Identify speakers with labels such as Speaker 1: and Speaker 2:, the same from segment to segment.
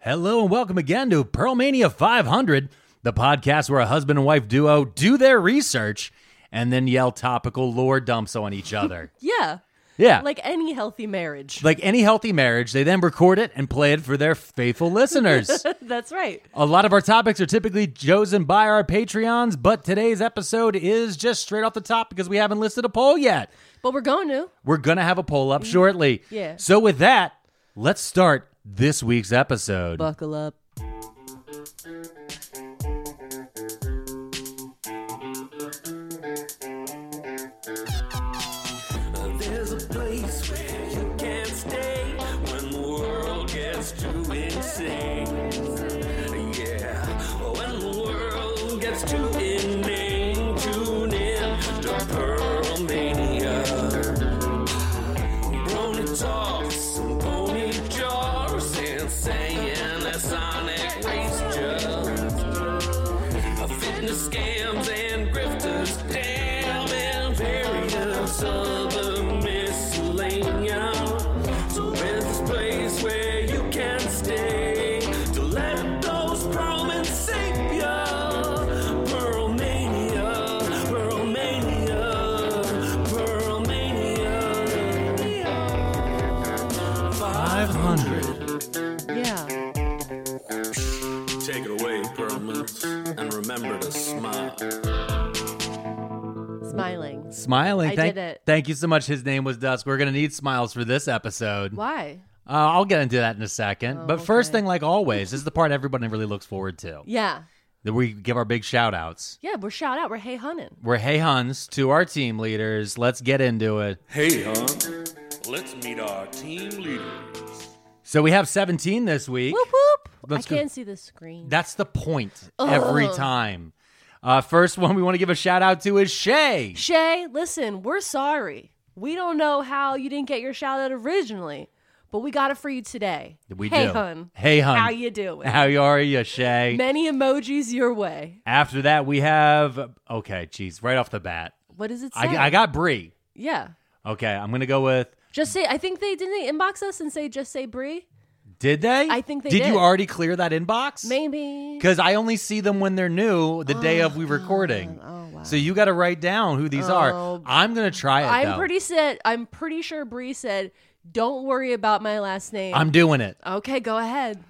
Speaker 1: Hello and welcome again to Pearlmania 500, the podcast where a husband and wife duo do their research and then yell topical lore dumps on each other.
Speaker 2: Yeah.
Speaker 1: Yeah.
Speaker 2: Like any healthy marriage.
Speaker 1: Like any healthy marriage, they then record it and play it for their faithful listeners.
Speaker 2: That's right.
Speaker 1: a lot of our topics are typically chosen by our Patreons, but today's episode is just straight off the top because we haven't listed a poll yet.
Speaker 2: But we're going to.
Speaker 1: We're going to have a poll up shortly.
Speaker 2: Mm, Yeah.
Speaker 1: So, with that, let's start this week's episode.
Speaker 2: Buckle up.
Speaker 3: There's a place where you can't stay when the world gets too insane. Yeah, when the world gets too inane, tune in to Pearl Mania. Brony talks, and pony jars, and saying that Sonic Race just of fitness scams and grifters, damn, and various other miscellanea. So there's this place where you can stay to let those promen save ya. Pearlmania, Pearlmania, Pearlmania.
Speaker 1: 500.
Speaker 2: Yeah.
Speaker 3: Take it away, Pearlmans, and remember to smile.
Speaker 2: Smiling.
Speaker 1: Smiling.
Speaker 2: I
Speaker 1: thank,
Speaker 2: did it.
Speaker 1: Thank you so much. His name was Dusk. We're going to need smiles for this episode.
Speaker 2: Why?
Speaker 1: Uh, I'll get into that in a second.
Speaker 2: Oh,
Speaker 1: but first
Speaker 2: okay.
Speaker 1: thing, like always, this is the part everybody really looks forward to.
Speaker 2: Yeah.
Speaker 1: That we give our big shout outs.
Speaker 2: Yeah, we're shout out. We're hey hunnin'.
Speaker 1: We're hey huns to our team leaders. Let's get into it.
Speaker 3: Hey, hon. Let's meet our team leaders.
Speaker 1: So we have 17 this week.
Speaker 2: Whoop whoop.
Speaker 1: Let's
Speaker 2: I
Speaker 1: go-
Speaker 2: can't see the screen.
Speaker 1: That's the point every time. Uh, first one we want to give a shout out to is Shay.
Speaker 2: Shay, listen, we're sorry. We don't know how you didn't get your shout out originally, but we got it for you today.
Speaker 1: We
Speaker 2: hey
Speaker 1: do.
Speaker 2: hun.
Speaker 1: Hey hun.
Speaker 2: How you doing?
Speaker 1: How are you, Shay?
Speaker 2: Many emojis your way.
Speaker 1: After that, we have okay. Geez, right off the bat,
Speaker 2: What does it say?
Speaker 1: I, I got Bree.
Speaker 2: Yeah.
Speaker 1: Okay, I'm gonna go with.
Speaker 2: Just say I think they didn't they inbox us and say just say Brie.
Speaker 1: Did they?
Speaker 2: I think they
Speaker 1: did.
Speaker 2: did.
Speaker 1: you already clear that inbox?
Speaker 2: Maybe.
Speaker 1: Because I only see them when they're new, the day of we recording.
Speaker 2: Oh, wow.
Speaker 1: So you got to write down who these are.
Speaker 2: Oh.
Speaker 1: I'm gonna try it.
Speaker 2: I'm
Speaker 1: though.
Speaker 2: pretty said I'm pretty sure Bree said, "Don't worry about my last name."
Speaker 1: I'm doing it.
Speaker 2: okay, go ahead.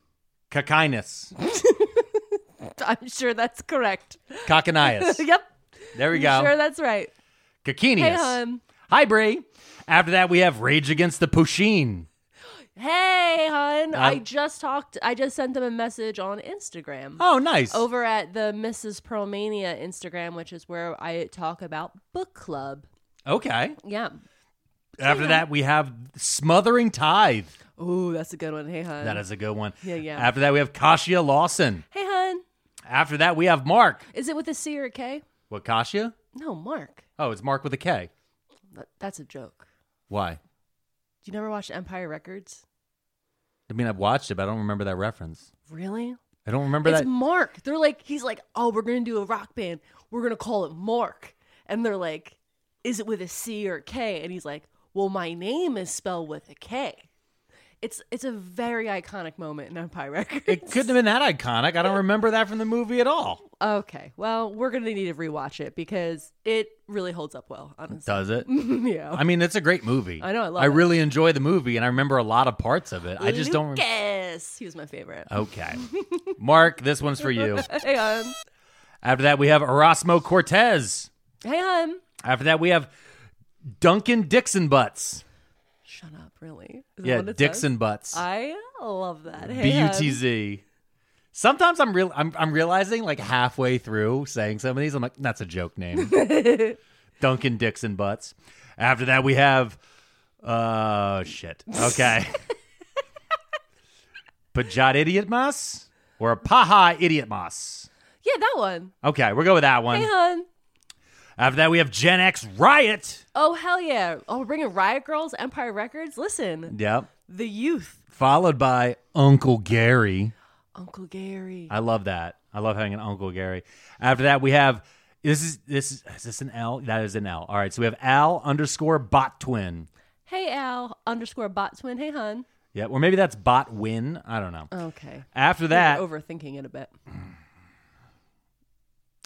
Speaker 1: Kakinus.
Speaker 2: I'm sure that's correct.
Speaker 1: Kakinias.
Speaker 2: yep.
Speaker 1: There we
Speaker 2: I'm
Speaker 1: go.
Speaker 2: Sure that's right.
Speaker 1: Kakinius.
Speaker 2: Hey, hun.
Speaker 1: Hi, Brie. After that, we have Rage Against the Pusheen.
Speaker 2: Hey, hun. I
Speaker 1: Um,
Speaker 2: just talked I just sent them a message on Instagram.
Speaker 1: Oh, nice.
Speaker 2: Over at the Mrs. Pearlmania Instagram, which is where I talk about book club.
Speaker 1: Okay.
Speaker 2: Yeah.
Speaker 1: After that, we have Smothering Tithe.
Speaker 2: Ooh, that's a good one. Hey, hun.
Speaker 1: That is a good one.
Speaker 2: Yeah, yeah.
Speaker 1: After that, we have Kashia Lawson.
Speaker 2: Hey, hun.
Speaker 1: After that, we have Mark.
Speaker 2: Is it with a C or a K?
Speaker 1: What, Kashia?
Speaker 2: No, Mark.
Speaker 1: Oh, it's Mark with a K.
Speaker 2: That- That's a joke.
Speaker 1: Why?
Speaker 2: you never watch Empire Records?
Speaker 1: I mean, I've watched it, but I don't remember that reference.
Speaker 2: Really?
Speaker 1: I don't remember
Speaker 2: it's
Speaker 1: that.
Speaker 2: Mark. They're like, he's like, oh, we're gonna do a rock band. We're gonna call it Mark. And they're like, is it with a C or a K? And he's like, well, my name is spelled with a K. It's it's a very iconic moment in Empire Records.
Speaker 1: it couldn't have been that iconic. I don't remember that from the movie at all.
Speaker 2: Okay, well, we're gonna need to rewatch it because it really holds up well. Honestly,
Speaker 1: Does it?
Speaker 2: yeah.
Speaker 1: I mean, it's a great movie.
Speaker 2: I know, I love
Speaker 1: I
Speaker 2: it.
Speaker 1: really enjoy the movie, and I remember a lot of parts of it. I just don't. remember.
Speaker 2: Yes, he was my favorite.
Speaker 1: Okay, Mark, this one's for you.
Speaker 2: Hey, um,
Speaker 1: After that, we have Erasmo Cortez.
Speaker 2: hey, um,
Speaker 1: After that, we have Duncan Dixon Butts.
Speaker 2: shut up, really? Is that
Speaker 1: Yeah,
Speaker 2: what it says?
Speaker 1: Dixon Butts.
Speaker 2: I love that.
Speaker 1: B
Speaker 2: Hey,
Speaker 1: U
Speaker 2: um,
Speaker 1: T Z. Sometimes I'm real. I'm, I'm realizing like halfway through saying some of these, I'm like, that's a joke name. Duncan Dixon butts. After that, we have, uh, shit. Okay. Pajat idiot mas or paha idiot mas.
Speaker 2: Yeah, that one.
Speaker 1: Okay, we'll go with that
Speaker 2: Hey,
Speaker 1: one.
Speaker 2: hun.
Speaker 1: After that, we have Gen X riot.
Speaker 2: Oh hell yeah! Oh, we're bringing Riot Girls, Empire Records. Listen,
Speaker 1: Yep.
Speaker 2: the youth,
Speaker 1: Followed by Uncle Gary.
Speaker 2: Uncle Gary.
Speaker 1: I love that. I love having an Uncle Gary. After that, we have this is this is, is this an L? That is an L. All right, so we have Al underscore Bot Twin.
Speaker 2: hey Al underscore bot twin. Hey hun.
Speaker 1: Yeah, or maybe that's Bot Win. I don't know.
Speaker 2: Okay.
Speaker 1: After
Speaker 2: We're
Speaker 1: that,
Speaker 2: overthinking it a bit.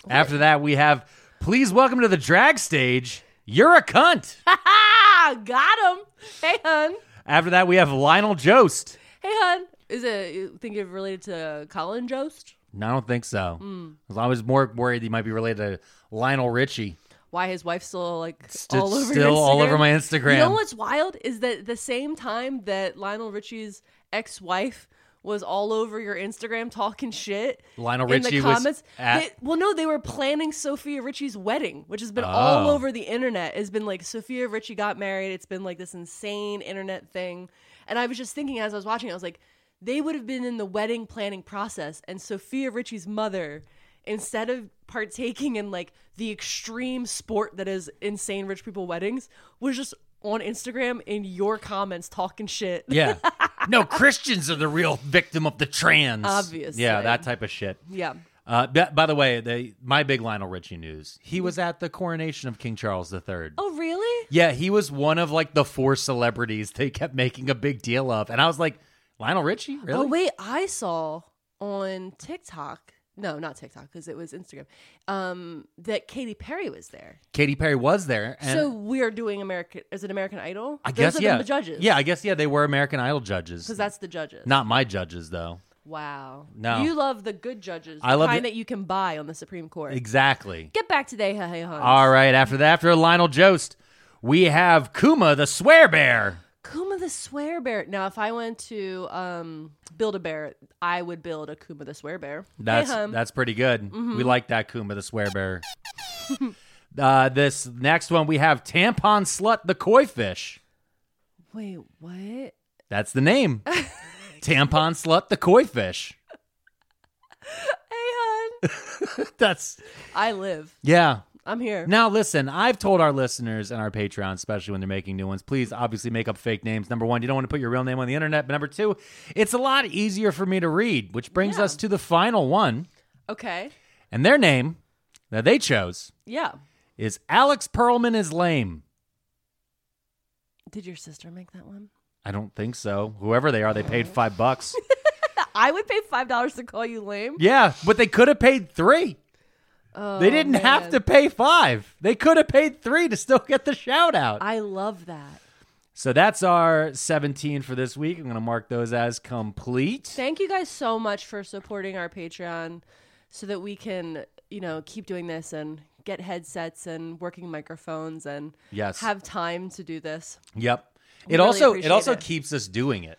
Speaker 1: after that, we have please welcome to the drag stage. You're a cunt.
Speaker 2: Ah, got him. Hey hun.
Speaker 1: after that, we have Lionel Jost.
Speaker 2: Hey hun. Is it you think it related to Colin Jost?
Speaker 1: No, I don't think so.
Speaker 2: Hmm.
Speaker 1: I was more worried he might be related to Lionel Richie.
Speaker 2: Why his wife's still like
Speaker 1: Sti-
Speaker 2: all over your
Speaker 1: still all
Speaker 2: Instagram?
Speaker 1: over my Instagram.
Speaker 2: You know what's wild is that the same time that Lionel Richie's ex-wife was all over your Instagram talking shit.
Speaker 1: Lionel
Speaker 2: in
Speaker 1: Richie
Speaker 2: the
Speaker 1: was
Speaker 2: comments.
Speaker 1: at-
Speaker 2: they- well, no, they were planning Sophia Richie's wedding, which has been all
Speaker 1: Oh.
Speaker 2: over the internet. It's been like Sophia Richie got married. It's been like this insane internet thing. And I was just thinking as I was watching, it, I was like, they would have been in the wedding planning process, and Sophia Richie's mother. Instead of partaking in like the extreme sport that is insane rich people weddings, was just on Instagram in your comments talking shit.
Speaker 1: Yeah. no, Christians are the real victim of the trans.
Speaker 2: Obviously.
Speaker 1: Yeah, that type of shit.
Speaker 2: Yeah.
Speaker 1: Uh, b- by the way, they, my big Lionel Richie news. He was at the coronation of King Charles III.
Speaker 2: Oh, really?
Speaker 1: Yeah, he was one of like the four celebrities they kept making a big deal of, and I was like, Lionel Richie, really?
Speaker 2: Oh wait, I saw on TikTok. No, not TikTok because it was Instagram. Um, that Katy Perry was there.
Speaker 1: Katy Perry was there, and
Speaker 2: so we are doing American. Is it American Idol?
Speaker 1: I
Speaker 2: Those
Speaker 1: guess
Speaker 2: have been
Speaker 1: yeah,
Speaker 2: the judges.
Speaker 1: Yeah, I guess yeah, they were American Idol judges.
Speaker 2: because that's the judges.
Speaker 1: Not my judges though.
Speaker 2: wow.
Speaker 1: No.
Speaker 2: you love the good judges.
Speaker 1: I love
Speaker 2: the kind
Speaker 1: the-
Speaker 2: that you can buy on the Supreme Court.
Speaker 1: Exactly.
Speaker 2: Get back today, hey hey hun.
Speaker 1: All right. After that, after Lionel Jost, we have Kuma the Swear Bear.
Speaker 2: Kuma the Swear Bear. Now, if I went to um, build a bear, I would build a Kuma the Swear Bear.
Speaker 1: That's
Speaker 2: hey, hun.
Speaker 1: that's pretty good. We like that Kuma the swear bear. uh, this next one we have tampon slut the koi fish.
Speaker 2: Wait, what?
Speaker 1: That's the name. tampon slut the koi fish.
Speaker 2: Hey hun,
Speaker 1: That's
Speaker 2: I live.
Speaker 1: yeah.
Speaker 2: I'm here.
Speaker 1: Now listen, I've told our listeners and our Patreon, especially when they're making new ones, please obviously make up fake names. Number one, you don't want to put your real name on the internet. But number two, it's a lot easier for me to read, which brings us to the final one.
Speaker 2: Okay.
Speaker 1: And their name that they chose
Speaker 2: Yeah.
Speaker 1: is Alex Perlman is lame.
Speaker 2: Did your sister make that one?
Speaker 1: I don't think so. Whoever they are, they paid five bucks.
Speaker 2: I would pay five dollars to call you lame.
Speaker 1: yeah, but they could have paid three.
Speaker 2: Oh,
Speaker 1: they didn't have to pay five. They could have paid three to still get the shout out.
Speaker 2: I love that.
Speaker 1: so that's our 17 for this week. I'm going to mark those as complete.
Speaker 2: Thank you guys so much for supporting our Patreon so that we can, you know, keep doing this and get headsets and working microphones and
Speaker 1: Yes.
Speaker 2: have time to do this.
Speaker 1: yep. It
Speaker 2: really
Speaker 1: also it
Speaker 2: appreciate
Speaker 1: also
Speaker 2: it.
Speaker 1: keeps us doing it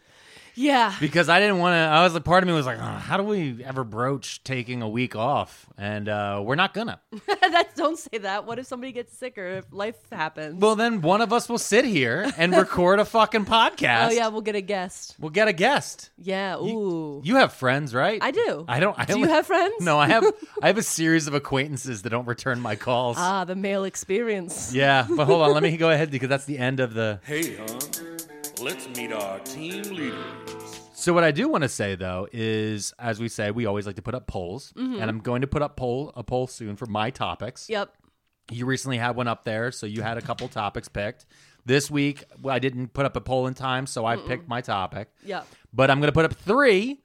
Speaker 2: Yeah.
Speaker 1: because I didn't want to. I was a part of me was like, "Ugh, how do we ever broach taking a week off? And uh, we're not gonna.
Speaker 2: That's don't say that. What if somebody gets sick or if life happens? Oh,
Speaker 1: well, then one of us will sit here and record a fucking podcast.
Speaker 2: oh yeah, we'll get a guest.
Speaker 1: we'll get a guest.
Speaker 2: Yeah. Ooh.
Speaker 1: You, you have friends, right?
Speaker 2: I do.
Speaker 1: I don't. I
Speaker 2: Do you
Speaker 1: only-
Speaker 2: have friends?
Speaker 1: No, I have. I have a series of acquaintances that don't return my calls.
Speaker 2: ah, the male experience.
Speaker 1: yeah, but hold on. Let me go ahead because that's the end of the.
Speaker 3: Hey, hon, let's meet our team leaders.
Speaker 1: So what I do want to say though is, as we say, we always like to put up polls,
Speaker 2: Mm-hmm.
Speaker 1: and I'm going to put up poll a poll soon for my topics.
Speaker 2: Yep.
Speaker 1: You recently had one up there, so you had a couple topics picked. This week, well, I didn't put up a poll in time, so I picked my topic.
Speaker 2: Yep.
Speaker 1: But I'm going to put up 3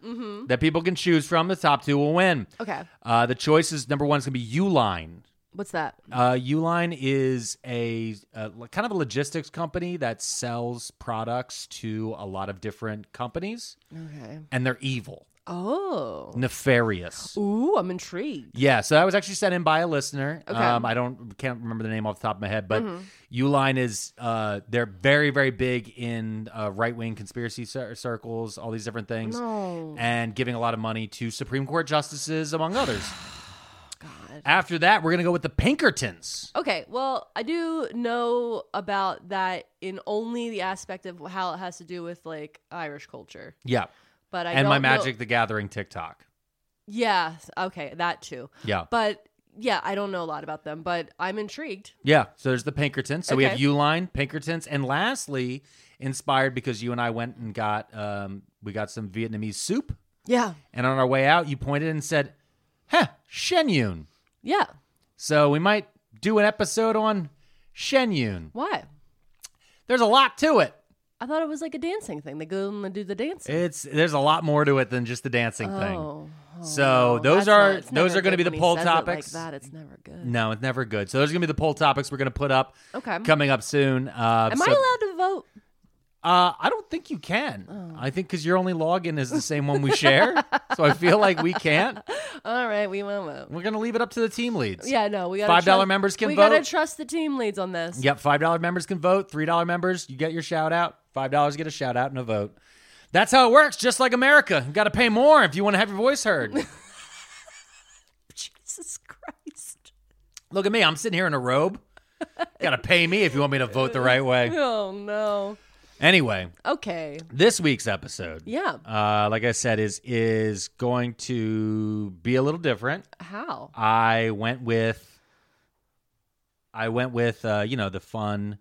Speaker 1: that people can choose from. The top two will win.
Speaker 2: Mm-hmm. Okay.
Speaker 1: Uh, the choices number one is going to be Uline.
Speaker 2: What's that?
Speaker 1: Uh, Uline is a, a l- kind of a logistics company that sells products to a lot of different companies,
Speaker 2: Okay.
Speaker 1: and they're evil,
Speaker 2: Oh.
Speaker 1: nefarious.
Speaker 2: Ooh, I'm intrigued.
Speaker 1: Yeah, so that was actually sent in by a listener.
Speaker 2: Okay. Mm-hmm.
Speaker 1: Um, I don't can't remember the name off the top of my head, but Uline is uh, they're very very big in uh, right wing conspiracy cir- circles, all these different things, and giving a lot of money to Supreme Court justices among others. God. After that, we're gonna go with the Pinkertons.
Speaker 2: Okay, well, I do know about that in only the aspect of how it has to do with like Irish culture,
Speaker 1: Yeah,
Speaker 2: but I
Speaker 1: and my
Speaker 2: don't know-
Speaker 1: Magic the Gathering TikTok.
Speaker 2: Yeah. Okay, that too.
Speaker 1: Yeah,
Speaker 2: But yeah, I don't know a lot about them, but I'm intrigued.
Speaker 1: yeah. So there's the Pinkertons. So we have
Speaker 2: Okay.
Speaker 1: Uline, Pinkertons, and lastly, inspired because you and I went and got um, we got some Vietnamese soup.
Speaker 2: Yeah.
Speaker 1: And on our way out, you pointed and said, huh, Shen Yun.
Speaker 2: Yeah.
Speaker 1: So we might do an episode on Shen Yun.
Speaker 2: Why?
Speaker 1: There's a lot to it.
Speaker 2: I thought it was like a dancing thing. They go and they do the dancing.
Speaker 1: It's there's a lot more to it than just the dancing thing.
Speaker 2: Oh.
Speaker 1: So
Speaker 2: Oh,
Speaker 1: those
Speaker 2: that's
Speaker 1: are
Speaker 2: not- it's
Speaker 1: those
Speaker 2: never
Speaker 1: are going to
Speaker 2: good
Speaker 1: be the
Speaker 2: when he
Speaker 1: poll
Speaker 2: says it like
Speaker 1: topics. Mm,
Speaker 2: that it's never good.
Speaker 1: no, it's never good. So those are going to be the poll topics we're going to put up
Speaker 2: Okay.
Speaker 1: coming up soon. Uh,
Speaker 2: Am
Speaker 1: so-
Speaker 2: I allowed to vote?
Speaker 1: Uh, I don't think you can.
Speaker 2: Oh.
Speaker 1: I think because your only login is the same one we share. so I feel like we can't.
Speaker 2: All right, we won't vote.
Speaker 1: We're going to leave it up to the team leads.
Speaker 2: Yeah, no, we got
Speaker 1: $5 members can
Speaker 2: we
Speaker 1: vote.
Speaker 2: gotta trust the team leads on this.
Speaker 1: Yep, five dollar members can vote. Three dollar members, you get your shout out. Five dollars get a shout out and a vote. That's how it works. Just like America, you got to pay more if you want to have your voice heard.
Speaker 2: Jesus Christ.
Speaker 1: Look at me, I'm sitting here in a robe. Got to pay me if you want me to vote the right way.
Speaker 2: Oh no.
Speaker 1: Anyway,
Speaker 2: Okay.
Speaker 1: this week's episode,
Speaker 2: Yeah.
Speaker 1: uh, like I said, is is going to be a little different.
Speaker 2: How?
Speaker 1: I went with, I went with, uh, you know, the fun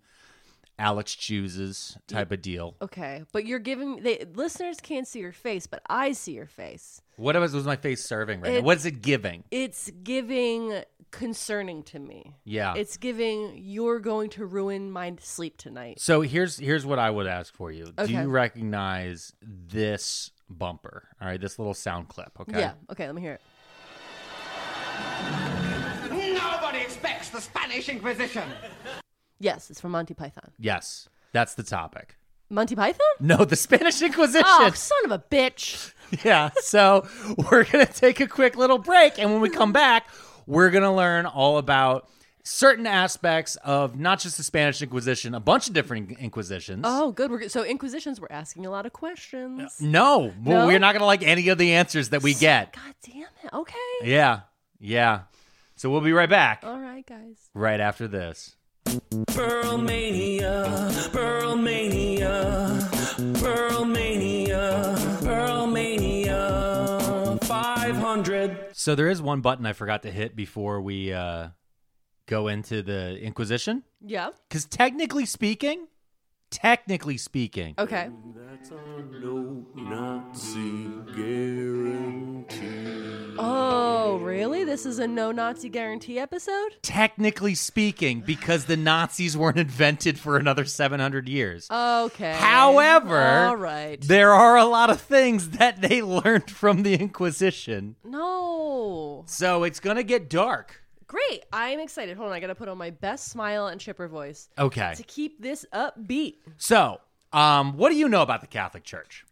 Speaker 1: Alex chooses type of deal.
Speaker 2: Okay. But you're giving they listeners can't see your face, but I see your face.
Speaker 1: What was, was my face serving right now?
Speaker 2: It-
Speaker 1: What is it giving?
Speaker 2: It's giving concerning to me.
Speaker 1: Yeah.
Speaker 2: It's giving you're going to ruin my sleep tonight.
Speaker 1: so here's here's what I would ask for you. Do
Speaker 2: Okay.
Speaker 1: you recognize this bumper? All right, this little sound clip. Okay.
Speaker 2: Yeah. Okay, let me hear it.
Speaker 4: Nobody expects the Spanish Inquisition.
Speaker 2: Yes, it's from Monty Python.
Speaker 1: Yes, that's the topic.
Speaker 2: Monty Python?
Speaker 1: No, the Spanish Inquisition.
Speaker 2: Oh, son of a bitch.
Speaker 1: Yeah. So we're gonna take a quick little break, and when we come back, we're gonna learn all about certain aspects of not just the Spanish Inquisition, a bunch of different inquisitions.
Speaker 2: Oh, good. We're, so Inquisitions were asking a lot of questions.
Speaker 1: No, well,
Speaker 2: No?
Speaker 1: we're not gonna like any of the answers that we get.
Speaker 2: God damn it. Okay.
Speaker 1: Yeah. Yeah. So we'll be right back
Speaker 2: All right, guys.
Speaker 1: right after this.
Speaker 3: Pearl Mania, Pearl Mania, Pearl Mania, Pearl Mania, 500.
Speaker 1: So there is one button I forgot to hit before we uh, go into the Inquisition.
Speaker 2: Yeah.
Speaker 1: Because technically speaking, technically speaking,
Speaker 2: Okay.
Speaker 3: That's our no Nazi guarantee.
Speaker 2: Oh, really? This is a no Nazi guarantee episode?
Speaker 1: technically speaking, because the Nazis weren't invented for another 700 years.
Speaker 2: Okay.
Speaker 1: However,
Speaker 2: all right.
Speaker 1: there are a lot of things that they learned from the Inquisition.
Speaker 2: no.
Speaker 1: So it's going to get dark.
Speaker 2: Great. I'm excited. Hold on. I got to put on my best smile and chipper voice
Speaker 1: Okay.
Speaker 2: to keep this upbeat.
Speaker 1: So, um, what do you know about the Catholic Church?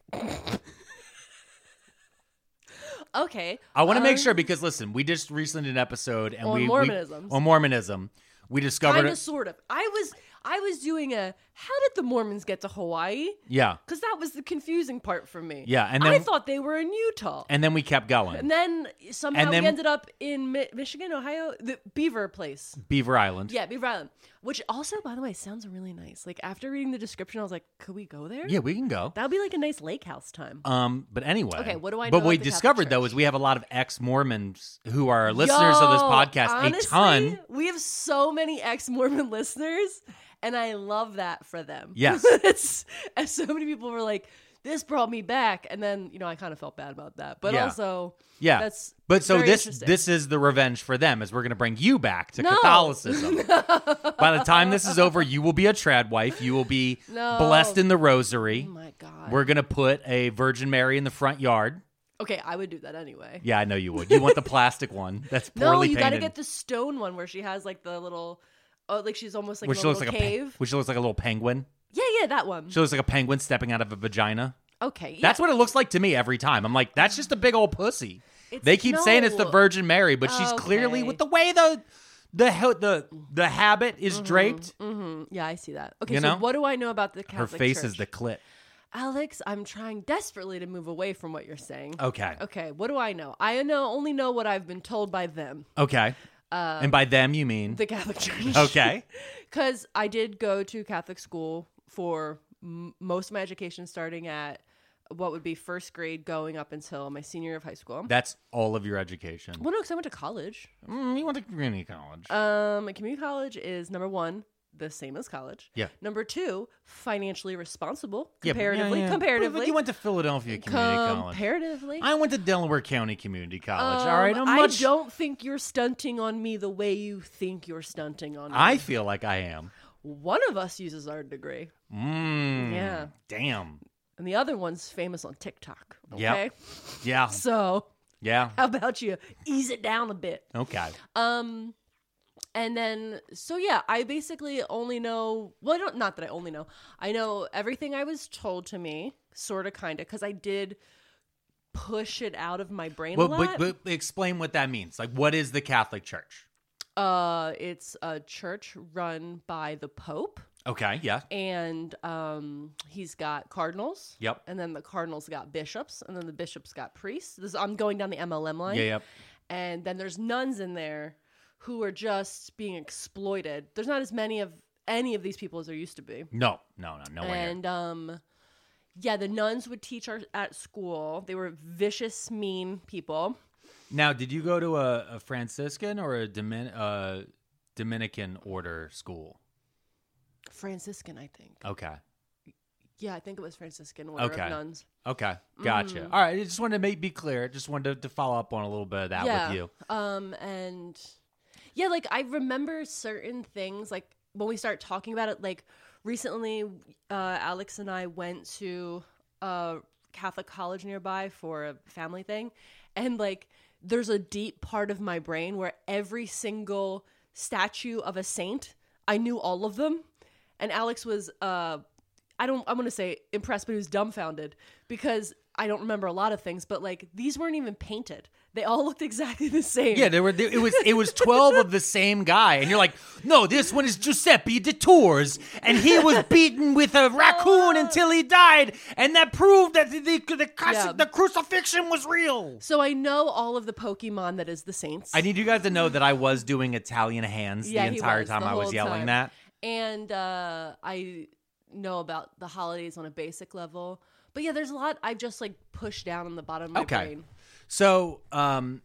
Speaker 2: Okay.
Speaker 1: I want to
Speaker 2: Um,
Speaker 1: make sure because listen, we just recently did an episode and
Speaker 2: On
Speaker 1: we we-
Speaker 2: Mormonism.
Speaker 1: on Mormonism. We discovered
Speaker 2: Kind of, sort of. I was, I was doing a. How did the Mormons get to Hawaii?
Speaker 1: yeah,
Speaker 2: Because that was the confusing part for me.
Speaker 1: Yeah, and
Speaker 2: I
Speaker 1: then-
Speaker 2: thought they were in Utah.
Speaker 1: and then we kept going.
Speaker 2: And then somehow
Speaker 1: And then-
Speaker 2: we ended up in Mi- Michigan, Ohio, the Beaver place.
Speaker 1: Beaver Island.
Speaker 2: Yeah, Beaver Island, which also, by the way, sounds really nice. Like after reading the description, I was like, could we go there?
Speaker 1: Yeah, we can go.
Speaker 2: that would be like a nice lake house time.
Speaker 1: Um, but anyway,
Speaker 2: Okay, what do I
Speaker 1: But
Speaker 2: know
Speaker 1: we
Speaker 2: about the Catholic
Speaker 1: discovered though
Speaker 2: Church?
Speaker 1: is we have a lot of ex Mormons who are listeners of this
Speaker 2: Yo,
Speaker 1: podcast. a
Speaker 2: honestly,
Speaker 1: ton.
Speaker 2: We have so many ex Mormon listeners, And I love that for them.
Speaker 1: Yes.
Speaker 2: it's, and so many people were like, this brought me back. And then, you know, I kind of felt bad about that. But
Speaker 1: Yeah.
Speaker 2: also,
Speaker 1: Yeah.
Speaker 2: that's
Speaker 1: but so
Speaker 2: very
Speaker 1: this
Speaker 2: interesting.
Speaker 1: this is the revenge for them is we're going to bring you back to
Speaker 2: No.
Speaker 1: Catholicism. By the time this is over, you will be a trad wife. You will be
Speaker 2: No.
Speaker 1: blessed in the rosary.
Speaker 2: Oh my God.
Speaker 1: We're going to put a Virgin Mary in the front yard.
Speaker 2: okay, I would do that anyway.
Speaker 1: Yeah, I know you would. You want the plastic one that's
Speaker 2: No,
Speaker 1: poorly
Speaker 2: you got to
Speaker 1: painted.
Speaker 2: get the stone one where she has like the little, oh, like she's almost like
Speaker 1: where
Speaker 2: in
Speaker 1: she
Speaker 2: a
Speaker 1: looks
Speaker 2: little
Speaker 1: like a pe-
Speaker 2: cave.
Speaker 1: where she looks like a little penguin.
Speaker 2: yeah, yeah, that one.
Speaker 1: She looks like a penguin stepping out of a vagina.
Speaker 2: okay, yeah.
Speaker 1: That's what it looks like to me every time. I'm like, that's just a big old pussy.
Speaker 2: It's-
Speaker 1: they keep saying it's the
Speaker 2: no.
Speaker 1: Virgin Mary, but she's clearly
Speaker 2: Okay.
Speaker 1: with the way the the ho- the the habit is
Speaker 2: Mm-hmm,
Speaker 1: draped.
Speaker 2: mm, Yeah, I see that. Okay,
Speaker 1: You know?
Speaker 2: so what do I know about the
Speaker 1: Her
Speaker 2: Catholic
Speaker 1: face is the
Speaker 2: Church?
Speaker 1: clit.
Speaker 2: Alex, I'm trying desperately to move away from what you're saying.
Speaker 1: Okay.
Speaker 2: Okay, what do I know? I know only know what I've been told by them,
Speaker 1: Okay. and by them you mean
Speaker 2: Uh, the Catholic Church.
Speaker 1: okay.
Speaker 2: Because I did go to Catholic school for m- most of my education, starting at what would be first grade, going up until my senior year of high school.
Speaker 1: That's all of your education.
Speaker 2: well, no, because I went to college.
Speaker 1: Mm, you went to community college.
Speaker 2: Um, community college is number one, the same as college.
Speaker 1: Yeah.
Speaker 2: Number two, financially responsible.
Speaker 1: Yeah, but- yeah,
Speaker 2: Comparatively,
Speaker 1: yeah. But- but
Speaker 2: comparatively,
Speaker 1: you went to Philadelphia community college.
Speaker 2: comparatively.
Speaker 1: I went to Delaware County Community College. all right,
Speaker 2: Um,
Speaker 1: I'm much.
Speaker 2: I don't think you're stunting on me the way you think you're stunting on me.
Speaker 1: I feel like I am.
Speaker 2: One of us uses our degree,
Speaker 1: Mm,
Speaker 2: Yeah.
Speaker 1: Damn.
Speaker 2: and the other one's famous on TikTok.
Speaker 1: Yep.
Speaker 2: Okay,
Speaker 1: Yeah.
Speaker 2: so
Speaker 1: Yeah.
Speaker 2: how about you ease it down a bit?
Speaker 1: Okay.
Speaker 2: Um, and then so yeah, I basically only know well, I don't not that I only know. I know everything I was told to me, sort of, kind of, because I did push it out of my brain
Speaker 1: Well,
Speaker 2: a lot.
Speaker 1: but, but explain what that means. Like, what is the Catholic Church?
Speaker 2: uh, it's a church run by the Pope.
Speaker 1: Okay. Yeah.
Speaker 2: and um, he's got cardinals.
Speaker 1: Yep.
Speaker 2: And then the cardinals got bishops, and then the bishops got priests. This, I'm going down the MLM line.
Speaker 1: Yeah. Yep.
Speaker 2: And then there's nuns in there who are just being exploited. There's not as many of any of these people as there used to be.
Speaker 1: No. No. No. No. one here.
Speaker 2: and um, yeah, the nuns would teach our, at school. They were vicious, mean people.
Speaker 1: Now, did you go to a, a Franciscan or a Domin- uh, Dominican order school?
Speaker 2: Franciscan, I think.
Speaker 1: Okay.
Speaker 2: Yeah, I think it was Franciscan order
Speaker 1: Uh. Okay.
Speaker 2: of nuns.
Speaker 1: Okay. Gotcha.
Speaker 2: Mm.
Speaker 1: All right. I just wanted to make be clear. Just wanted to, to follow up on a little bit of that with you.
Speaker 2: Um, and yeah, like I remember certain things, like when we start talking about it, like recently, uh, Alex and I went to a Catholic college nearby for a family thing, and like there's a deep part of my brain where every single statue of a saint, I knew all of them, and Alex was uh I don't I'm gonna say impressed, but he was dumbfounded because I don't remember a lot of things, but like these weren't even painted. They all looked exactly the same.
Speaker 1: Yeah, there were. It was it was twelve of the same guy, and you're like, no, this one is Giuseppe de Tours, and he was beaten with a raccoon until he died, and that proved that the the, the, cruci-
Speaker 2: Yeah.
Speaker 1: the crucifixion was real.
Speaker 2: So I know all of the Pokemon that is the Saints.
Speaker 1: I need you guys to know that I was doing Italian hands
Speaker 2: Yeah,
Speaker 1: the
Speaker 2: he
Speaker 1: entire
Speaker 2: was,
Speaker 1: time
Speaker 2: the
Speaker 1: I was
Speaker 2: whole
Speaker 1: yelling
Speaker 2: time.
Speaker 1: that.
Speaker 2: and uh I know about the holidays on a basic level. But yeah, there's a lot I've just like pushed down on the bottom of my
Speaker 1: Okay.
Speaker 2: brain.
Speaker 1: So, um,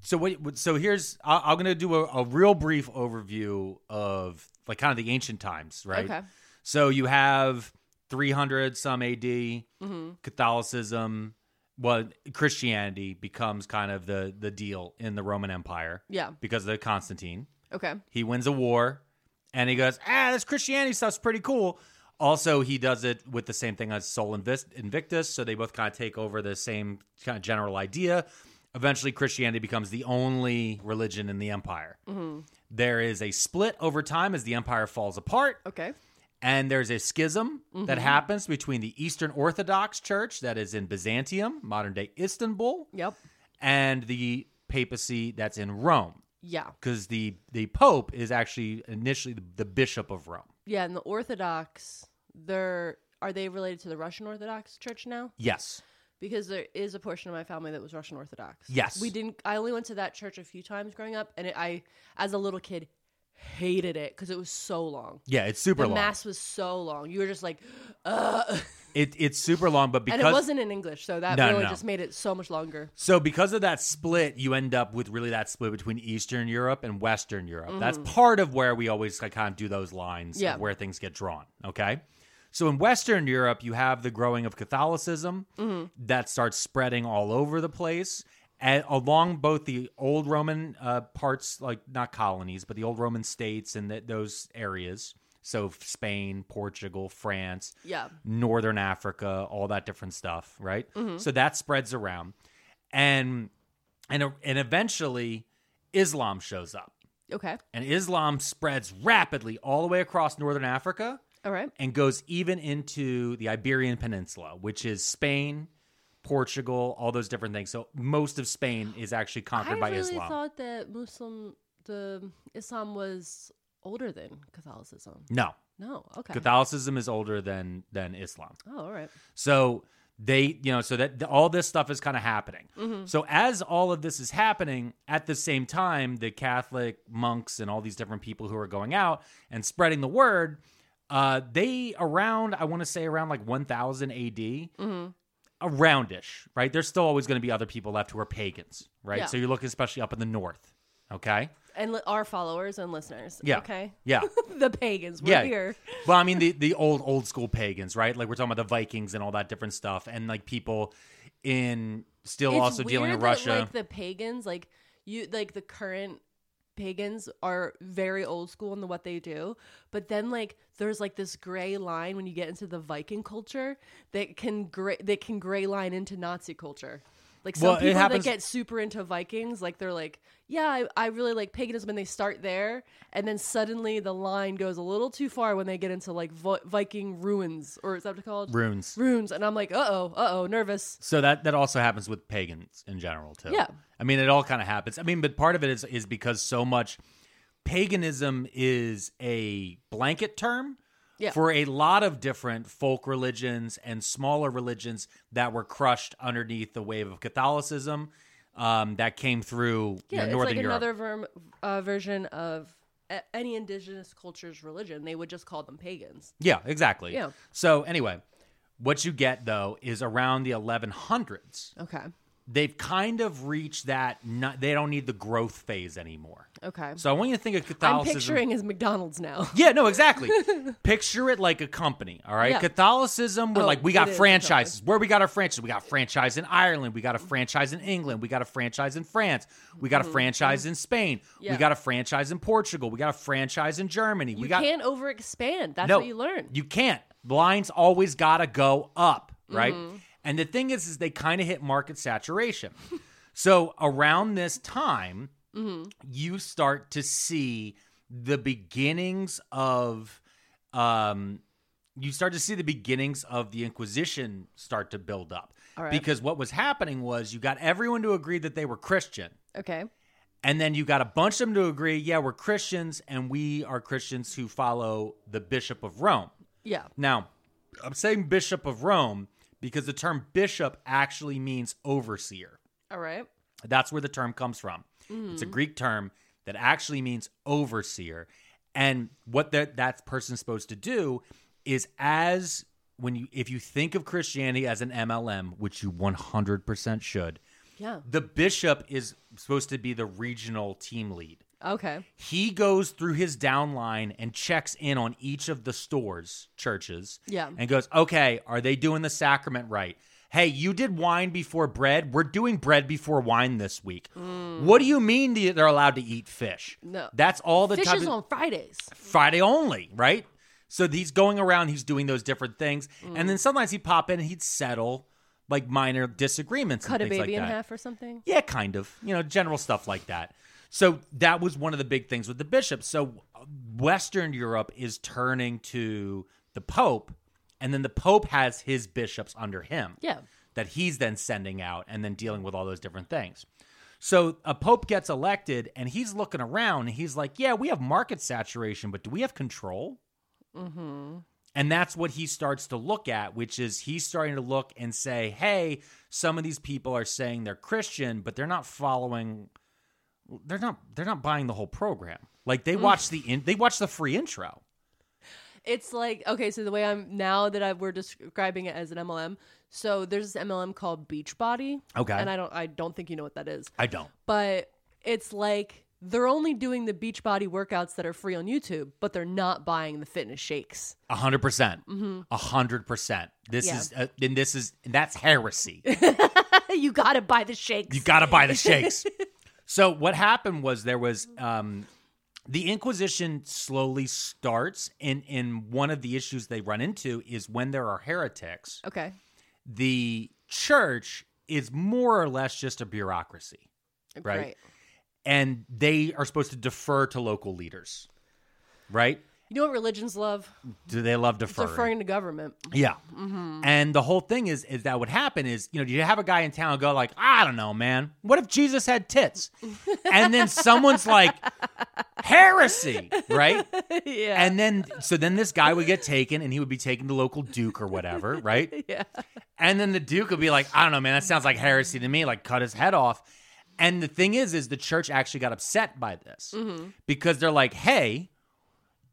Speaker 1: so what? what- So here's I, I'm going to do a, a real brief overview of like kind of the ancient times, right?
Speaker 2: Okay.
Speaker 1: So you have 300 some AD
Speaker 2: Mm-hmm.
Speaker 1: Catholicism, well Christianity becomes kind of the the deal in the Roman Empire.
Speaker 2: Yeah.
Speaker 1: Because of Constantine,
Speaker 2: Okay.
Speaker 1: he wins a war, and he goes, ah, this Christianity stuff's pretty cool. Also, he does it with the same thing as Sol Invis- Invictus, so they both kind of take over the same kind of general idea. Eventually, Christianity becomes the only religion in the empire. There is a split over time as the empire falls apart
Speaker 2: Okay.
Speaker 1: and there's a schism that happens between the Eastern Orthodox Church that is in Byzantium, modern day Istanbul,
Speaker 2: Yep.
Speaker 1: and the papacy that's in Rome
Speaker 2: Yeah.
Speaker 1: because the the pope is actually initially the, the bishop of Rome.
Speaker 2: Yeah, and the Orthodox, they're are they related to the Russian Orthodox Church now?
Speaker 1: Yes.
Speaker 2: because there is a portion of my family that was Russian Orthodox.
Speaker 1: Yes.
Speaker 2: we didn't. I only went to that church a few times growing up, and it, I, as a little kid, hated it because it was so long.
Speaker 1: Yeah, it's super
Speaker 2: the
Speaker 1: long.
Speaker 2: mass was so long. You were just like, uh,
Speaker 1: It, it's super long, but because
Speaker 2: and it wasn't in English, so that
Speaker 1: No, no,
Speaker 2: really
Speaker 1: no.
Speaker 2: just made it so much longer.
Speaker 1: So because of that split, you end up with really that split between Eastern Europe and Western Europe. That's part of where we always like, kind of do those lines
Speaker 2: Yeah.
Speaker 1: of where things get drawn. Okay. So in Western Europe, you have the growing of Catholicism that starts spreading all over the place. And along both the old Roman uh, parts, like not colonies, but the old Roman states and that those areas, so Spain, Portugal, France,
Speaker 2: Yeah.
Speaker 1: northern africa all that different stuff right
Speaker 2: Mm-hmm.
Speaker 1: so that spreads around and and and eventually islam shows up
Speaker 2: Okay.
Speaker 1: and islam spreads rapidly all the way across northern africa
Speaker 2: All right.
Speaker 1: and goes even into the iberian peninsula which is spain portugal all those different things so most of spain is actually conquered
Speaker 2: I
Speaker 1: by
Speaker 2: really
Speaker 1: islam
Speaker 2: thought that Muslim, the Islam was older than Catholicism.
Speaker 1: no
Speaker 2: No. Okay.
Speaker 1: catholicism is older than than islam
Speaker 2: oh, all right.
Speaker 1: So they, you know, so that th- all this stuff is kind of happening. So as all of this is happening, at the same time, the Catholic monks and all these different people who are going out and spreading the word, uh, they around, I want to say around like 1000 AD, aroundish, right? There's still always going to be other people left who are pagans, right?
Speaker 2: Yeah.
Speaker 1: So you're looking especially up in the north, okay?
Speaker 2: And li- our followers and listeners.
Speaker 1: Yeah.
Speaker 2: Okay.
Speaker 1: Yeah.
Speaker 2: the pagans. We're here.
Speaker 1: Well, I mean the the old old school pagans, right? Like we're talking about the Vikings and all that different stuff, and like people in still
Speaker 2: It's
Speaker 1: also dealing
Speaker 2: weird
Speaker 1: in
Speaker 2: that,
Speaker 1: Russia.
Speaker 2: like the pagans, like you, like the current pagans are very old school in the what they do, but then like there's like this gray line when you get into the Viking culture that can gray that can gray line into Nazi culture. Like some
Speaker 1: Well, it
Speaker 2: people
Speaker 1: happens-
Speaker 2: that get super into Vikings, like they're like, yeah, I, I really like paganism, and they start there, and then suddenly the line goes a little too far when they get into like Vi- Viking ruins, or is that what it's called?
Speaker 1: Runes.
Speaker 2: Runes, and I'm like, uh oh, uh oh, nervous.
Speaker 1: so that that also happens with pagans in general too.
Speaker 2: Yeah.
Speaker 1: I mean it all kind of happens. I mean, but part of it is is because so much paganism is a blanket term.
Speaker 2: Yeah.
Speaker 1: For a lot of different folk religions and smaller religions that were crushed underneath the wave of Catholicism um, that came through you
Speaker 2: Yeah,
Speaker 1: know,
Speaker 2: it's
Speaker 1: Northern
Speaker 2: like
Speaker 1: Europe.
Speaker 2: another verm, uh, version of a- any indigenous culture's religion. They would just call them pagans.
Speaker 1: Yeah, exactly.
Speaker 2: Yeah.
Speaker 1: So anyway, what you get though is around the 1100s.
Speaker 2: Okay.
Speaker 1: They've kind of reached that. Not, they don't need the growth phase anymore.
Speaker 2: Okay.
Speaker 1: So I want you to think of
Speaker 2: I'm
Speaker 1: Catholicism.
Speaker 2: picturing as McDonald's now.
Speaker 1: Yeah, no, exactly. Picture it like a company, all right?
Speaker 2: Yeah.
Speaker 1: Catholicism, we're
Speaker 2: Oh,
Speaker 1: like, we
Speaker 2: it
Speaker 1: got
Speaker 2: is a
Speaker 1: franchises. Where we got our franchises? We got a franchise in Ireland. We got a franchise in England. We got a franchise in France. We got a franchise in Spain.
Speaker 2: Mm-hmm. Yeah.
Speaker 1: We got a franchise in Portugal. We got a franchise in Germany.
Speaker 2: You
Speaker 1: we got
Speaker 2: can't overexpand. That's what you learn.
Speaker 1: you can't. Blinds always gotta go up, right?
Speaker 2: Mm-hmm.
Speaker 1: And the thing is, is they kind of hit market saturation. so around this time,
Speaker 2: Mm-hmm.
Speaker 1: you start to see the beginnings of, um, you start to see the beginnings of the Inquisition start to build up. Because what was happening was you got everyone to agree that they were Christian.
Speaker 2: okay.
Speaker 1: And then you got a bunch of them to agree, yeah, we're Christians and we are Christians who follow the Bishop of Rome.
Speaker 2: Yeah.
Speaker 1: Now, I'm saying Bishop of Rome because the term bishop actually means overseer.
Speaker 2: All right.
Speaker 1: That's where the term comes from. It's a Greek term that actually means overseer. And what that that person's supposed to do is as when you if you think of Christianity as an MLM, which you 100% should,
Speaker 2: Yeah.
Speaker 1: the bishop is supposed to be the regional team lead.
Speaker 2: Okay.
Speaker 1: He goes through his downline and checks in on each of the stores, churches,
Speaker 2: Yeah.
Speaker 1: and goes, okay, are they doing the sacrament right? Hey, you did wine before bread. We're doing bread before wine this week. What do you mean the- they're allowed to eat fish?
Speaker 2: Mm. No.
Speaker 1: That's all the
Speaker 2: Fish
Speaker 1: time.
Speaker 2: is on Fridays.
Speaker 1: Friday only, right? So he's going around, he's doing those different things.
Speaker 2: Mm.
Speaker 1: And then sometimes he'd pop in and he'd settle like minor disagreements.
Speaker 2: Cut a
Speaker 1: and things
Speaker 2: baby
Speaker 1: like
Speaker 2: in
Speaker 1: that.
Speaker 2: half or something.
Speaker 1: Yeah, kind of. You know, general stuff like that. So that was one of the big things with the bishops. So Western Europe is turning to the Pope, and then the Pope has his bishops under him.
Speaker 2: Yeah.
Speaker 1: That he's then sending out and then dealing with all those different things. So a Pope gets elected and he's looking around and he's like, yeah, we have market saturation, but do we have control? And that's what he starts to look at, which is he's starting to look and say, hey, some of these people are saying they're Christian, but they're not following they're not they're not buying the whole program. Like they watch the in- they watch the free intro.
Speaker 2: It's like okay, so the way I'm now that I, we're describing it as an MLM. So there's this MLM called Beachbody.
Speaker 1: Okay.
Speaker 2: and I don't I don't think you know what that is,
Speaker 1: I don't.
Speaker 2: but it's like they're only doing the Beachbody workouts that are free on YouTube, but they're not buying the fitness shakes.
Speaker 1: A hundred percent. A hundred percent. This
Speaker 2: Yeah.
Speaker 1: is uh, and this is and that's heresy.
Speaker 2: you gotta buy the shakes.
Speaker 1: You got to buy the shakes. so what happened was there was um, the Inquisition slowly starts, and and one of the issues they run into is when there are heretics,
Speaker 2: okay,
Speaker 1: the church is more or less just a bureaucracy, right?
Speaker 2: Great.
Speaker 1: And they are supposed to defer to local leaders, right?
Speaker 2: You know what religions love?
Speaker 1: Do they love deferring?
Speaker 2: Deferring Mm-hmm. to government.
Speaker 1: Yeah. And the whole thing is, is that would happen is, you know, you have a guy in town go like, I don't know, man. What if Jesus had tits? and then someone's like, heresy, right?
Speaker 2: yeah.
Speaker 1: And then, so then this guy would get taken and he would be taken to local Duke or whatever, right?
Speaker 2: Yeah.
Speaker 1: And then the Duke would be like, I don't know, man. That sounds like heresy to me. Like cut his head off. And the thing is, is the church actually got upset by this
Speaker 2: Mm-hmm.
Speaker 1: because they're like, hey,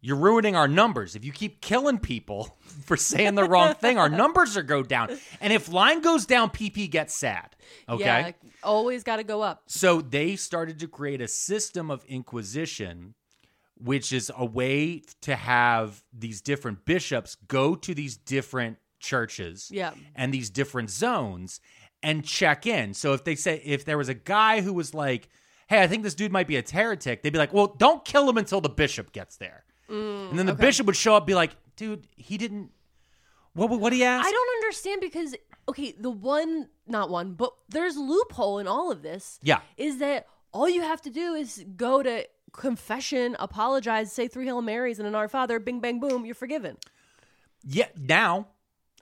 Speaker 1: you're ruining our numbers. If you keep killing people for saying the wrong thing, our numbers are go down. And if line goes down, PP gets sad. Okay.
Speaker 2: Yeah, always got to go up.
Speaker 1: So they started to create a system of inquisition, which is a way to have these different bishops go to these different churches
Speaker 2: Yeah.
Speaker 1: and these different zones and check in. So if they say if there was a guy who was like, "Hey, I think this dude might be a heretic," they'd be like, "Well, don't kill him until the bishop gets there."
Speaker 2: Mm,
Speaker 1: and then the bishop would show up, and be like, "Dude, he didn't. What? What did he ask?"
Speaker 2: I don't understand because okay, the one not one, but there's loophole in all of this.
Speaker 1: Yeah.
Speaker 2: Is that all you have to do is go to confession, apologize, say three Hail Marys and an Our Father, bing bang boom, you're forgiven.
Speaker 1: Yeah. Now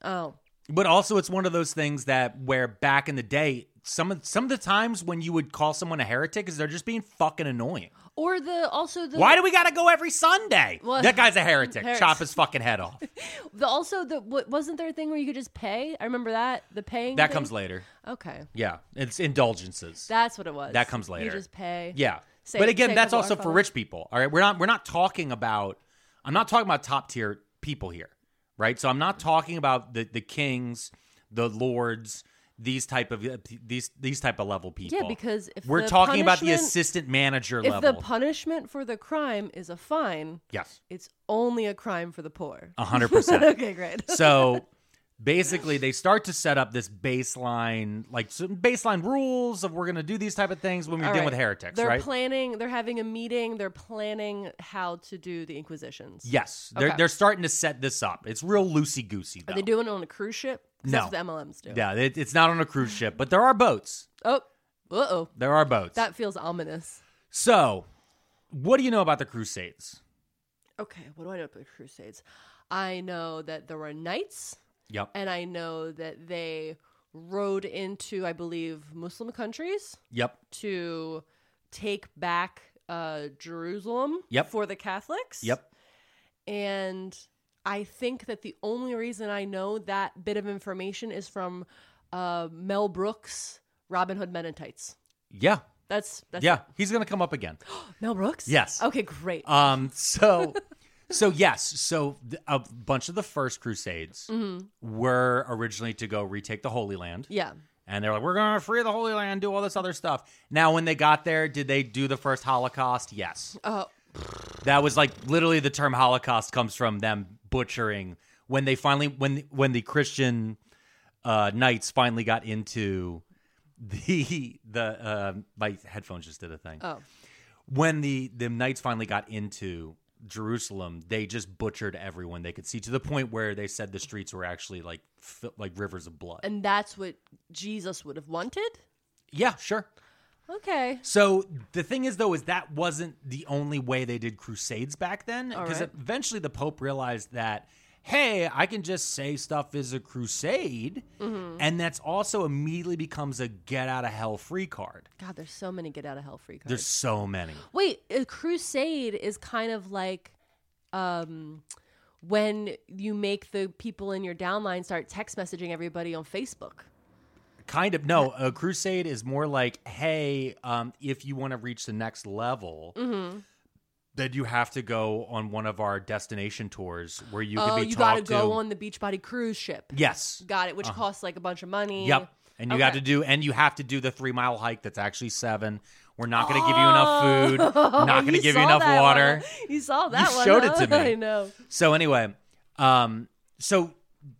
Speaker 2: Oh.
Speaker 1: But also, it's one of those things that where back in the day, some of some of the times when you would call someone a heretic is they're just being fucking annoying.
Speaker 2: Or the also the
Speaker 1: Why do we got to go every Sunday?
Speaker 2: Well-
Speaker 1: that guy's a heretic.
Speaker 2: Heretic.
Speaker 1: Chop his fucking head off.
Speaker 2: the also the what wasn't there a thing where you could just pay? I remember that. The paying
Speaker 1: That
Speaker 2: thing?
Speaker 1: comes later.
Speaker 2: Okay.
Speaker 1: Yeah, it's indulgences.
Speaker 2: That's what it was.
Speaker 1: That comes later.
Speaker 2: You just pay.
Speaker 1: yeah,
Speaker 2: Say-
Speaker 1: but again,
Speaker 2: say
Speaker 1: that's
Speaker 2: the Lord
Speaker 1: also for
Speaker 2: Father.
Speaker 1: rich people. All right, we're not we're not talking about. I'm not talking about top tier people here, right? So I'm not talking about the the kings, the lords. These type of these these type of level people.
Speaker 2: Yeah, because if
Speaker 1: we're
Speaker 2: the
Speaker 1: talking about the
Speaker 2: punishment-
Speaker 1: assistant manager
Speaker 2: If
Speaker 1: level,
Speaker 2: the punishment for the crime is a fine,
Speaker 1: Yes,
Speaker 2: it's only a crime for the poor.
Speaker 1: a hundred percent.
Speaker 2: okay, great.
Speaker 1: So basically, they start to set up this baseline, like some baseline rules of we're going to do these type of things when we're
Speaker 2: All
Speaker 1: dealing
Speaker 2: right.
Speaker 1: with heretics,
Speaker 2: They're
Speaker 1: right?
Speaker 2: planning. They're having a meeting. They're planning how to do the inquisitions.
Speaker 1: yes, they're
Speaker 2: Okay.
Speaker 1: they're starting to set this up. It's real loosey goosey.
Speaker 2: Are they doing it on a cruise ship?
Speaker 1: No.
Speaker 2: 'Cause That's what the MLMs do.
Speaker 1: Yeah, it, it's not on a cruise ship, but there are boats.
Speaker 2: Oh, uh oh.
Speaker 1: There are boats.
Speaker 2: That feels ominous.
Speaker 1: so, what do you know about the Crusades?
Speaker 2: Okay, what do I know about the Crusades? I know that there were knights,
Speaker 1: Yep.
Speaker 2: and I know that they rode into, I believe, Muslim countries
Speaker 1: Yep.
Speaker 2: to take back uh, Jerusalem
Speaker 1: Yep.
Speaker 2: for the Catholics.
Speaker 1: Yep.
Speaker 2: and I think that the only reason I know that bit of information is from uh, Mel Brooks' Robin Hood Mennonites.
Speaker 1: Yeah.
Speaker 2: That's that's
Speaker 1: yeah. He's going to come up again.
Speaker 2: Mel Brooks.
Speaker 1: Yes.
Speaker 2: Okay, great.
Speaker 1: Um. So, so yes. So th- a bunch of the first Crusades
Speaker 2: Mm-hmm.
Speaker 1: were originally to go retake the Holy Land,
Speaker 2: yeah.
Speaker 1: and they're like, "We're going to free the Holy Land, do all this other stuff." Now, when they got there, did they do the first Holocaust? Yes.
Speaker 2: Oh,
Speaker 1: That was like literally the term Holocaust comes from them butchering when they finally when when the Christian uh, knights finally got into the the uh, my headphones just did a thing.
Speaker 2: Oh.
Speaker 1: When the the knights finally got into Jerusalem, they just butchered everyone they could see to the point where they said the streets were actually like fi- like rivers of blood.
Speaker 2: and that's what Jesus would have wanted.
Speaker 1: yeah, sure.
Speaker 2: Okay.
Speaker 1: So the thing is, though, is that wasn't the only way they did crusades back then,
Speaker 2: All
Speaker 1: because
Speaker 2: right.
Speaker 1: eventually the Pope realized that, hey, I can just say stuff is a crusade,
Speaker 2: Mm-hmm.
Speaker 1: and that's also immediately becomes a get out of hell free card.
Speaker 2: God, there's so many get out of hell free cards.
Speaker 1: There's so many.
Speaker 2: Wait, a crusade is kind of like um when you make the people in your downline start text messaging everybody on Facebook.
Speaker 1: Kind of no, a crusade
Speaker 2: Mm-hmm.
Speaker 1: is more like, hey, um, if you want to reach the next level, then you have to go on one of our destination tours where you
Speaker 2: oh,
Speaker 1: can be
Speaker 2: you got
Speaker 1: talked
Speaker 2: to go
Speaker 1: to.
Speaker 2: on the Beachbody cruise ship.
Speaker 1: yes.
Speaker 2: Got it, which costs like a bunch of money.
Speaker 1: Yep. And you got to
Speaker 2: Okay.
Speaker 1: do, and you have to do the three mile hike. That's actually seven. We're not going to give you enough food. Not going to give you
Speaker 2: Oh, saw
Speaker 1: enough
Speaker 2: that
Speaker 1: water.
Speaker 2: one. You saw that
Speaker 1: You
Speaker 2: one.
Speaker 1: showed it
Speaker 2: huh?
Speaker 1: to me.
Speaker 2: I know.
Speaker 1: So anyway, um, so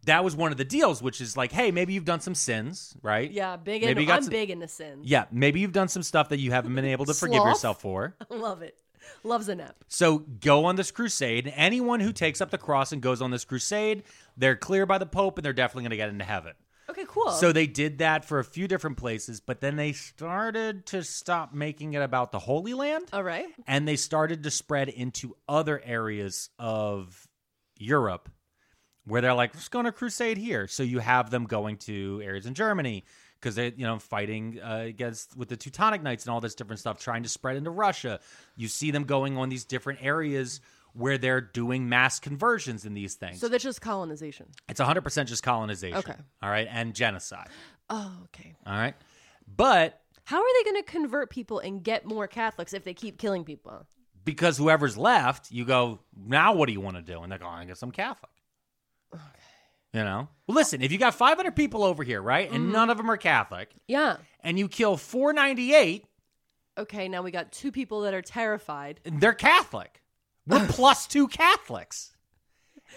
Speaker 1: that was one of the deals, which is like, hey, maybe you've done some sins, right?
Speaker 2: Yeah, big.
Speaker 1: Maybe
Speaker 2: In,
Speaker 1: you got
Speaker 2: I'm
Speaker 1: some-
Speaker 2: big into sin.
Speaker 1: Yeah, maybe you've done some stuff that you haven't been able to forgive
Speaker 2: Sloth.
Speaker 1: yourself for.
Speaker 2: Love it. Loves a nap.
Speaker 1: So go on this crusade. Anyone who takes up the cross and goes on this crusade, they're clear by the Pope and they're definitely going to get into heaven.
Speaker 2: Okay, cool.
Speaker 1: So they did that for a few different places, but then they started to stop making it about the Holy Land
Speaker 2: all right.
Speaker 1: and they started to spread into other areas of Europe where they're like, let's go on a crusade here. So you have them going to areas in Germany because they, you know, fighting uh, against with the Teutonic Knights and all this different stuff, trying to spread into Russia. You see them going on these different areas where they're doing mass conversions in these things.
Speaker 2: So that's just colonization.
Speaker 1: it's 100% just colonization.
Speaker 2: Okay.
Speaker 1: All right. And genocide.
Speaker 2: Oh, okay.
Speaker 1: All right. But
Speaker 2: How are they going to convert people and get more Catholics if they keep killing people?
Speaker 1: because whoever's left, you go, now what do you want to do? And they're going, I guess I'm Catholic. You know? Well, listen, if you got 500 people over here, right, and
Speaker 2: Mm-hmm.
Speaker 1: none of them are Catholic,
Speaker 2: Yeah.
Speaker 1: and you kill 498,
Speaker 2: Okay, now we got two people that are terrified.
Speaker 1: they're Catholic. We're plus two Catholics.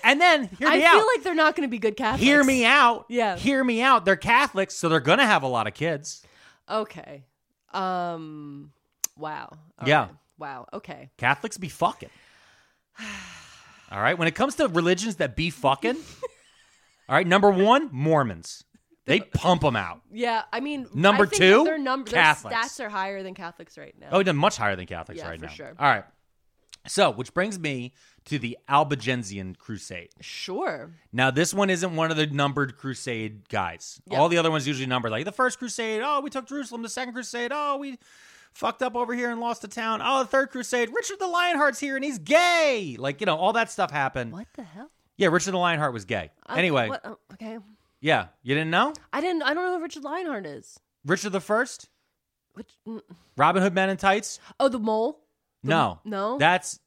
Speaker 1: And then, hear
Speaker 2: I
Speaker 1: me
Speaker 2: feel
Speaker 1: out.
Speaker 2: like they're not going to be good Catholics.
Speaker 1: hear me out.
Speaker 2: Yeah.
Speaker 1: Hear me out. They're Catholics, so they're going to have a lot of kids.
Speaker 2: Okay. Um. Wow. All
Speaker 1: Yeah.
Speaker 2: right. Wow. Okay.
Speaker 1: Catholics be fucking. All right. When it comes to religions that be fucking, all right, number one, Mormons. They pump them out.
Speaker 2: Yeah. I mean,
Speaker 1: Number
Speaker 2: I think
Speaker 1: two,
Speaker 2: their number,
Speaker 1: Catholics.
Speaker 2: their stats are higher than Catholics right now.
Speaker 1: Oh, they're much higher than Catholics
Speaker 2: Yeah,
Speaker 1: right
Speaker 2: for
Speaker 1: now.
Speaker 2: sure.
Speaker 1: All right. So, which brings me to the Albigensian Crusade.
Speaker 2: sure.
Speaker 1: Now, this one isn't one of the numbered crusade guys.
Speaker 2: Yeah.
Speaker 1: All the other ones usually numbered. Like the first crusade, oh, we took Jerusalem. The second crusade, oh, we fucked up over here and lost the town. Oh, the third crusade, Richard the Lionheart's here and he's gay. Like, you know, all that stuff happened.
Speaker 2: What the hell?
Speaker 1: Yeah, Richard the Lionheart was gay.
Speaker 2: I-
Speaker 1: anyway,
Speaker 2: what- oh, okay.
Speaker 1: yeah, you didn't know
Speaker 2: I didn't. I don't know who Richard Lionheart is.
Speaker 1: Richard the First,
Speaker 2: Which, mm.
Speaker 1: Robin Hood Men in Tights.
Speaker 2: oh, the mole.
Speaker 1: no,
Speaker 2: no?
Speaker 1: that's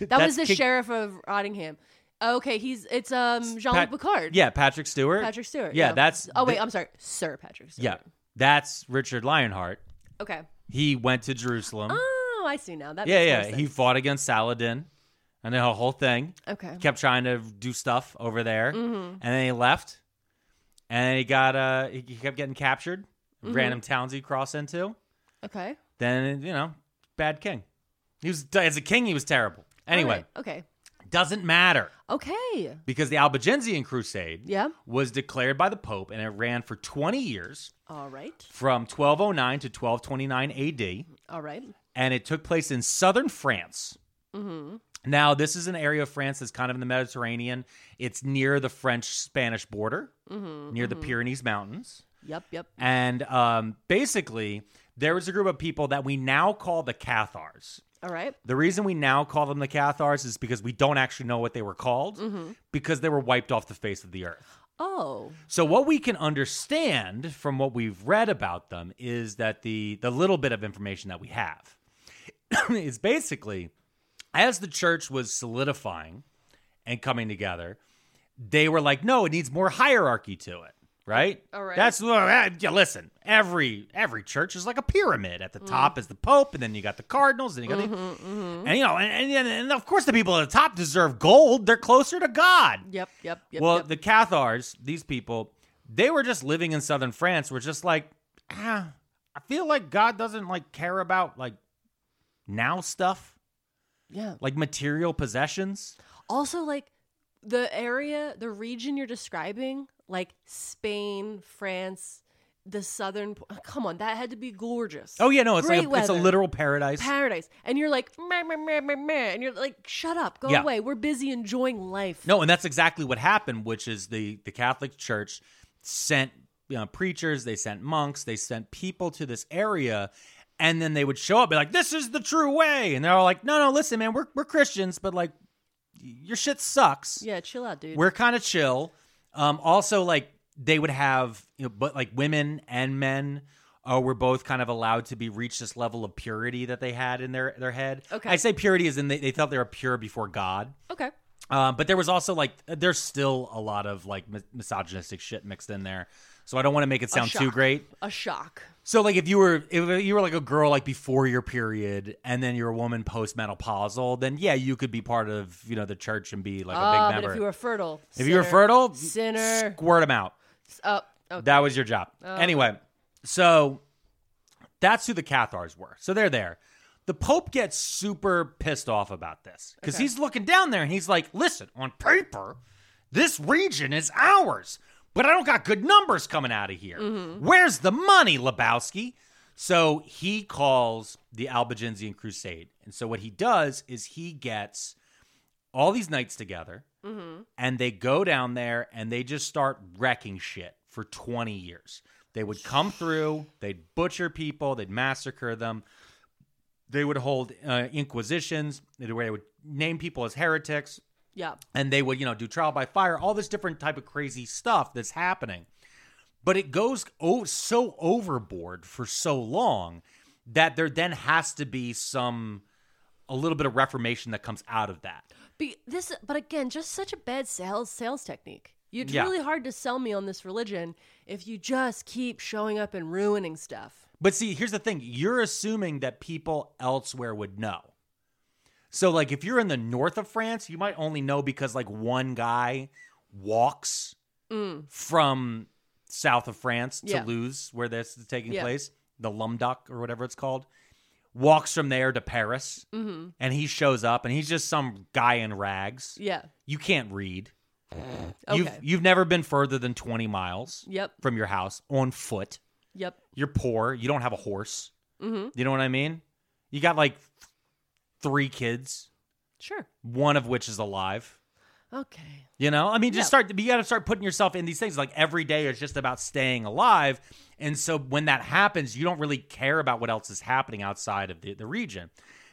Speaker 2: That
Speaker 1: that's
Speaker 2: was the
Speaker 1: King-
Speaker 2: sheriff of Nottingham. Okay, he's it's um Jean
Speaker 1: Pat-
Speaker 2: Luc Picard.
Speaker 1: Yeah, Patrick Stewart.
Speaker 2: Patrick Stewart.
Speaker 1: Yeah, that's
Speaker 2: Oh wait,
Speaker 1: the-
Speaker 2: I'm sorry, Sir Patrick Stewart.
Speaker 1: yeah, that's Richard Lionheart.
Speaker 2: Okay.
Speaker 1: He went to Jerusalem.
Speaker 2: Oh, I see now. That
Speaker 1: yeah,
Speaker 2: makes more
Speaker 1: yeah. He
Speaker 2: sense.
Speaker 1: fought against Saladin, and the whole thing.
Speaker 2: Okay. Mm-hmm.
Speaker 1: Kept trying to do stuff over there, and then he left, and he got uh he he kept getting captured.
Speaker 2: Mm-hmm.
Speaker 1: Random towns he crossed into.
Speaker 2: Okay.
Speaker 1: Then you know, bad king. He was as a king, he was terrible. Anyway,
Speaker 2: All right.
Speaker 1: doesn't matter
Speaker 2: Okay. Okay.
Speaker 1: because the Albigensian Crusade
Speaker 2: Yeah.
Speaker 1: was declared by the Pope, and it ran for twenty years
Speaker 2: All right.
Speaker 1: from 1209 to 1229 AD,
Speaker 2: All right.
Speaker 1: and it took place in southern France.
Speaker 2: Mm-hmm.
Speaker 1: Now, this is an area of France that's kind of in the Mediterranean. It's near the French Spanish border,
Speaker 2: Mm-hmm,
Speaker 1: near the Pyrenees Mountains.
Speaker 2: Yep. Yep.
Speaker 1: And um, basically, there was a group of people that we now call the Cathars.
Speaker 2: All right.
Speaker 1: The reason we now call them the Cathars is because we don't actually know what they were called because they were wiped off the face of the earth.
Speaker 2: Oh.
Speaker 1: So what we can understand from what we've read about them is that the the little bit of information that we have is basically as the church was solidifying and coming together, they were like, no, it needs more hierarchy to it, right?
Speaker 2: All right.
Speaker 1: That's well, uh, yeah, listen. Every every church is like a pyramid. At the top is the pope, and then you got the cardinals, and you got the, and you know, and, and and of course the people at the top deserve gold. They're closer to God.
Speaker 2: Yep. Yep. Yep.
Speaker 1: Well,
Speaker 2: yep.
Speaker 1: the Cathars, these people, they were just living in southern France. Were just like, ah, I feel like God doesn't like care about like now stuff,
Speaker 2: yeah.
Speaker 1: like material possessions.
Speaker 2: Also, like the area, the region you're describing, like Spain, France, the southern. p- uh, Come on, that had to be gorgeous.
Speaker 1: Oh yeah, no, it's
Speaker 2: Great
Speaker 1: like a, it's a
Speaker 2: weather.
Speaker 1: literal paradise.
Speaker 2: paradise, and you're like, meh, meh, meh, meh, meh, and you're like, shut up, go
Speaker 1: Yeah.
Speaker 2: away. We're busy enjoying life.
Speaker 1: No, and that's exactly what happened, which is the the Catholic Church sent you know, preachers, they sent monks, they sent people to this area, and then they would show up, and be like, "This is the true way," and they're all like, "No, no, listen, man, we're we're Christians, but like, your shit sucks.
Speaker 2: Yeah, chill out, dude.
Speaker 1: We're kind of chill. Um, also, like they would have, you know, but like women and men oh, we're both kind of allowed to be reach this level of purity that they had in their their head.
Speaker 2: Okay.
Speaker 1: I say purity is in they, they thought they were pure before God.
Speaker 2: Okay.
Speaker 1: Um, but there was also like there's still a lot of like mis- misogynistic shit mixed in there. So I don't want to make it sound too
Speaker 2: shock.
Speaker 1: great.
Speaker 2: A shock.
Speaker 1: So like if you were if you were like a girl like before your period and then you're a woman postmenopausal, then yeah, you could be part of, you know, the church and be like a
Speaker 2: Ah,
Speaker 1: big member.
Speaker 2: but if you were fertile.
Speaker 1: If you were
Speaker 2: sinner,
Speaker 1: fertile,
Speaker 2: Sinner.
Speaker 1: squirt them out.
Speaker 2: Oh, okay. Oh.
Speaker 1: That was your job. Anyway, so that's who the Cathars were. So they're there. The Pope gets super pissed off about this because
Speaker 2: Okay.
Speaker 1: he's looking down there and he's like, listen, on paper, this region is ours, but I don't got good numbers coming out of here.
Speaker 2: Mm-hmm.
Speaker 1: Where's the money, Lebowski? So he calls the Albigensian Crusade. And so what he does is he gets all these knights together and they go down there and they just start wrecking shit for 20 years. They would come through, they'd butcher people, they'd massacre them. They would hold uh, inquisitions, they would- they would name people as heretics,
Speaker 2: yeah.
Speaker 1: and they would, you know, do trial by fire, all this different type of crazy stuff that's happening. But it goes oh so overboard for so long that there then has to be some a little bit of reformation that comes out of that.
Speaker 2: Be, this, but again, just such a bad sales sales technique. It's
Speaker 1: Yeah.
Speaker 2: really hard to sell me on this religion if you just keep showing up and ruining stuff.
Speaker 1: But see, here's the thing you're assuming that people elsewhere would know. So, like, if you're in the north of France, you might only know because, like, one guy walks from south of France to
Speaker 2: Mm. Yeah.
Speaker 1: Luz, where this is taking
Speaker 2: Yeah.
Speaker 1: place, the Lumdock or whatever it's called, walks from there to Paris,
Speaker 2: Mm-hmm.
Speaker 1: and he shows up, and he's just some guy in rags.
Speaker 2: Yeah.
Speaker 1: You can't read. You've,
Speaker 2: Okay.
Speaker 1: you've never been further than 20 miles
Speaker 2: Yep.
Speaker 1: from your house on foot
Speaker 2: Yep.
Speaker 1: you're poor, you don't have a horse. You know what I mean? You got like three kids,
Speaker 2: Sure.
Speaker 1: one of which is alive.
Speaker 2: Okay.
Speaker 1: You know, I mean, just
Speaker 2: Yeah.
Speaker 1: start. You got to start putting yourself in these things. Like every day is just about staying alive, and so when that happens, you don't really care about what else is happening outside of the, the region.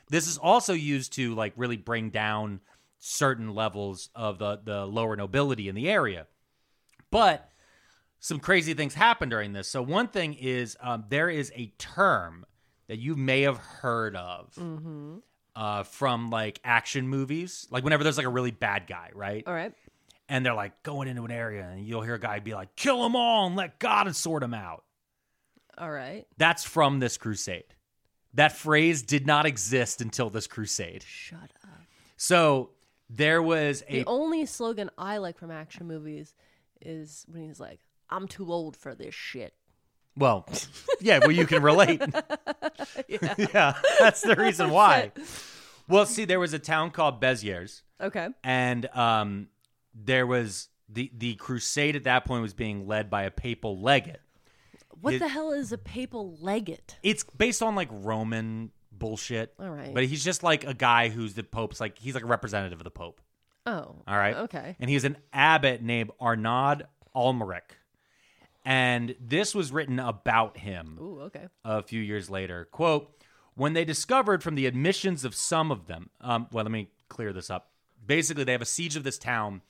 Speaker 1: This is also used to like really bring down certain levels of the the lower nobility in the area. But some crazy things happen during this. So one thing is um, there is a term that you may have heard of. Uh, from like action movies, like whenever there's like a really bad guy, right?
Speaker 2: All right.
Speaker 1: and they're like going into an area and you'll hear a guy be like kill them all and let god sort them out
Speaker 2: All right.
Speaker 1: that's from this crusade that phrase did not exist until this crusade
Speaker 2: Shut up.
Speaker 1: so there was a
Speaker 2: The only slogan I like from action movies is when he's like, "I'm too old for this shit."
Speaker 1: well yeah well you can relate yeah. that's the reason why well see there was a town called beziers
Speaker 2: Okay.
Speaker 1: and um, there was the, the crusade at that point was being led by a papal legate
Speaker 2: What
Speaker 1: It-
Speaker 2: the hell is a papal legate?
Speaker 1: it's based on like Roman bullshit.
Speaker 2: All right.
Speaker 1: But he's just like a guy who's the Pope's like he's like a representative of the Pope.
Speaker 2: Oh.
Speaker 1: All right.
Speaker 2: Okay.
Speaker 1: And he's an abbot named Arnaud Almeric. And this was written about him
Speaker 2: Ooh. Okay.
Speaker 1: a few years later. Quote, when they discovered from the admissions of some of them, um, well, let me clear this up. Basically, they have a siege of this town.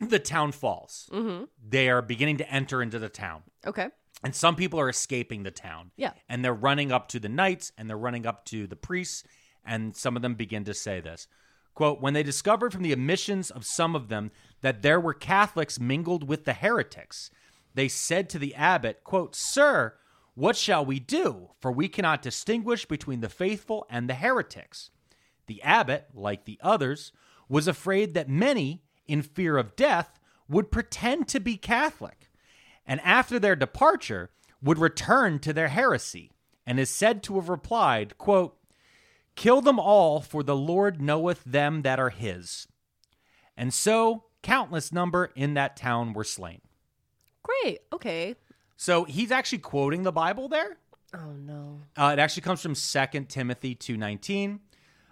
Speaker 1: The town falls.
Speaker 2: Mm-hmm.
Speaker 1: They are beginning to enter into the town
Speaker 2: Okay.
Speaker 1: and some people are escaping the town.
Speaker 2: Yeah.
Speaker 1: And they're running up to the knights and they're running up to the priests, and some of them begin to say this. Quote, when they discovered from the admissions of some of them that there were Catholics mingled with the heretics, they said to the abbot, quote, Sir, what shall we do? For we cannot distinguish between the faithful and the heretics. The abbot, like the others, was afraid that many, in fear of death, would pretend to be Catholic, and after their departure would return to their heresy, and is said to have replied, quote, Kill them all, for the Lord knoweth them that are his. And so countless number in that town were slain.
Speaker 2: Great. Okay.
Speaker 1: So he's actually quoting the Bible there.
Speaker 2: Oh no.
Speaker 1: Uh, it actually comes from 2 Timothy 2.19.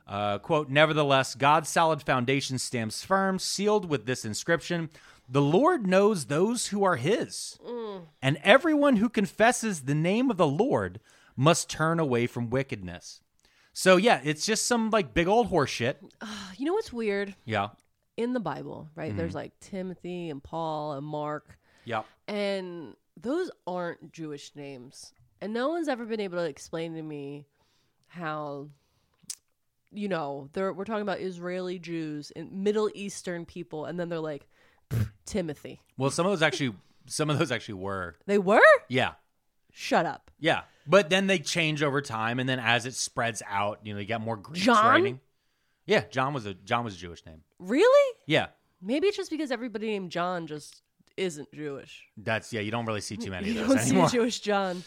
Speaker 1: Uh, quote, Nevertheless, God's solid foundation stands firm, sealed with this inscription, The Lord knows those who are his, and everyone who confesses the name of the Lord must turn away from wickedness. So yeah, it's just some like big old horse shit.
Speaker 2: You know what's weird?
Speaker 1: Yeah.
Speaker 2: In the Bible, right? There's like Timothy and Paul and Mark,
Speaker 1: Yeah.
Speaker 2: and those aren't Jewish names. And no one's ever been able to explain to me how, you know, they're, we're talking about Israeli Jews and Middle Eastern people, and then they're like, "Pfft, Timothy.
Speaker 1: Well, some of those actually, some of those actually were.
Speaker 2: They were?
Speaker 1: Yeah,
Speaker 2: Shut up.
Speaker 1: yeah. But then they change over time, and then as it spreads out, you know, you got more Greeks
Speaker 2: John?
Speaker 1: writing. Yeah, John was a John was a Jewish name.
Speaker 2: Really?
Speaker 1: Yeah,
Speaker 2: Maybe it's just because everybody named John just isn't Jewish.
Speaker 1: that's yeah. You don't really see too many of
Speaker 2: You
Speaker 1: those
Speaker 2: don't
Speaker 1: anymore.
Speaker 2: see Jewish John.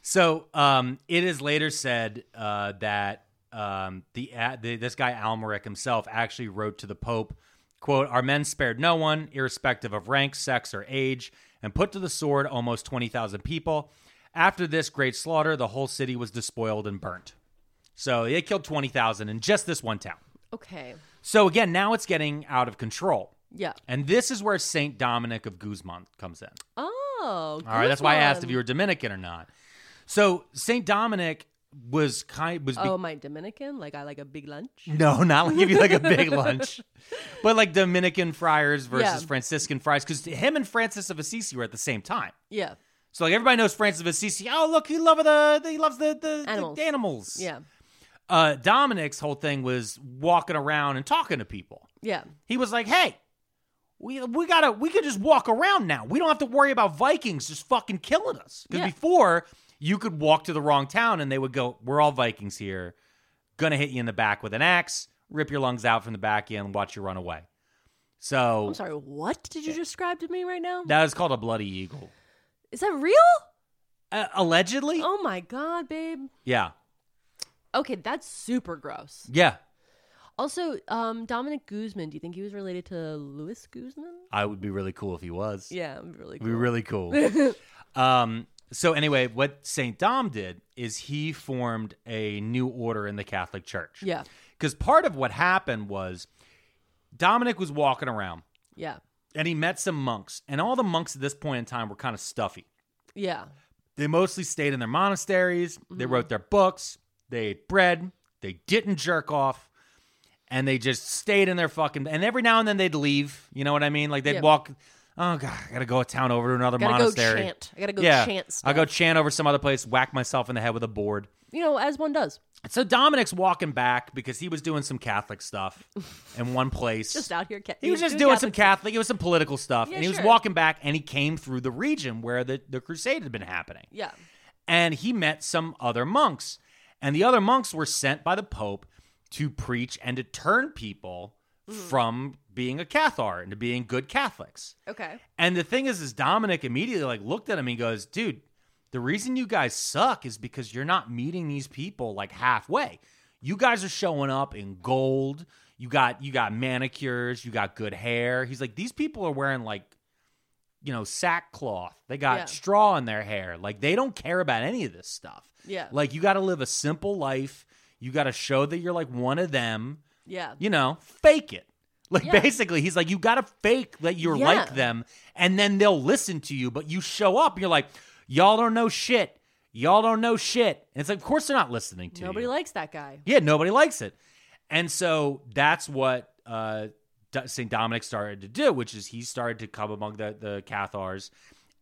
Speaker 1: So um, it is later said uh, that um, the, uh, the this guy Almeric himself actually wrote to the Pope, "quote Our men spared no one, irrespective of rank, sex, or age, and put to the sword almost twenty thousand people. After this great slaughter, the whole city was despoiled and burnt. So they killed twenty thousand in just this one town.
Speaker 2: Okay.
Speaker 1: So again, now it's getting out of control."
Speaker 2: Yeah.
Speaker 1: And this is where Saint Dominic of Guzman comes in. All
Speaker 2: Oh.
Speaker 1: right, that's why I asked if
Speaker 2: Guzman.
Speaker 1: you were Dominican or not. So Saint Dominic was kind was be-
Speaker 2: Oh, my Dominican? Like I like a big lunch?
Speaker 1: no, not like give you like a big lunch, but like Dominican friars versus
Speaker 2: Yeah.
Speaker 1: Franciscan friars because him and Francis of Assisi were at the same time.
Speaker 2: Yeah.
Speaker 1: So like everybody knows Francis of Assisi. Oh look, he loves the he loves the the
Speaker 2: Animals.
Speaker 1: The animals.
Speaker 2: Yeah.
Speaker 1: Uh, Dominic's whole thing was walking around and talking to people.
Speaker 2: Yeah.
Speaker 1: He was like, hey. We, we gotta we could just walk around now. We don't have to worry about Vikings just fucking killing us. Because
Speaker 2: Yeah.
Speaker 1: before you could walk to the wrong town and they would go, "We're all Vikings here. Gonna hit you in the back with an axe, rip your lungs out from the back end, watch you run away." So
Speaker 2: I'm sorry, what did you describe to me right now?
Speaker 1: that is called a bloody eagle,
Speaker 2: Is that real?
Speaker 1: uh, allegedly.
Speaker 2: Oh my god, babe.
Speaker 1: Yeah,
Speaker 2: Okay, that's super gross.
Speaker 1: yeah.
Speaker 2: Also, um, Dominic Guzman, do you think he was related to Louis Guzman?
Speaker 1: I would be really cool if he was.
Speaker 2: Yeah, really
Speaker 1: It'd be
Speaker 2: cool.
Speaker 1: really cool. um, so anyway, what Saint Dom did is he formed a new order in the Catholic Church.
Speaker 2: Yeah.
Speaker 1: Because part of what happened was Dominic was walking around
Speaker 2: Yeah.
Speaker 1: and he met some monks, and all the monks at this point in time were kind of stuffy.
Speaker 2: Yeah.
Speaker 1: They mostly stayed in their monasteries,
Speaker 2: Mm-hmm.
Speaker 1: they wrote their books, they ate bread, they didn't jerk off. And they just stayed in their fucking. And every now and then they'd leave. You know what I mean? Like they'd
Speaker 2: Yeah.
Speaker 1: walk. Oh god, I gotta go a town over to another
Speaker 2: Gotta
Speaker 1: monastery.
Speaker 2: go chant. I gotta go
Speaker 1: yeah,
Speaker 2: chant
Speaker 1: I'll
Speaker 2: stuff.
Speaker 1: go chant over some other place, whack myself in the head with a board.
Speaker 2: you know, as one does.
Speaker 1: So Dominic's walking back because he was doing some Catholic stuff in one place.
Speaker 2: Just out here. Ca-
Speaker 1: He was just doing, some Catholic, it was some political stuff,
Speaker 2: Yeah,
Speaker 1: and he was
Speaker 2: sure.
Speaker 1: walking back, and he came through the region where the, the crusade had been happening,
Speaker 2: Yeah.
Speaker 1: and he met some other monks, and the other monks were sent by the Pope to preach and to turn people
Speaker 2: Mm.
Speaker 1: from being a Cathar into being good Catholics.
Speaker 2: Okay.
Speaker 1: And the thing is, is Dominic immediately like looked at him and goes, "Dude, the reason you guys suck is because you're not meeting these people like halfway. You guys are showing up in gold. You got you got manicures. You got good hair. He's like, these people are wearing like, you know, sackcloth. They got
Speaker 2: Yeah.
Speaker 1: straw in their hair. Like they don't care about any of this stuff.
Speaker 2: Yeah.
Speaker 1: Like you got to live a simple life. You got to show that you're like one of them."
Speaker 2: Yeah.
Speaker 1: you know, fake it. Like
Speaker 2: Yeah.
Speaker 1: basically, he's like, you got to fake that you're
Speaker 2: Yeah.
Speaker 1: like them, and then they'll listen to you. But you show up, and you're like, y'all don't know shit. Y'all don't know shit. And it's like, of course they're not listening to
Speaker 2: Nobody
Speaker 1: you.
Speaker 2: likes that guy.
Speaker 1: yeah, nobody likes it. And so that's what uh, Do- Saint Dominic started to do, which is he started to come among the the Cathars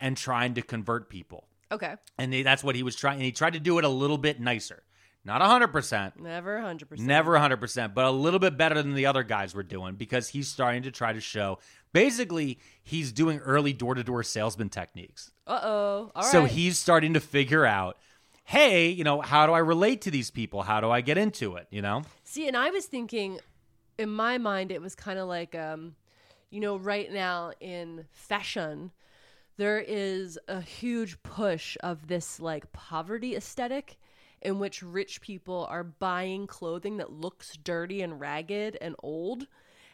Speaker 1: and trying to convert people.
Speaker 2: Okay.
Speaker 1: And they, that's what he was trying. And he tried to do it a little bit nicer, not hundred percent,
Speaker 2: Never 100%.
Speaker 1: Never 100%, but a little bit better than the other guys were doing because he's starting to try to show. Basically, he's doing early door to door salesman techniques.
Speaker 2: Uh oh. All right.
Speaker 1: so he's starting to figure out, hey, you know, how do I relate to these people? How do I get into it? You know?
Speaker 2: See, and I was thinking, in my mind, it was kind of like, um, you know, right now in fashion, there is a huge push of this like poverty aesthetic in which rich people are buying clothing that looks dirty and ragged and old.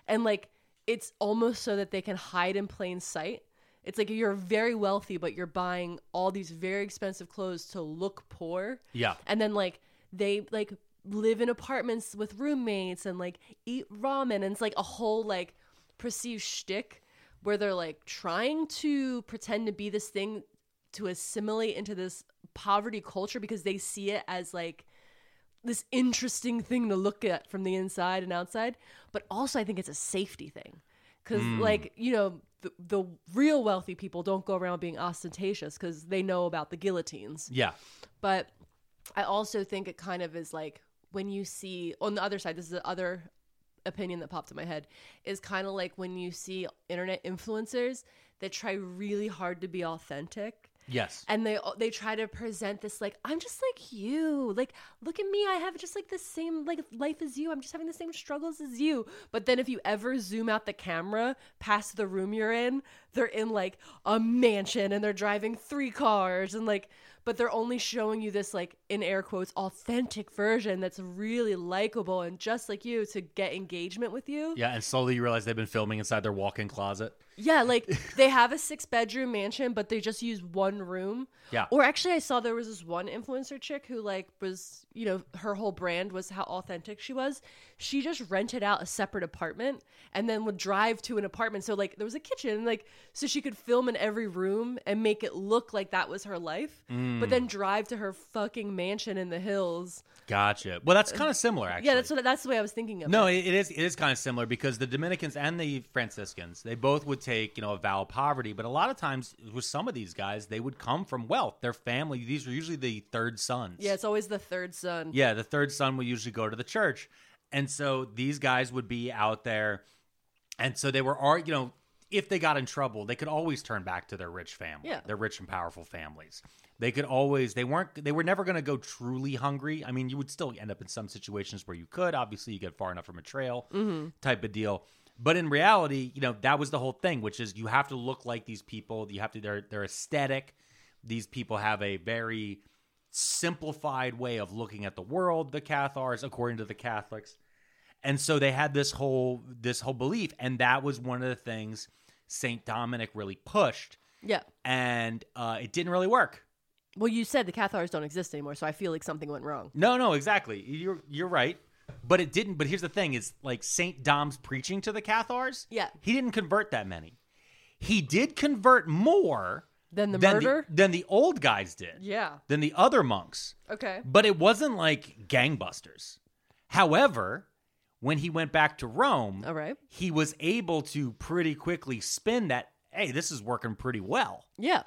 Speaker 2: And like, it's almost so that they can hide in plain sight. It's like you're very wealthy, but you're buying all these very expensive clothes to look poor
Speaker 1: Yeah.
Speaker 2: and then like they like live in apartments with roommates and like eat ramen and it's like a whole like perceived shtick where they're like trying to pretend to be this thing to assimilate into this poverty culture because they see it as like this interesting thing to look at from the inside and outside but also i think it's a safety thing because like you know the, the real wealthy people don't go around being ostentatious because they know about the guillotines.
Speaker 1: Yeah.
Speaker 2: But I also think it kind of is like when you see on the other side, this is the other opinion that popped in my head, is kind of like when you see internet influencers that try really hard to be authentic
Speaker 1: Yes.
Speaker 2: and they they try to present this like I'm just like you. Like look at me, I have just like the same like life as you. I'm just having the same struggles as you. But then if you ever zoom out the camera past the room you're in, they're in like a mansion and they're driving three cars and like but they're only showing you this like in air quotes authentic version that's really likable and just like you to get engagement with you.
Speaker 1: yeah, and slowly you realize they've been filming inside their walk-in closet.
Speaker 2: Yeah, like they have a six bedroom mansion, but they just use one room.
Speaker 1: Yeah.
Speaker 2: Or actually, I saw there was this one influencer chick who, like, was, you know, her whole brand was how authentic she was. She just rented out a separate apartment and then would drive to an apartment. So, like, there was a kitchen, like, so she could film in every room and make it look like that was her life,
Speaker 1: Mm.
Speaker 2: but then drive to her fucking mansion in the hills.
Speaker 1: Gotcha. Well, that's kind of similar, actually.
Speaker 2: Uh, Yeah, that's what that's the way I was thinking of.
Speaker 1: No,
Speaker 2: it.
Speaker 1: it, it is it is kind of similar because the Dominicans and the Franciscans, they both would take, you know, a vow of poverty, but a lot of times with some of these guys, they would come from wealth. Their family, these were usually the third sons.
Speaker 2: yeah, it's always the third son.
Speaker 1: Yeah, the third son would usually go to the church. And so these guys would be out there and so they were all, you know, if they got in trouble, they could always turn back to their rich family,
Speaker 2: Yeah.
Speaker 1: their rich and powerful families. They could always, they weren't, they were never going to go truly hungry. I mean, you would still end up in some situations where you could. Obviously, you get far enough from a trail
Speaker 2: Mm-hmm.
Speaker 1: type of deal. But in reality, you know, that was the whole thing, which is you have to look like these people. You have to, they're, they're aesthetic. These people have a very simplified way of looking at the world, the Cathars, according to the Catholics and so they had this whole this whole belief and that was one of the things saint dominic really pushed
Speaker 2: Yeah.
Speaker 1: and uh, it didn't really work
Speaker 2: Well, you said the Cathars don't exist anymore, so I feel like something went wrong.
Speaker 1: no no exactly you're you're right but it didn't but here's the thing is like saint dom's preaching to the cathars
Speaker 2: Yeah.
Speaker 1: he didn't convert that many he did convert more
Speaker 2: Than the murder?
Speaker 1: than the old guys did
Speaker 2: Yeah.
Speaker 1: than the other monks
Speaker 2: Okay.
Speaker 1: But it wasn't like gangbusters. However, when he went back to Rome,
Speaker 2: All right.
Speaker 1: he was able to pretty quickly spin that, hey, this is working pretty well.
Speaker 2: Yeah.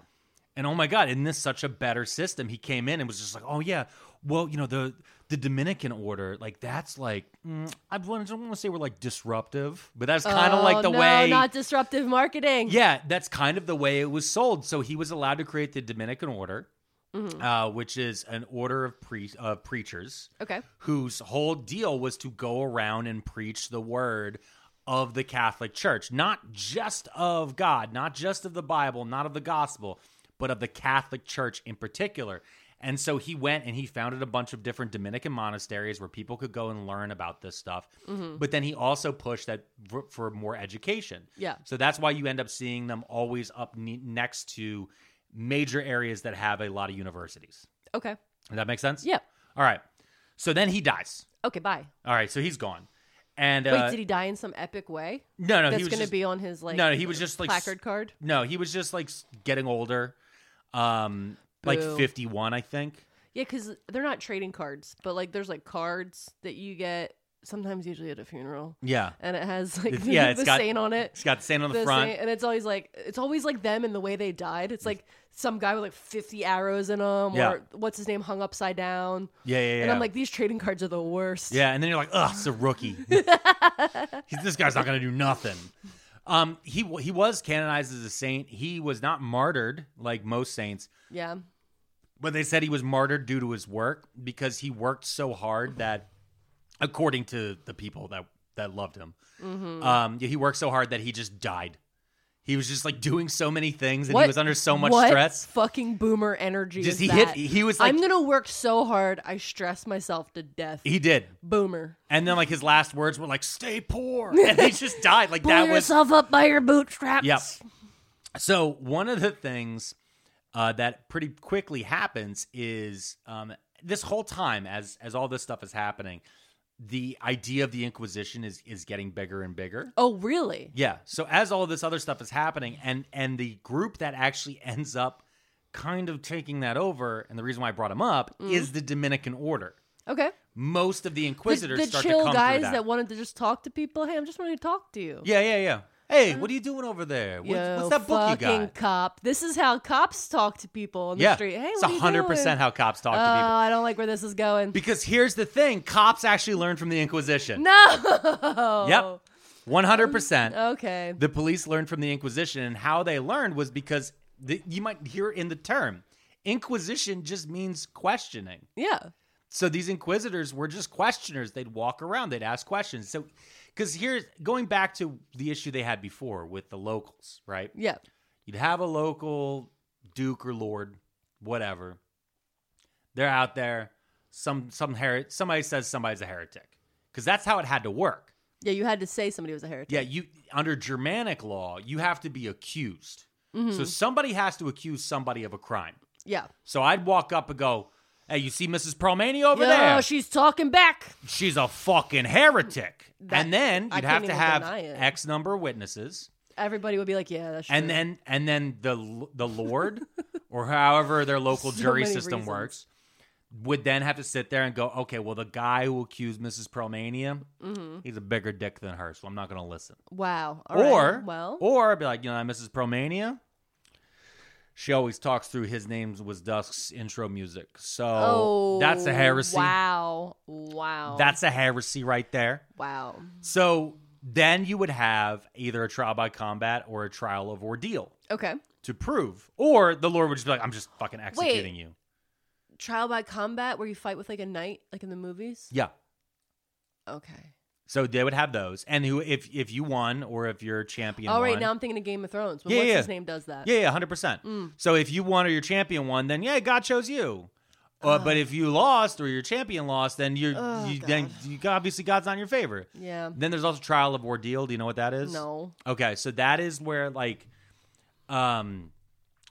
Speaker 1: And oh my God, isn't this such a better system? He came in and was just like, oh yeah, well, you know, the the Dominican order, like that's like, mm, I want to say we're like disruptive, but that's kind of like the
Speaker 2: Oh, no,
Speaker 1: way.
Speaker 2: not disruptive marketing.
Speaker 1: Yeah, that's kind of the way it was sold. So he was allowed to create the Dominican order,
Speaker 2: Mm-hmm.
Speaker 1: uh, which is an order of pre- uh, preachers
Speaker 2: Okay.
Speaker 1: whose whole deal was to go around and preach the word of the Catholic Church, not just of God, not just of the Bible, not of the gospel, but of the Catholic Church in particular. And so he went and he founded a bunch of different Dominican monasteries where people could go and learn about this stuff.
Speaker 2: Mm-hmm.
Speaker 1: But then he also pushed that for, for more education.
Speaker 2: Yeah.
Speaker 1: So that's why you end up seeing them always up ne- next to major areas that have a lot of universities.
Speaker 2: Okay.
Speaker 1: Does that make sense?
Speaker 2: Yeah.
Speaker 1: All right. So then he dies.
Speaker 2: Okay. Bye.
Speaker 1: All right. So he's gone. And
Speaker 2: Wait,
Speaker 1: uh,
Speaker 2: did he die in some epic way?
Speaker 1: No, no.
Speaker 2: That's
Speaker 1: he was
Speaker 2: gonna
Speaker 1: just-
Speaker 2: be on his like.
Speaker 1: No, no, he was just, like,
Speaker 2: placard
Speaker 1: s-
Speaker 2: card.
Speaker 1: No, he was just like s- getting older. Um, like
Speaker 2: Boo.
Speaker 1: fifty-one, I think.
Speaker 2: Yeah, because they're not trading cards, but like there's like cards that you get sometimes, usually at a funeral,
Speaker 1: Yeah.
Speaker 2: and it has like
Speaker 1: It's-
Speaker 2: the,
Speaker 1: yeah, it's got-
Speaker 2: saint on it.
Speaker 1: It's got the saint on the,
Speaker 2: the
Speaker 1: front.
Speaker 2: same- and it's always like it's always like them and the way they died. It's like some guy with like fifty arrows in him,
Speaker 1: Yeah.
Speaker 2: or what's his name hung upside down.
Speaker 1: Yeah, yeah, yeah.
Speaker 2: And I'm like, these trading cards are the worst.
Speaker 1: Yeah, and then you're like, ugh, it's a rookie. He's, this guy's not gonna do nothing. Um, he w- he was canonized as a saint. He was not martyred like most saints,
Speaker 2: Yeah.
Speaker 1: but they said he was martyred due to his work because he worked so hard that, according to the people that that loved him,
Speaker 2: Mm-hmm.
Speaker 1: um, yeah, he worked so hard that he just died. He was just like doing so many things, and he was under so much
Speaker 2: what
Speaker 1: stress.
Speaker 2: Fucking boomer energy.
Speaker 1: Just
Speaker 2: is
Speaker 1: he hit-
Speaker 2: that?
Speaker 1: he was like-
Speaker 2: I'm gonna work so hard, I stress myself to death.
Speaker 1: He did,
Speaker 2: boomer.
Speaker 1: and then like his last words were like, "Stay poor," and he just died. Like that was
Speaker 2: up by your bootstraps.
Speaker 1: Yep. So one of the things uh, that pretty quickly happens is um, this whole time, as as all this stuff is happening, the idea of the Inquisition is is getting bigger and bigger.
Speaker 2: Oh, really?
Speaker 1: Yeah. So as all this other stuff is happening, and and the group that actually ends up kind of taking that over, and the reason why I brought him up is the Dominican Order.
Speaker 2: Okay.
Speaker 1: Most of the
Speaker 2: The,
Speaker 1: Inquisitors
Speaker 2: Mm-hmm. the
Speaker 1: start
Speaker 2: chill
Speaker 1: to come
Speaker 2: guys
Speaker 1: through
Speaker 2: that. wanted to just talk to people. Hey, I'm just wanting to talk to you.
Speaker 1: yeah, yeah, yeah. Hey, what are you doing over there? What's,
Speaker 2: Yo,
Speaker 1: what's that book you
Speaker 2: fucking
Speaker 1: got?
Speaker 2: cop. This is how cops talk to people on the
Speaker 1: yeah,
Speaker 2: street. Hey,
Speaker 1: it's
Speaker 2: what are you
Speaker 1: hundred
Speaker 2: doing?
Speaker 1: percent how cops talk
Speaker 2: Oh,
Speaker 1: to people.
Speaker 2: I don't like where this is going.
Speaker 1: Because here's the thing: cops actually learn from the Inquisition.
Speaker 2: no.
Speaker 1: Yep, one hundred percent.
Speaker 2: Oh, Okay.
Speaker 1: The police learned from the Inquisition, and how they learned was because the, you might hear in the term Inquisition just means questioning.
Speaker 2: Yeah.
Speaker 1: So these inquisitors were just questioners. They'd walk around, they'd ask questions. So, because here's going back to the issue they had before with the locals, right?
Speaker 2: Yeah.
Speaker 1: You'd have a local duke or lord, whatever. They're out there. Some some her- somebody says somebody's a heretic because that's how it had to work.
Speaker 2: Yeah. You had to say somebody was a heretic.
Speaker 1: Yeah, you under Germanic law, you have to be accused.
Speaker 2: Mm-hmm.
Speaker 1: So somebody has to accuse somebody of a crime.
Speaker 2: Yeah.
Speaker 1: So I'd walk up and go, "Hey, you see Mrs. Perlmany over
Speaker 2: Yo,
Speaker 1: there?
Speaker 2: she's talking back.
Speaker 1: she's a fucking heretic.
Speaker 2: That-
Speaker 1: and then
Speaker 2: I
Speaker 1: you'd
Speaker 2: can't
Speaker 1: have to
Speaker 2: even
Speaker 1: have
Speaker 2: deny it.
Speaker 1: X number of witnesses.
Speaker 2: Everybody would be like, "Yeah, that's true."
Speaker 1: And then and then the l- the lord or however their local
Speaker 2: So
Speaker 1: jury
Speaker 2: many
Speaker 1: system
Speaker 2: reasons.
Speaker 1: works would then have to sit there and go, "Okay, well the guy who accused Mrs. Perlmania, he's a bigger dick than her, so I'm not going to listen."
Speaker 2: wow. Mm-hmm. All right.
Speaker 1: or
Speaker 2: well,
Speaker 1: or be like, "You know, Mrs. Perlmania, she always talks through his name was Dusk's intro music. So
Speaker 2: oh,
Speaker 1: that's a heresy.
Speaker 2: Wow. Wow.
Speaker 1: That's a heresy right there.
Speaker 2: wow.
Speaker 1: So then you would have either a trial by combat or a trial of ordeal
Speaker 2: Okay.
Speaker 1: to prove, or the Lord would just be like, "I'm just fucking executing you."
Speaker 2: Trial by combat, where you fight with like a knight, like in the movies.
Speaker 1: Yeah.
Speaker 2: Okay.
Speaker 1: So they would have those, and who if if you won or if your champion.
Speaker 2: All
Speaker 1: won,
Speaker 2: Oh, right. Now I'm Mm. thinking of Game of Thrones. When
Speaker 1: Yeah,
Speaker 2: what's
Speaker 1: yeah.
Speaker 2: his name does that?
Speaker 1: Yeah, yeah, hundred percent. So if you won or your champion won, then yeah, God chose you. Uh, but if you lost or your champion lost, then you're you, then you, obviously God's not in your favor.
Speaker 2: Yeah.
Speaker 1: Then there's also trial of ordeal. Do you know what that is?
Speaker 2: No.
Speaker 1: Okay, so that is where like, um,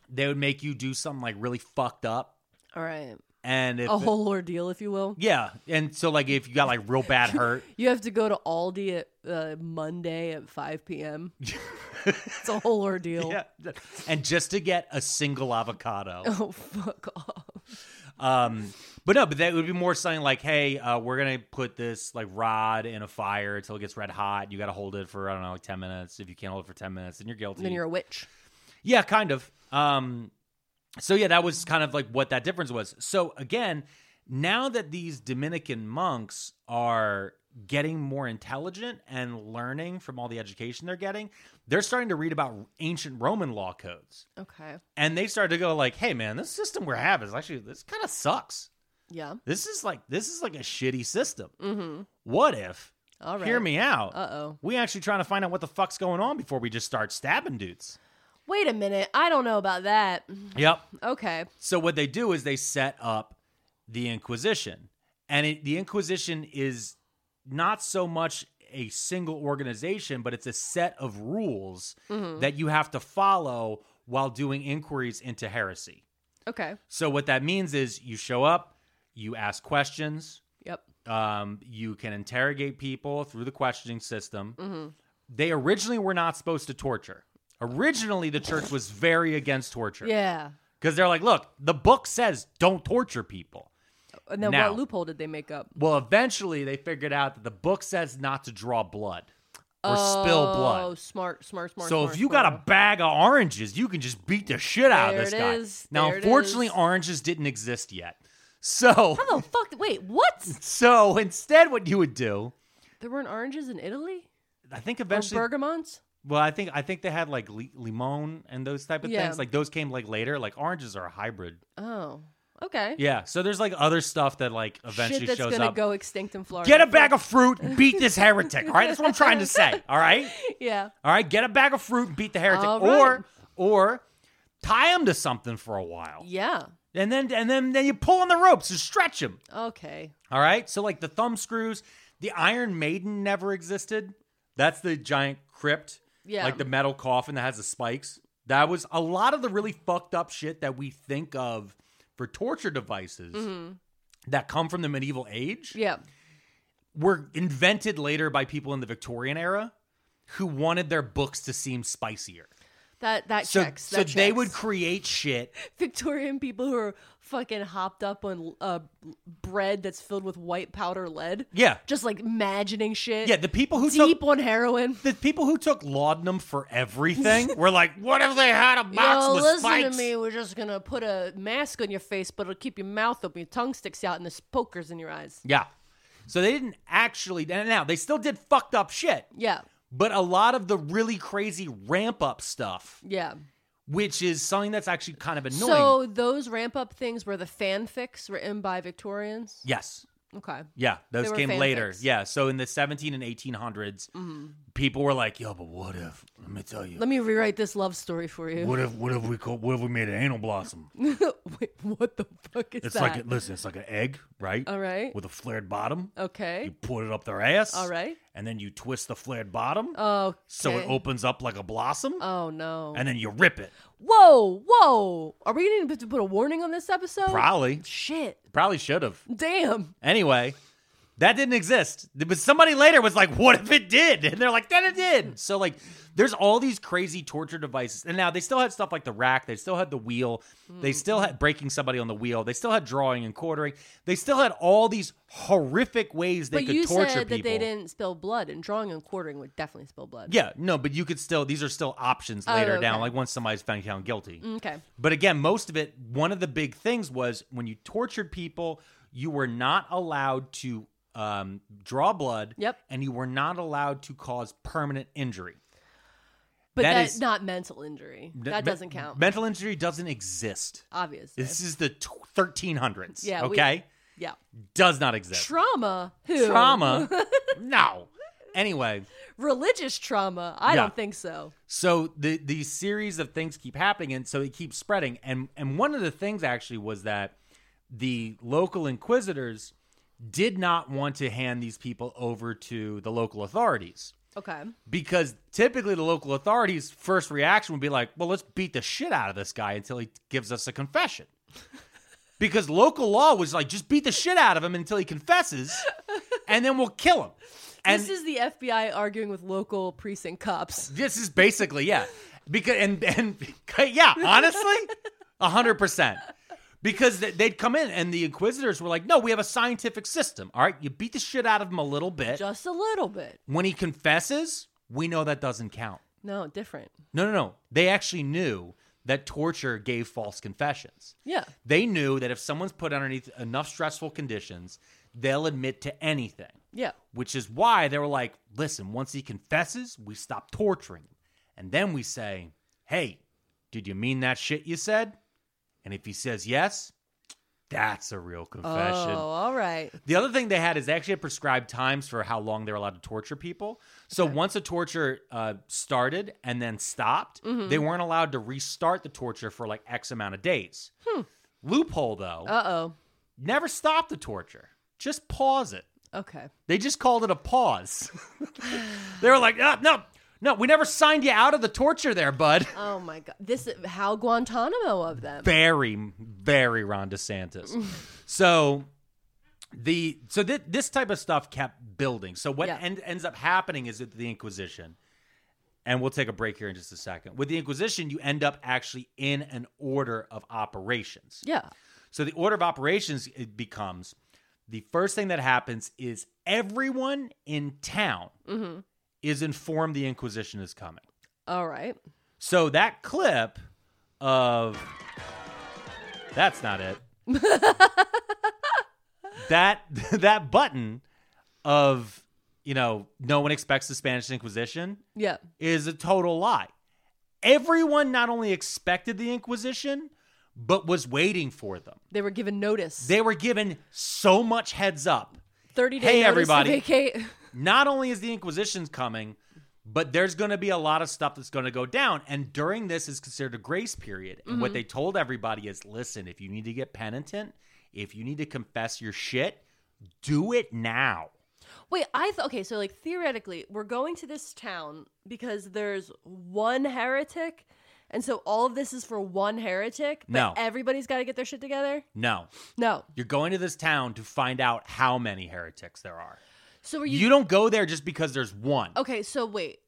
Speaker 1: they would make you do something like really fucked up,
Speaker 2: All right.
Speaker 1: and if
Speaker 2: A whole ordeal, if you will.
Speaker 1: yeah, and so like if you got like real bad hurt,
Speaker 2: You have to go to Aldi at uh, Monday at 5 p.m. it's a whole ordeal.
Speaker 1: yeah, and just to get a single avocado.
Speaker 2: Oh, fuck off.
Speaker 1: Um, but no, but that would be more something like, hey, uh, we're gonna put this like rod in a fire until it gets red hot. You got to hold it for I don't know, like ten minutes. If you can't hold it for ten minutes, then you're guilty.
Speaker 2: Then you're a witch.
Speaker 1: yeah, kind of. Um, so yeah, that was kind of like what that difference was. So again, now that these Dominican monks are getting more intelligent and learning from all the education they're getting, they're starting to read about ancient Roman law codes,
Speaker 2: Okay.
Speaker 1: and they start to go like, hey man, this system we're having is actually this kind of sucks
Speaker 2: Yeah.
Speaker 1: this is like this is like a shitty system. What if?
Speaker 2: Mm-hmm. All right.
Speaker 1: Hear me out.
Speaker 2: Uh-oh.
Speaker 1: We actually trying to find out what the fuck's going on before we just start stabbing dudes.
Speaker 2: Wait a minute. I don't know about that.
Speaker 1: Yep.
Speaker 2: Okay.
Speaker 1: So what they do is they set up the Inquisition, and it, the Inquisition is not so much a single organization, but it's a set of rules that you have to follow while doing inquiries into heresy.
Speaker 2: Okay.
Speaker 1: So what that means is you show up, you ask questions,
Speaker 2: Yep.
Speaker 1: Um, you can interrogate people through the questioning system. They originally were not supposed to torture. Originally, the church was very against torture.
Speaker 2: Yeah.
Speaker 1: Because they're like, look, the book says don't torture people.
Speaker 2: And then
Speaker 1: Now.
Speaker 2: what loophole did they make up?
Speaker 1: Well, eventually, they figured out that the book says not to draw blood or spill
Speaker 2: Oh,
Speaker 1: blood.
Speaker 2: smart, smart, smart.
Speaker 1: so
Speaker 2: smart,
Speaker 1: if you
Speaker 2: smart.
Speaker 1: got a bag of oranges, you can just beat the shit out
Speaker 2: There
Speaker 1: of this
Speaker 2: it
Speaker 1: guy.
Speaker 2: is.
Speaker 1: Now,
Speaker 2: There it
Speaker 1: unfortunately,
Speaker 2: is.
Speaker 1: oranges didn't exist yet. So,
Speaker 2: How the fuck? Wait, what?
Speaker 1: so instead, what you would do,
Speaker 2: There weren't oranges in Italy?
Speaker 1: I think
Speaker 2: Or
Speaker 1: eventually
Speaker 2: bergamots?
Speaker 1: Well, I think I think they had like li- limon and those type of
Speaker 2: Yeah.
Speaker 1: things. Like those came like later. Like oranges are a hybrid.
Speaker 2: Oh. Okay.
Speaker 1: Yeah. So there's like other stuff that like eventually
Speaker 2: Shit that's
Speaker 1: shows
Speaker 2: gonna
Speaker 1: up.
Speaker 2: go extinct in Florida.
Speaker 1: Get a bag of fruit and beat this heretic. All right, that's what I'm trying to say. All right,
Speaker 2: Yeah.
Speaker 1: all right. Get a bag of fruit and beat the heretic,
Speaker 2: All right.
Speaker 1: or or tie him to something for a while,
Speaker 2: Yeah.
Speaker 1: and then and then then you pull on the ropes and stretch him.
Speaker 2: Okay.
Speaker 1: All right. So like the thumb screws, the Iron Maiden never existed. That's the giant crypt.
Speaker 2: Yeah.
Speaker 1: Like the metal coffin that has the spikes. That was a lot of the really fucked up shit that we think of for torture devices
Speaker 2: Mm-hmm.
Speaker 1: that come from the medieval age
Speaker 2: Yeah.
Speaker 1: were invented later by people in the Victorian era who wanted their books to seem spicier.
Speaker 2: That that
Speaker 1: So,
Speaker 2: checks.
Speaker 1: so
Speaker 2: that
Speaker 1: they
Speaker 2: checks.
Speaker 1: would create shit.
Speaker 2: Victorian people who are fucking hopped up on uh, bread that's filled with white powder lead.
Speaker 1: Yeah.
Speaker 2: Just like imagining shit.
Speaker 1: Yeah, the people who took
Speaker 2: deep on heroin.
Speaker 1: the people who took laudanum for everything were like, what if they had a box
Speaker 2: Yo,
Speaker 1: with
Speaker 2: listen
Speaker 1: spikes?
Speaker 2: to me. We're just gonna put a mask on your face, but it'll keep your mouth open, your tongue sticks out, and there's pokers in your eyes.
Speaker 1: Yeah. So they didn't actually. and Now they still did fucked up shit,
Speaker 2: Yeah,
Speaker 1: but a lot of the really crazy ramp up stuff,
Speaker 2: yeah.
Speaker 1: which is something that's actually kind of annoying.
Speaker 2: So those ramp up things were the fanfics written by Victorians.
Speaker 1: yes.
Speaker 2: Okay.
Speaker 1: Yeah, those
Speaker 2: were
Speaker 1: came later.
Speaker 2: fanfics. Mm-hmm.
Speaker 1: Yeah, so in the 17 and 1800s, people were like, "Yo, but what if? Let me tell you.
Speaker 2: Let me rewrite this love story for you.
Speaker 1: what if? What if we call, What if we made an anal blossom?
Speaker 2: Wait, what the fuck is
Speaker 1: It's
Speaker 2: that?
Speaker 1: like a, listen, it's like an egg, right?
Speaker 2: All right.
Speaker 1: With a flared bottom. You
Speaker 2: okay.
Speaker 1: put it up their ass.
Speaker 2: All right.
Speaker 1: And then you twist the flared bottom,
Speaker 2: Oh.
Speaker 1: so it
Speaker 2: okay.
Speaker 1: opens up like a blossom,
Speaker 2: Oh no.
Speaker 1: and then you rip it.
Speaker 2: Whoa, whoa. Are we going to put a warning on this episode?
Speaker 1: Probably,
Speaker 2: Shit.
Speaker 1: probably should have.
Speaker 2: Damn.
Speaker 1: Anyway, that didn't exist. But somebody later was like, what if it did? And they're like, then it did. So, like, there's all these crazy torture devices. And now they still had stuff like the rack, they still had the wheel, they still had breaking somebody on the wheel, they still had drawing and quartering, they still had all these horrific ways they
Speaker 2: but
Speaker 1: could
Speaker 2: you
Speaker 1: torture
Speaker 2: said that
Speaker 1: people.
Speaker 2: they didn't spill blood, and drawing and quartering would definitely spill blood.
Speaker 1: yeah, no, but you could still, these are still options
Speaker 2: Oh,
Speaker 1: later down,
Speaker 2: okay. Mm,
Speaker 1: like once somebody's found found guilty.
Speaker 2: Okay.
Speaker 1: But again, most of it, one of the big things was when you tortured people, you were not allowed to um, draw blood.
Speaker 2: Yep.
Speaker 1: And you were not allowed to cause permanent injury.
Speaker 2: But
Speaker 1: That
Speaker 2: that's
Speaker 1: is-
Speaker 2: not mental injury. That
Speaker 1: Me-
Speaker 2: doesn't count.
Speaker 1: Mental injury doesn't exist.
Speaker 2: obviously.
Speaker 1: This is the t- 1300s.
Speaker 2: Yeah, we-
Speaker 1: Okay.
Speaker 2: yeah.
Speaker 1: Does not exist.
Speaker 2: Trauma. Who?
Speaker 1: Trauma. no. Anyway.
Speaker 2: Religious trauma. I
Speaker 1: Yeah.
Speaker 2: don't think so.
Speaker 1: So the these series of things keep happening, and so it keeps spreading. And and one of the things actually was that the local inquisitors did not want to hand these people over to the local authorities
Speaker 2: Okay.
Speaker 1: because typically the local authorities' first reaction would be like, "Well, let's beat the shit out of this guy until he gives us a confession." because local law was like, "Just beat the shit out of him until he confesses, and then we'll kill him." And
Speaker 2: this is the FBI arguing with local precinct cops.
Speaker 1: this is basically yeah, because and and yeah, honestly, a hundred percent. Because they- they'd come in and the inquisitors were like, "No, we have a scientific system. All right, you beat the shit out of him a little bit.
Speaker 2: Just a little bit.
Speaker 1: when he confesses, we know that doesn't count.
Speaker 2: No, different.
Speaker 1: No, no, no. They actually knew that torture gave false confessions.
Speaker 2: Yeah.
Speaker 1: They knew that if someone's put underneath enough stressful conditions, they'll admit to anything
Speaker 2: Yeah.
Speaker 1: which is why they were like, listen, once he confesses, we stop torturing him. And then we say, hey, did you mean that shit you said? And if he says yes, that's a real confession.
Speaker 2: Oh, all right.
Speaker 1: The other thing they had is they actually had prescribed times for how long they were allowed to torture people. So once a torture uh, started and then stopped, they weren't allowed to restart the torture for like X amount of days. Loophole, though,
Speaker 2: Uh oh.
Speaker 1: never stop the torture, just pause it.
Speaker 2: Okay.
Speaker 1: They just called it a pause. they were like, "Ah, no, no, we never signed you out of the torture there, bud.
Speaker 2: Oh my god. This is how Guantanamo of them.
Speaker 1: Very, very Ron DeSantis. so the so thi- this type of stuff kept building. So what
Speaker 2: Yeah.
Speaker 1: end, ends up happening is that the Inquisition, and we'll take a break here in just a second. With the Inquisition, you end up actually in an order of operations.
Speaker 2: Yeah.
Speaker 1: So the order of operations it becomes the first thing that happens is everyone in town
Speaker 2: Mm-hmm.
Speaker 1: is informed the Inquisition is coming.
Speaker 2: All right.
Speaker 1: So that clip of that's not it. that that button of you know no one expects the Spanish Inquisition
Speaker 2: Yeah.
Speaker 1: is a total lie. Everyone not only expected the Inquisition but was waiting for them.
Speaker 2: They were given notice.
Speaker 1: They were given so much heads up.
Speaker 2: 30 days
Speaker 1: Hey, everybody.
Speaker 2: To vacate.
Speaker 1: Not only is the Inquisition's coming, but there's going to be a lot of stuff that's going to go down. And during this is considered a grace period. And
Speaker 2: Mm-hmm.
Speaker 1: what they told everybody is listen, if you need to get penitent, if you need to confess your shit, do it now.
Speaker 2: Wait, I thought okay, so like theoretically, we're going to this town because there's one heretic. And so all of this is for one heretic, but
Speaker 1: No.
Speaker 2: everybody's got to get their shit together?
Speaker 1: No,
Speaker 2: No.
Speaker 1: you're going to this town to find out how many heretics there are.
Speaker 2: So are you, Oh.
Speaker 1: You don't go there just because there's one.
Speaker 2: Okay, so wait.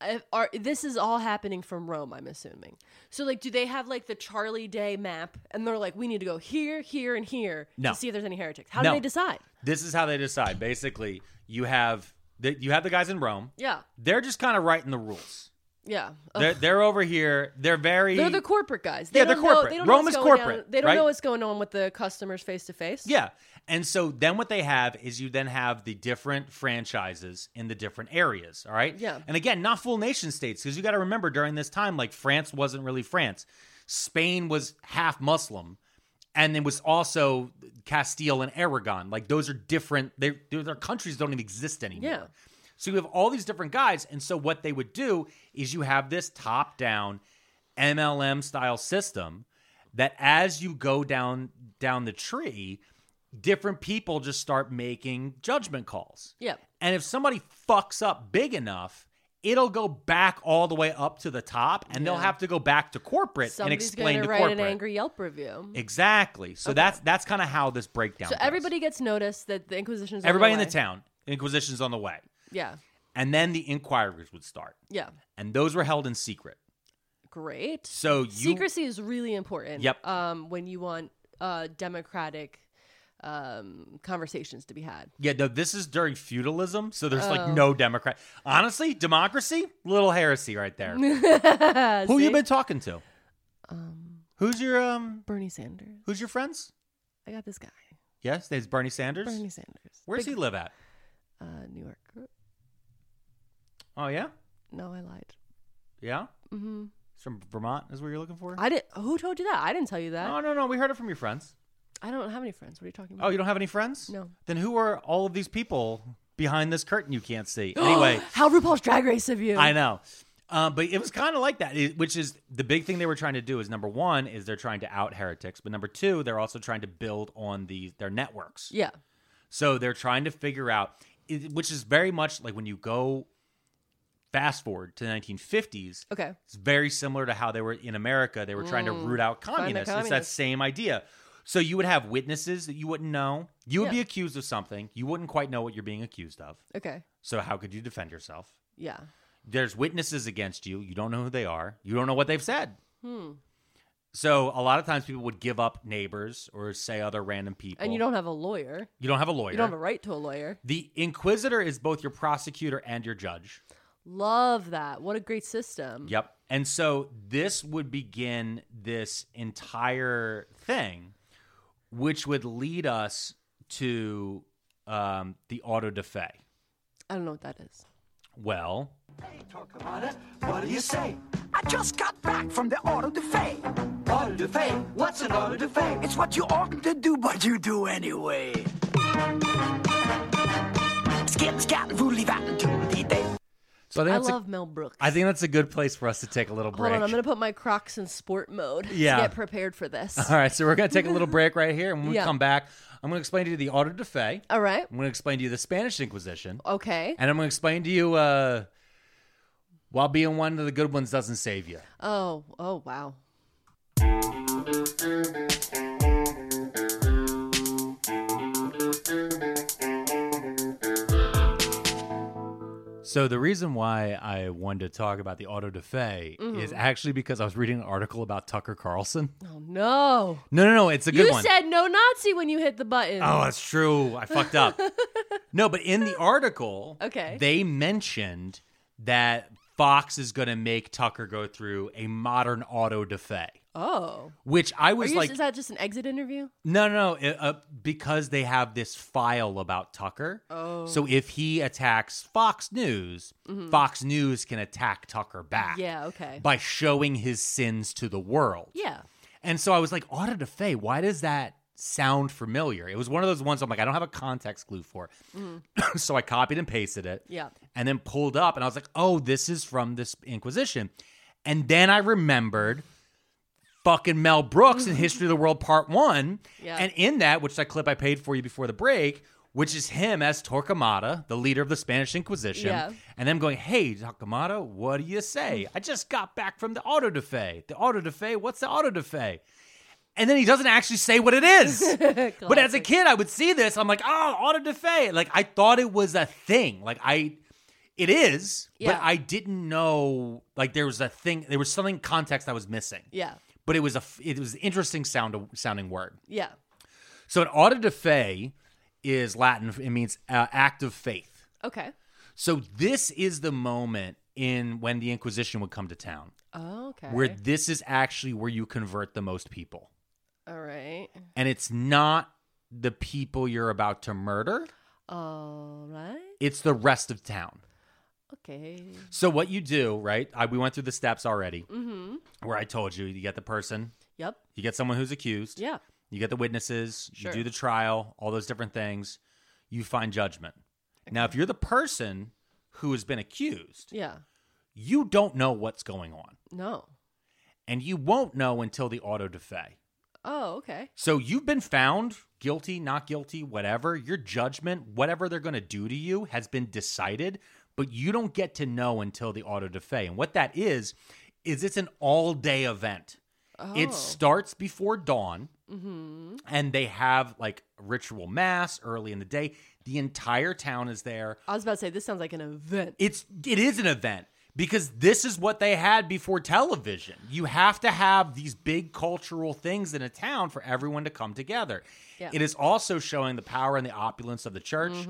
Speaker 2: I- are this is all happening from Rome, I'm assuming. So like, do they have like the Charlie Day map, and they're like, we need to go here, here, and here
Speaker 1: No.
Speaker 2: to see if there's any heretics? How
Speaker 1: No.
Speaker 2: do they decide?
Speaker 1: This is how they decide. Basically, you have the, you have the guys in Rome.
Speaker 2: Yeah,
Speaker 1: They're just kind of writing the rules.
Speaker 2: yeah. Ugh.
Speaker 1: They're, they're over here. They're very
Speaker 2: They're the corporate guys. They
Speaker 1: Yeah, they're
Speaker 2: don't know-
Speaker 1: corporate.
Speaker 2: they don't know
Speaker 1: Rome
Speaker 2: what's
Speaker 1: is
Speaker 2: going
Speaker 1: corporate,
Speaker 2: down- They don't
Speaker 1: right?
Speaker 2: know what's going on with the customers face to face.
Speaker 1: Yeah. And so then what they have is you then have the different franchises in the different areas. All right.
Speaker 2: Yeah.
Speaker 1: And again, not full nation states, because you got to remember during this time, like France wasn't really France. Spain was half Muslim. And it was also Castile and Aragon. Like those are different. They, their countries don't even exist anymore.
Speaker 2: Yeah.
Speaker 1: So you have all these different guys. And so what they would do is you have this top down MLM style system that as you go down down the tree, different people just start making judgment calls.
Speaker 2: Yeah.
Speaker 1: And if somebody fucks up big enough, it'll go back all the way up to the top and they'll have to go back to corporate
Speaker 2: Somebody's
Speaker 1: and explain
Speaker 2: gonna
Speaker 1: to
Speaker 2: write
Speaker 1: corporate.
Speaker 2: an angry Yelp review.
Speaker 1: Exactly. So that's that's kind of how this breakdown
Speaker 2: So
Speaker 1: goes.
Speaker 2: everybody gets noticed that the Inquisition is on
Speaker 1: everybody in
Speaker 2: their
Speaker 1: the
Speaker 2: way.
Speaker 1: town, Inquisition's on the way.
Speaker 2: Yeah,
Speaker 1: And then the inquiries would start.
Speaker 2: yeah.
Speaker 1: And those were held in secret.
Speaker 2: Great.
Speaker 1: So you
Speaker 2: Secrecy is really important.
Speaker 1: Yep.
Speaker 2: Um, when you want uh democratic um conversations to be had.
Speaker 1: Yeah, no, this is during feudalism, so there's like
Speaker 2: Oh.
Speaker 1: no Democrat. Honestly, democracy, little heresy right there. Who you been talking to? who's your um
Speaker 2: Bernie Sanders.
Speaker 1: who's your friends?
Speaker 2: I got this guy.
Speaker 1: Yes, there's Bernie Sanders.
Speaker 2: Bernie Sanders.
Speaker 1: Where does
Speaker 2: Big-
Speaker 1: he live at?
Speaker 2: Uh, New York.
Speaker 1: Oh yeah?
Speaker 2: No, I lied.
Speaker 1: Yeah? Mm-hmm. It's from Vermont is what you're looking for?
Speaker 2: I didn't. Who told you that? I didn't tell you that.
Speaker 1: No, no, no. We heard it from your friends.
Speaker 2: I don't have any friends. What are you talking
Speaker 1: Oh,
Speaker 2: about?
Speaker 1: you don't have any friends?
Speaker 2: No.
Speaker 1: Then who are all of these people behind this curtain you can't see? Anyway.
Speaker 2: How RuPaul's Drag Race of you?
Speaker 1: I know. Um, but it was kind of like that, it- which is the big thing they were trying to do is number one is they're trying to out heretics, but number two they're also trying to build on the their networks.
Speaker 2: Yeah.
Speaker 1: So they're trying to figure out, it- which is very much like when you go fast forward to the 1950s.
Speaker 2: Okay. Mm.
Speaker 1: It's very similar to how they were in America. They were trying to root out communists. It's that
Speaker 2: communists.
Speaker 1: same idea. So you would have witnesses that you wouldn't know. You would
Speaker 2: Yeah.
Speaker 1: be accused of something. You wouldn't quite know what you're being accused of.
Speaker 2: Okay.
Speaker 1: So how could you defend yourself?
Speaker 2: Yeah.
Speaker 1: there's witnesses against you. You don't know who they are. You don't know what they've said.
Speaker 2: Hmm.
Speaker 1: So a lot of times people would give up neighbors or say other random people.
Speaker 2: And you don't have a lawyer.
Speaker 1: you don't have a lawyer.
Speaker 2: You don't have a right to a lawyer.
Speaker 1: the inquisitor is both your prosecutor and your judge.
Speaker 2: Love that. What a great system.
Speaker 1: Yep. And so this would begin this entire thing, which would lead us to um, the auto da fe.
Speaker 2: I don't know what that is.
Speaker 1: Well,
Speaker 4: What do you say? I just got back from the auto de fe. Auto de fe? What's an auto de fe? It's what you oughtn't to do, but you do anyway. Skip, scat, voodly, vat, and toodly day.
Speaker 1: so I
Speaker 2: I
Speaker 1: think, that's a-
Speaker 2: love Mel Brooks.
Speaker 1: I think that's a good place for us to take a little break.
Speaker 2: Hold on, I'm gonna put my Crocs in sport mode.
Speaker 1: Yeah.
Speaker 2: To get prepared for this.
Speaker 1: All right, so we're going to take a little break right here. And when we
Speaker 2: Yeah.
Speaker 1: come back, I'm going to explain to you the Auto de Fe.
Speaker 2: All right.
Speaker 1: I'm going to explain to you the Spanish Inquisition.
Speaker 2: Okay.
Speaker 1: And I'm going to explain to you uh, while being one of the good ones doesn't save you.
Speaker 2: Oh. Oh. Wow.
Speaker 1: So, the reason why I wanted to talk about the Auto de Fe
Speaker 2: Mm-hmm.
Speaker 1: is actually because I was reading an article about Tucker Carlson.
Speaker 2: Oh no.
Speaker 1: No, no, no, it's a good
Speaker 2: you
Speaker 1: one.
Speaker 2: said no Nazi when you hit the button.
Speaker 1: Oh, that's true. I fucked up. no, but in the article,
Speaker 2: Okay.
Speaker 1: they mentioned that Fox is going to make Tucker go through a modern auto da fe,
Speaker 2: Oh.
Speaker 1: which I
Speaker 2: Are
Speaker 1: was
Speaker 2: you,
Speaker 1: like,
Speaker 2: is that just an exit interview?
Speaker 1: no, no, no, uh, because they have this file about Tucker. Oh. So if he attacks Fox News, Fox News can attack Tucker back.
Speaker 2: Mm-hmm. Yeah, okay.
Speaker 1: By showing his sins to the world.
Speaker 2: Yeah.
Speaker 1: And so I was like, Auto de Fe, why does that sound familiar? It was one of those ones I'm like, I don't have a context clue for. so I copied and pasted it.
Speaker 2: Mm-hmm. Yeah.
Speaker 1: And then pulled up and I was like, oh, this is from this Inquisition. And then I remembered fucking Mel Brooks in History of the World Part One.
Speaker 2: Mm-hmm. Yeah.
Speaker 1: And in that, which that clip I paid for you before the break, which is him as Torquemada, the leader of the Spanish Inquisition.
Speaker 2: Yeah.
Speaker 1: And them going, hey, Torquemada, what do you say? I just got back from the auto da fe. The auto da fe, what's the auto da fe? And then he doesn't actually say what it is. but as a kid, I would see this. I'm like, oh, auto da fe. Like, I thought it was a thing. Like, I, It is,
Speaker 2: Yeah.
Speaker 1: but I didn't know like there was a thing. There was something context I was missing.
Speaker 2: Yeah.
Speaker 1: But it was a f- it was an interesting sound sounding word.
Speaker 2: Yeah.
Speaker 1: So an auto de fe is Latin. It means uh, act of faith.
Speaker 2: Okay.
Speaker 1: So this is the moment in when the Inquisition would come to town,
Speaker 2: Oh, okay.
Speaker 1: where this is actually where you convert the most people,
Speaker 2: All right.
Speaker 1: and it's not the people you're about to murder;
Speaker 2: All right.
Speaker 1: it's the rest of town.
Speaker 2: Okay.
Speaker 1: So what you do, right? I, we went through the steps already,
Speaker 2: Mm-hmm.
Speaker 1: where I told you you get the person,
Speaker 2: Yep.
Speaker 1: you get someone who's accused,
Speaker 2: Yeah.
Speaker 1: you get the witnesses,
Speaker 2: Sure.
Speaker 1: you do the trial, all those different things. You find judgment. Now, if you're the person who has been accused,
Speaker 2: Yeah.
Speaker 1: you don't know what's going on,
Speaker 2: No.
Speaker 1: and you won't know until the auto de fe.
Speaker 2: Oh, okay.
Speaker 1: So you've been found guilty, not guilty, whatever. Your judgment, whatever they're going to do to you, has been decided, but you don't get to know until the auto de fe. And what that is, is it's an all day event. It starts before dawn, and they have like ritual mass early in the day. The entire town is there.
Speaker 2: I was about to say this sounds like an event.
Speaker 1: It's it is an event because this is what they had before television. You have to have these big cultural things in a town for everyone to come together.
Speaker 2: Yeah. Mm-hmm,
Speaker 1: It is also showing the power and the opulence of the church.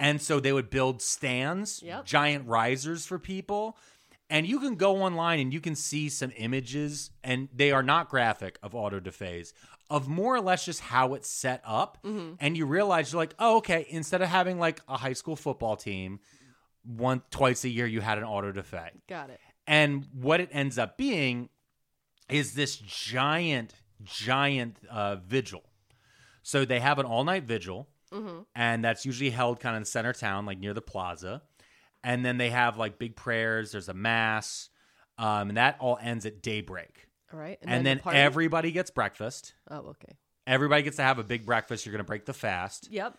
Speaker 1: And so they would build stands,
Speaker 2: Yep.
Speaker 1: giant risers for people. And you can go online and you can see some images, and they are not graphic of auto de phase, of more or less just how it's set up.
Speaker 2: Mm-hmm.
Speaker 1: And you realize you're like, oh, okay, instead of having like a high school football team, one twice a year you had an auto de fe.
Speaker 2: Got it.
Speaker 1: And what it ends up being is this giant, giant uh, vigil. So they have an all night vigil, and that's usually held kind of in the center of town, like near the plaza. And then they have like big prayers, there's a mass, um, and that all ends at daybreak.
Speaker 2: All right.
Speaker 1: And, then,
Speaker 2: the party?
Speaker 1: everybody gets breakfast.
Speaker 2: Oh, okay.
Speaker 1: Everybody gets to have a big breakfast. You're going to break the fast.
Speaker 2: Yep.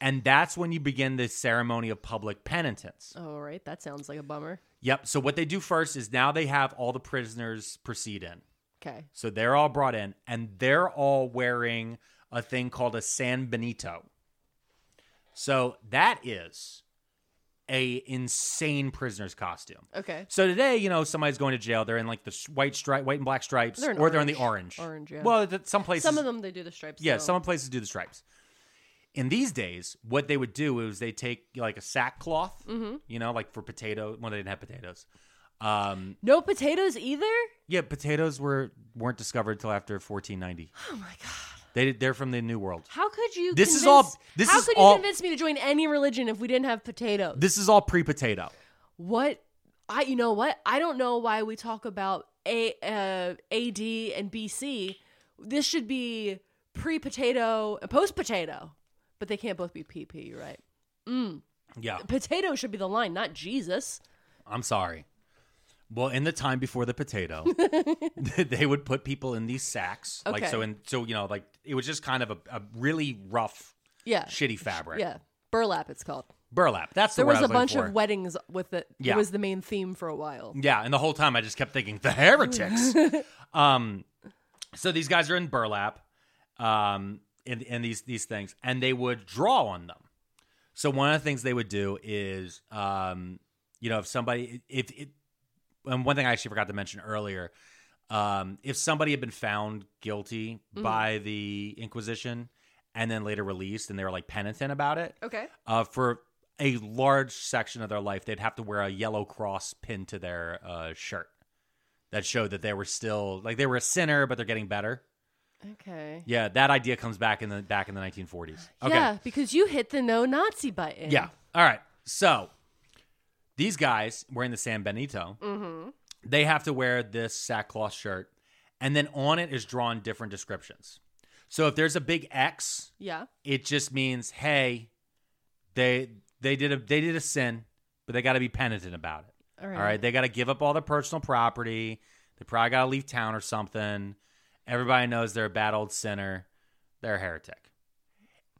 Speaker 1: And that's when you begin the ceremony of public penitence.
Speaker 2: All right. That sounds like a bummer.
Speaker 1: Yep. So what they do first is now they have all the prisoners proceed in.
Speaker 2: Okay.
Speaker 1: So they're all brought in and they're all wearing a thing called a San Benito. So that is a insane prisoner's costume.
Speaker 2: Okay.
Speaker 1: So today, you know, somebody's going to jail. They're in like the s- white stripe, white and black stripes,
Speaker 2: They're in
Speaker 1: or they're in the
Speaker 2: orange.
Speaker 1: orange.
Speaker 2: Orange, yeah.
Speaker 1: Well, th- some places,
Speaker 2: Some of them they do the stripes.
Speaker 1: yeah,
Speaker 2: though.
Speaker 1: some places do the stripes. In these days, what they would do is they take like a sackcloth,
Speaker 2: Mm-hmm.
Speaker 1: you know, like for potato. Well, they didn't have potatoes. Um,
Speaker 2: No potatoes either.
Speaker 1: yeah, potatoes were weren't discovered until after 1490.
Speaker 2: Oh my god.
Speaker 1: They they're from the New World.
Speaker 2: How could you?
Speaker 1: This
Speaker 2: convince,
Speaker 1: is all- this
Speaker 2: how
Speaker 1: is
Speaker 2: could
Speaker 1: all-
Speaker 2: you convince me to join any religion if we didn't have potatoes?
Speaker 1: This is all pre-potato.
Speaker 2: what I you know what I don't know why we talk about a uh, AD and BC. This should be pre potato and post potato, but they can't both be PP. You're right.
Speaker 1: Yeah,
Speaker 2: Potato should be the line, not Jesus.
Speaker 1: I'm sorry. Well, in the time before the potato, they would put people in these sacks, like
Speaker 2: Okay.
Speaker 1: so, and so you know, like it was just kind of a, a really rough,
Speaker 2: Yeah,
Speaker 1: shitty fabric.
Speaker 2: yeah, burlap. It's called.
Speaker 1: burlap. That's the
Speaker 2: There
Speaker 1: word
Speaker 2: was,
Speaker 1: I
Speaker 2: a
Speaker 1: looking
Speaker 2: bunch
Speaker 1: for.
Speaker 2: of weddings with it.
Speaker 1: Yeah.
Speaker 2: It was the main theme for a while.
Speaker 1: Yeah, and the whole time I just kept thinking the heretics. um, so these guys are in burlap, um, in, in these these things, and they would draw on them. So one of the things they would do is, um, you know, if somebody, if it, and one thing I actually forgot to mention earlier, um, if somebody had been found guilty by the Inquisition and then later released, and they were like penitent about it,
Speaker 2: Okay.
Speaker 1: uh, for a large section of their life, they'd have to wear a yellow cross pinned to their uh, shirt that showed that they were still like they were a sinner, but they're getting better.
Speaker 2: Okay.
Speaker 1: Yeah, that idea comes back in the back in the 1940s. Okay,
Speaker 2: Yeah, because you hit the no Nazi button.
Speaker 1: Yeah. All right. So these guys wearing the San Benito, they have to wear this sackcloth shirt, and then on it is drawn different descriptions. So if there's a big X,
Speaker 2: Yeah.
Speaker 1: it just means hey they they did a they did a sin but they got to be penitent about it
Speaker 2: All right.
Speaker 1: all right they got to give up all their personal property they probably got to leave town or something everybody knows they're a bad old sinner they're a heretic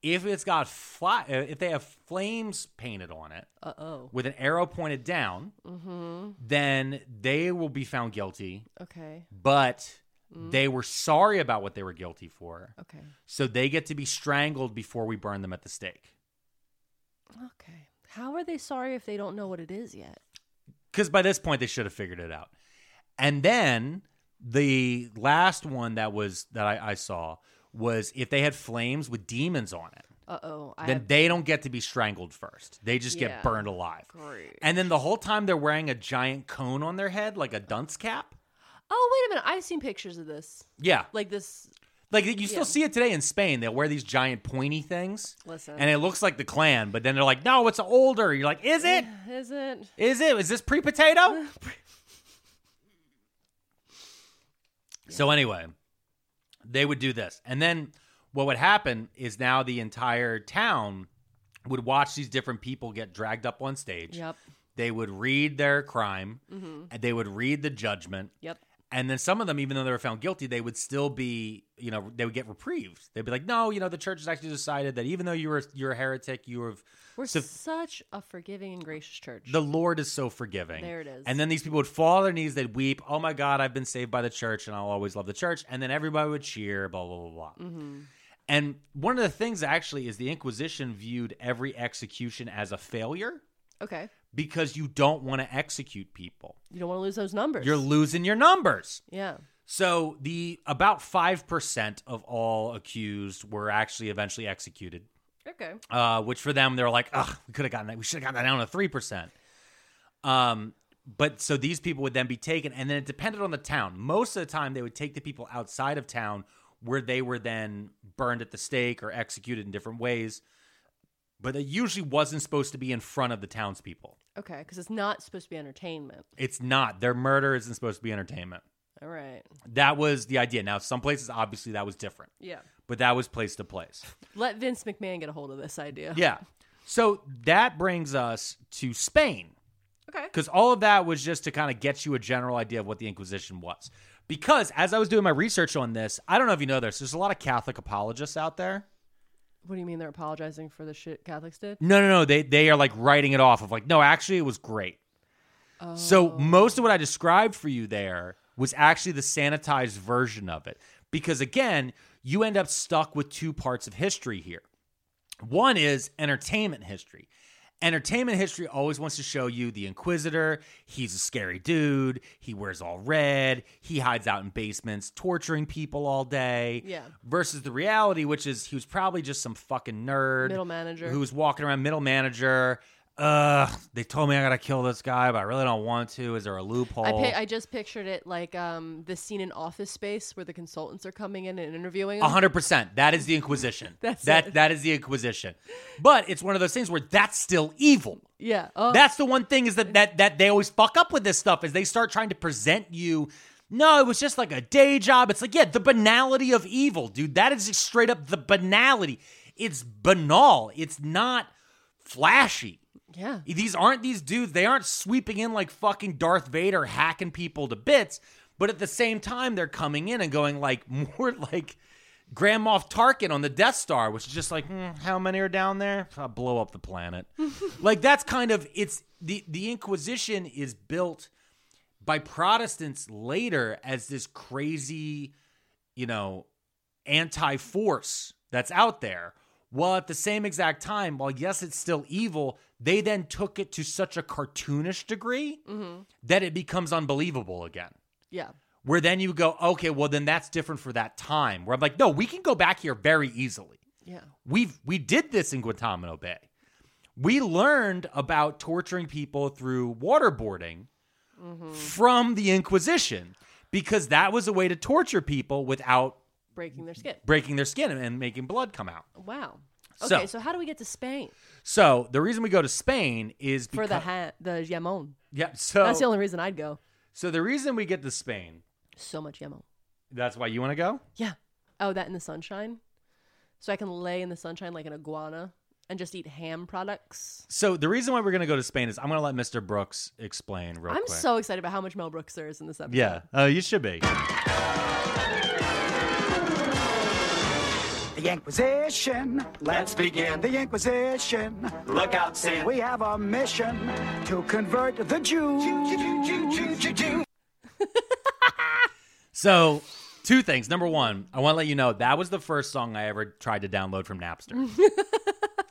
Speaker 1: if it's got fly, if they have flames painted on it
Speaker 2: Uh oh. Mm-hmm.
Speaker 1: with an arrow pointed down then they will be found guilty
Speaker 2: Okay.
Speaker 1: but
Speaker 2: Mm.
Speaker 1: they were sorry about what they were guilty for
Speaker 2: Okay.
Speaker 1: so they get to be strangled before we burn them at the stake.
Speaker 2: Okay. How are they sorry if they don't know what it is yet?
Speaker 1: because by this point they should have figured it out. And then the last one that was that I, I saw was if they had flames with demons on it,
Speaker 2: Uh oh. I
Speaker 1: then
Speaker 2: have-
Speaker 1: they don't get to be strangled first. They just
Speaker 2: Yeah.
Speaker 1: get burned alive.
Speaker 2: Great.
Speaker 1: And then the whole time they're wearing a giant cone on their head, like a dunce cap.
Speaker 2: oh, wait a minute. I've seen pictures of this.
Speaker 1: Yeah,
Speaker 2: Like this.
Speaker 1: like you still see it today in Spain. They'll wear these giant pointy things,
Speaker 2: Listen.
Speaker 1: and it looks like the clan. But then they're like, "No, it's older." You're like, "Is it?
Speaker 2: Is it?
Speaker 1: Is it? Is this pre potato? So anyway, they would do this, and then what would happen is now the entire town would watch these different people get dragged up on stage.
Speaker 2: Yep.
Speaker 1: They would read their crime, and they would read the judgment,
Speaker 2: Yep.
Speaker 1: and then some of them, even though they were found guilty, they would still be, you know, they would get reprieved. They'd be like, "No, you know, the church has actually decided that even though you were you're a heretic, you have
Speaker 2: We're
Speaker 1: so-
Speaker 2: such a forgiving and gracious church.
Speaker 1: the Lord is so forgiving.
Speaker 2: There it is.
Speaker 1: And then these people would fall on their knees. They'd weep, "Oh my God, I've been saved by the church, and I'll always love the church." And then everybody would cheer, blah blah blah blah.
Speaker 2: Mm-hmm.
Speaker 1: And one of the things actually is the Inquisition viewed every execution as a failure
Speaker 2: okay.
Speaker 1: because you don't want to execute people.
Speaker 2: You don't want to lose those numbers.
Speaker 1: You're losing your numbers.
Speaker 2: yeah.
Speaker 1: So the about five percent of all accused were actually eventually executed
Speaker 2: Okay.
Speaker 1: uh, which for them they're like, ugh, we could have gotten that. We should have gotten that down to three percent. Um, but so these people would then be taken, and then it depended on the town. Most of the time, they would take the people outside of town where they were then burned at the stake or executed in different ways. But it usually wasn't supposed to be in front of the townspeople.
Speaker 2: Okay. Because it's not supposed to be entertainment.
Speaker 1: It's not. Their murder isn't supposed to be entertainment.
Speaker 2: All right.
Speaker 1: That was the idea. Now, some places obviously that was different,
Speaker 2: Yeah.
Speaker 1: but that was place to place.
Speaker 2: Let Vince McMahon get a hold of this idea.
Speaker 1: Yeah. So that brings us to Spain.
Speaker 2: Okay.
Speaker 1: Because all of that was just to kind of get you a general idea of what the Inquisition was. Because as I was doing my research on this, I don't know if you know this, there's a lot of Catholic apologists out there.
Speaker 2: What do you mean they're apologizing for the shit Catholics did?
Speaker 1: No, no, no. They they are like writing it off of like, no, actually it was great. So most of what I described for you there was actually the sanitized version of it. Because again, you end up stuck with two parts of history here. One is entertainment history. Entertainment history always wants to show you the Inquisitor. He's a scary dude. He wears all red. He hides out in basements, torturing people all day.
Speaker 2: Yeah.
Speaker 1: Versus the reality, which is he was probably just some fucking nerd,
Speaker 2: Middle manager.
Speaker 1: who was walking around, middle manager. Ugh, they told me I gotta kill this guy, but I really don't want to. Is there a loophole?
Speaker 2: I, pa- I just pictured it like um, the scene in Office Space where the consultants are coming in and interviewing
Speaker 1: A
Speaker 2: them.
Speaker 1: hundred percent. That is the Inquisition.
Speaker 2: That's
Speaker 1: that.
Speaker 2: it.
Speaker 1: That is the Inquisition. But it's one of those things where that's still evil.
Speaker 2: Yeah. Oh,
Speaker 1: That's the one thing is that that that they always fuck up with this stuff is they start trying to present you. No, it was just like a day job. It's like yeah, the banality of evil, dude. That is straight up the banality. It's banal. It's not flashy.
Speaker 2: yeah.
Speaker 1: These aren't these dudes. They aren't sweeping in like fucking Darth Vader hacking people to bits. But at the same time, they're coming in and going like more like Grand Moff Tarkin on the Death Star, which is just like, "Hmm, how many are down there? I'll blow up the planet. like that's kind of it's the the Inquisition is built by Protestants later as this crazy, you know, anti force that's out there. While at the same exact time, while yes, it's still evil, they then took it to such a cartoonish degree that it becomes unbelievable again.
Speaker 2: Yeah.
Speaker 1: Where then you go, okay, well then that's different for that time. Where I'm like, no, we can go back here very easily.
Speaker 2: Yeah.
Speaker 1: We've we did this in Guantanamo Bay. We learned about torturing people through waterboarding
Speaker 2: Mm-hmm.
Speaker 1: from the Inquisition because that was a way to torture people without
Speaker 2: Breaking their skin.
Speaker 1: breaking their skin and making blood come out.
Speaker 2: Wow.
Speaker 1: So-
Speaker 2: Okay, so, how do we get to Spain
Speaker 1: So the reason we go to Spain is
Speaker 2: for
Speaker 1: because
Speaker 2: the ha- the Yamon?
Speaker 1: yeah. So
Speaker 2: That's the only reason I'd go.
Speaker 1: so the reason we get to Spain.
Speaker 2: So much Yamon.
Speaker 1: That's why you want to go.
Speaker 2: Yeah. Oh, that in the sunshine. So I can lay in the sunshine like an iguana and just eat ham products.
Speaker 1: So the reason why we're gonna go to Spain is I'm gonna let Mr. Brooks explain real
Speaker 2: I'm
Speaker 1: quick.
Speaker 2: so excited about how much Mel Brooks there is in this episode.
Speaker 1: yeah. Oh, you should be.
Speaker 4: The Inquisition. Let's begin. The Inquisition. Look out, Sam. We have a mission to convert the Jews.
Speaker 1: So, two things. Number one, I want to let you know that was the first song I ever tried to download from Napster.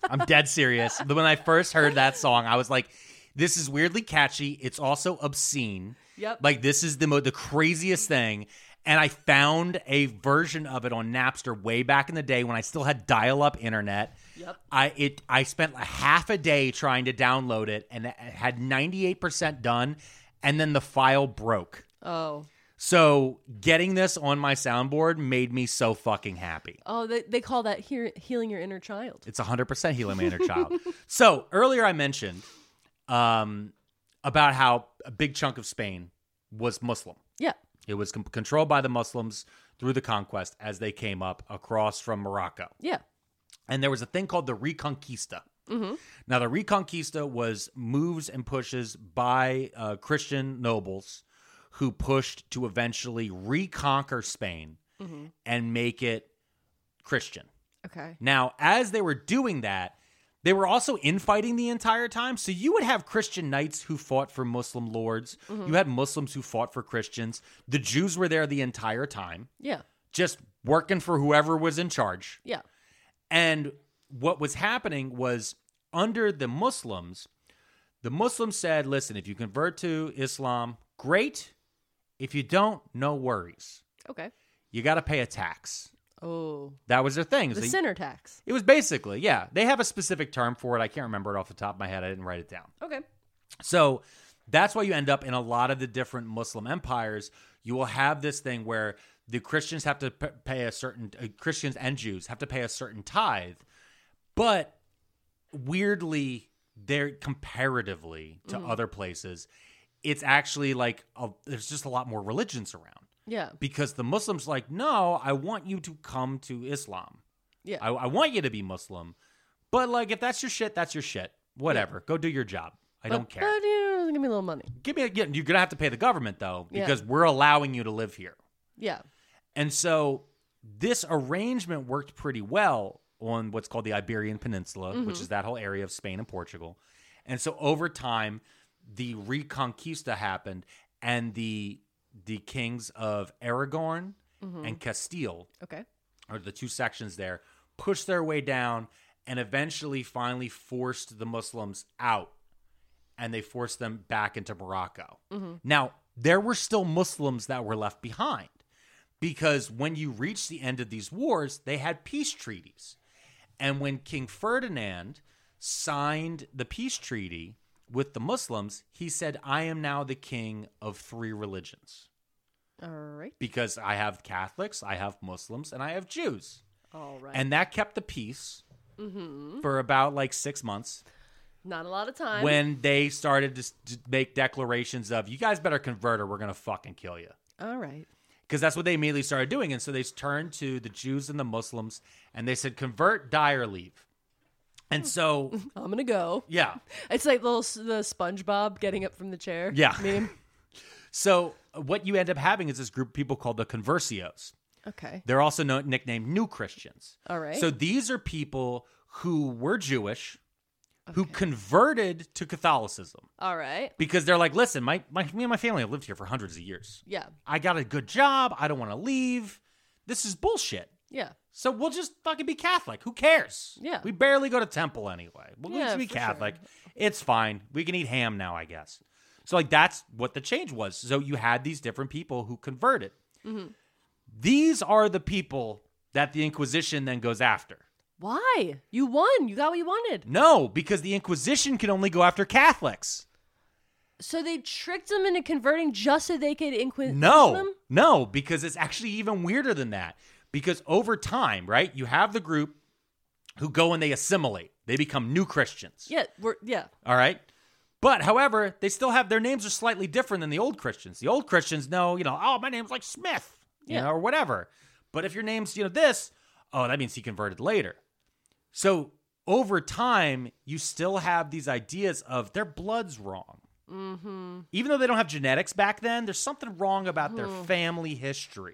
Speaker 1: I'm dead serious. When I first heard that song, I was like, this is weirdly catchy. It's also obscene.
Speaker 2: Yep.
Speaker 1: Like this is the mo- the craziest thing. And I found a version of it on Napster way back in the day when I still had dial-up internet.
Speaker 2: Yep.
Speaker 1: I it I spent a half a day trying to download it and it had 98% done and then the file broke.
Speaker 2: Oh.
Speaker 1: So getting this on my soundboard made me so fucking happy.
Speaker 2: Oh, they, they call that hear, healing your inner child.
Speaker 1: It's 100% healing my inner child. So earlier I mentioned um, about how a big chunk of Spain was Muslim.
Speaker 2: Yeah.
Speaker 1: It was com- controlled by the Muslims through the conquest as they came up across from Morocco.
Speaker 2: Yeah.
Speaker 1: And there was a thing called the Reconquista. Now, the Reconquista was moves and pushes by uh, Christian nobles who pushed to eventually reconquer Spain and make it Christian.
Speaker 2: Okay.
Speaker 1: Now, as they were doing that, they were also infighting the entire time. So you would have Christian knights who fought for Muslim lords. You had Muslims who fought for Christians. The Jews were there the entire time,
Speaker 2: Yeah.
Speaker 1: just working for whoever was in charge.
Speaker 2: Yeah.
Speaker 1: And what was happening was under the Muslims, the Muslims said, listen, if you convert to Islam, great. If you don't, no worries.
Speaker 2: Okay.
Speaker 1: You got to pay a tax.
Speaker 2: Oh.
Speaker 1: That was their thing. It
Speaker 2: The
Speaker 1: was like-
Speaker 2: sinner tax.
Speaker 1: it was basically, yeah. They have a specific term for it. I can't remember it off the top of my head. I didn't write it down.
Speaker 2: Okay.
Speaker 1: So that's why you end up in a lot of the different Muslim empires. You will have this thing where the Christians have to p- pay a certain, uh, Christians and Jews have to pay a certain tithe. But weirdly, they're comparatively to
Speaker 2: Mm-hmm.
Speaker 1: other places, it's actually like a, there's just a lot more religions around
Speaker 2: Yeah.
Speaker 1: because the Muslims like, no, I want you to come to Islam.
Speaker 2: Yeah.
Speaker 1: I, I want you to be Muslim, but like if that's your shit, that's your shit. Whatever, go do your job. I
Speaker 2: But-
Speaker 1: don't care.
Speaker 2: But you know, give me a little money.
Speaker 1: Give me a, yeah, you're gonna have to pay the government though
Speaker 2: Yeah.
Speaker 1: because we're allowing you to live here,
Speaker 2: Yeah.
Speaker 1: and so this arrangement worked pretty well on what's called the Iberian Peninsula, which is that whole area of Spain and Portugal, and so over time, the Reconquista happened, and the the kings of Aragon and Castile
Speaker 2: Okay.
Speaker 1: or the two sections there, pushed their way down and eventually finally forced the Muslims out and they forced them back into Morocco. Now, there were still Muslims that were left behind because when you reach the end of these wars, they had peace treaties. And when King Ferdinand signed the peace treaty with the Muslims, he said, I am now the king of three religions
Speaker 2: All right.
Speaker 1: because I have Catholics, I have Muslims, and I have Jews.
Speaker 2: All right. Mm-hmm.
Speaker 1: And that kept the peace for about like six months
Speaker 2: Not a lot of time.
Speaker 1: when they started to s- to make declarations of, you guys better convert or we're going to fucking kill you.
Speaker 2: All right.
Speaker 1: Because that's what they immediately started doing. And so they turned to the Jews and the Muslims and they said, convert, die, or leave. And so,
Speaker 2: I'm gonna go.
Speaker 1: yeah.
Speaker 2: It's like little s- the SpongeBob getting up from the chair.
Speaker 1: Yeah.
Speaker 2: Meme.
Speaker 1: So what you end up having is this group of people called the Conversios.
Speaker 2: Okay.
Speaker 1: They're also known, nicknamed New Christians.
Speaker 2: All right.
Speaker 1: So these are people who were Jewish, who converted to Catholicism
Speaker 2: All right.
Speaker 1: because they're like, listen, my, my me and my family have lived here for hundreds of years.
Speaker 2: Yeah.
Speaker 1: I got a good job. I don't want to leave. This is bullshit.
Speaker 2: Yeah.
Speaker 1: So we'll just fucking be Catholic. Who cares?
Speaker 2: Yeah.
Speaker 1: We barely go to temple anyway. We'll
Speaker 2: Yeah,
Speaker 1: just be
Speaker 2: for sure.
Speaker 1: Catholic. It's fine. We can eat ham now, I guess. So like that's what the change was. So you had these different people who converted.
Speaker 2: Mm-hmm.
Speaker 1: These are the people that the Inquisition then goes after.
Speaker 2: Why? You won. You got what you wanted.
Speaker 1: No, because the Inquisition can only go after Catholics.
Speaker 2: So they tricked them into converting just so they could inquit
Speaker 1: No, no, because it's actually even weirder than that. Because over time, right, you have the group who go and they assimilate, they become new Christians.
Speaker 2: Yeah. We're, yeah.
Speaker 1: All right. But however, they still have their names are slightly different than the old Christians. The old Christians know, you know, oh, my name's like Smith, you
Speaker 2: Yeah.
Speaker 1: know, or whatever. But if your name's, you know, this, oh, that means he converted later. So over time, you still have these ideas of their blood's wrong. Even though they don't have genetics back then, there's something wrong about their family history.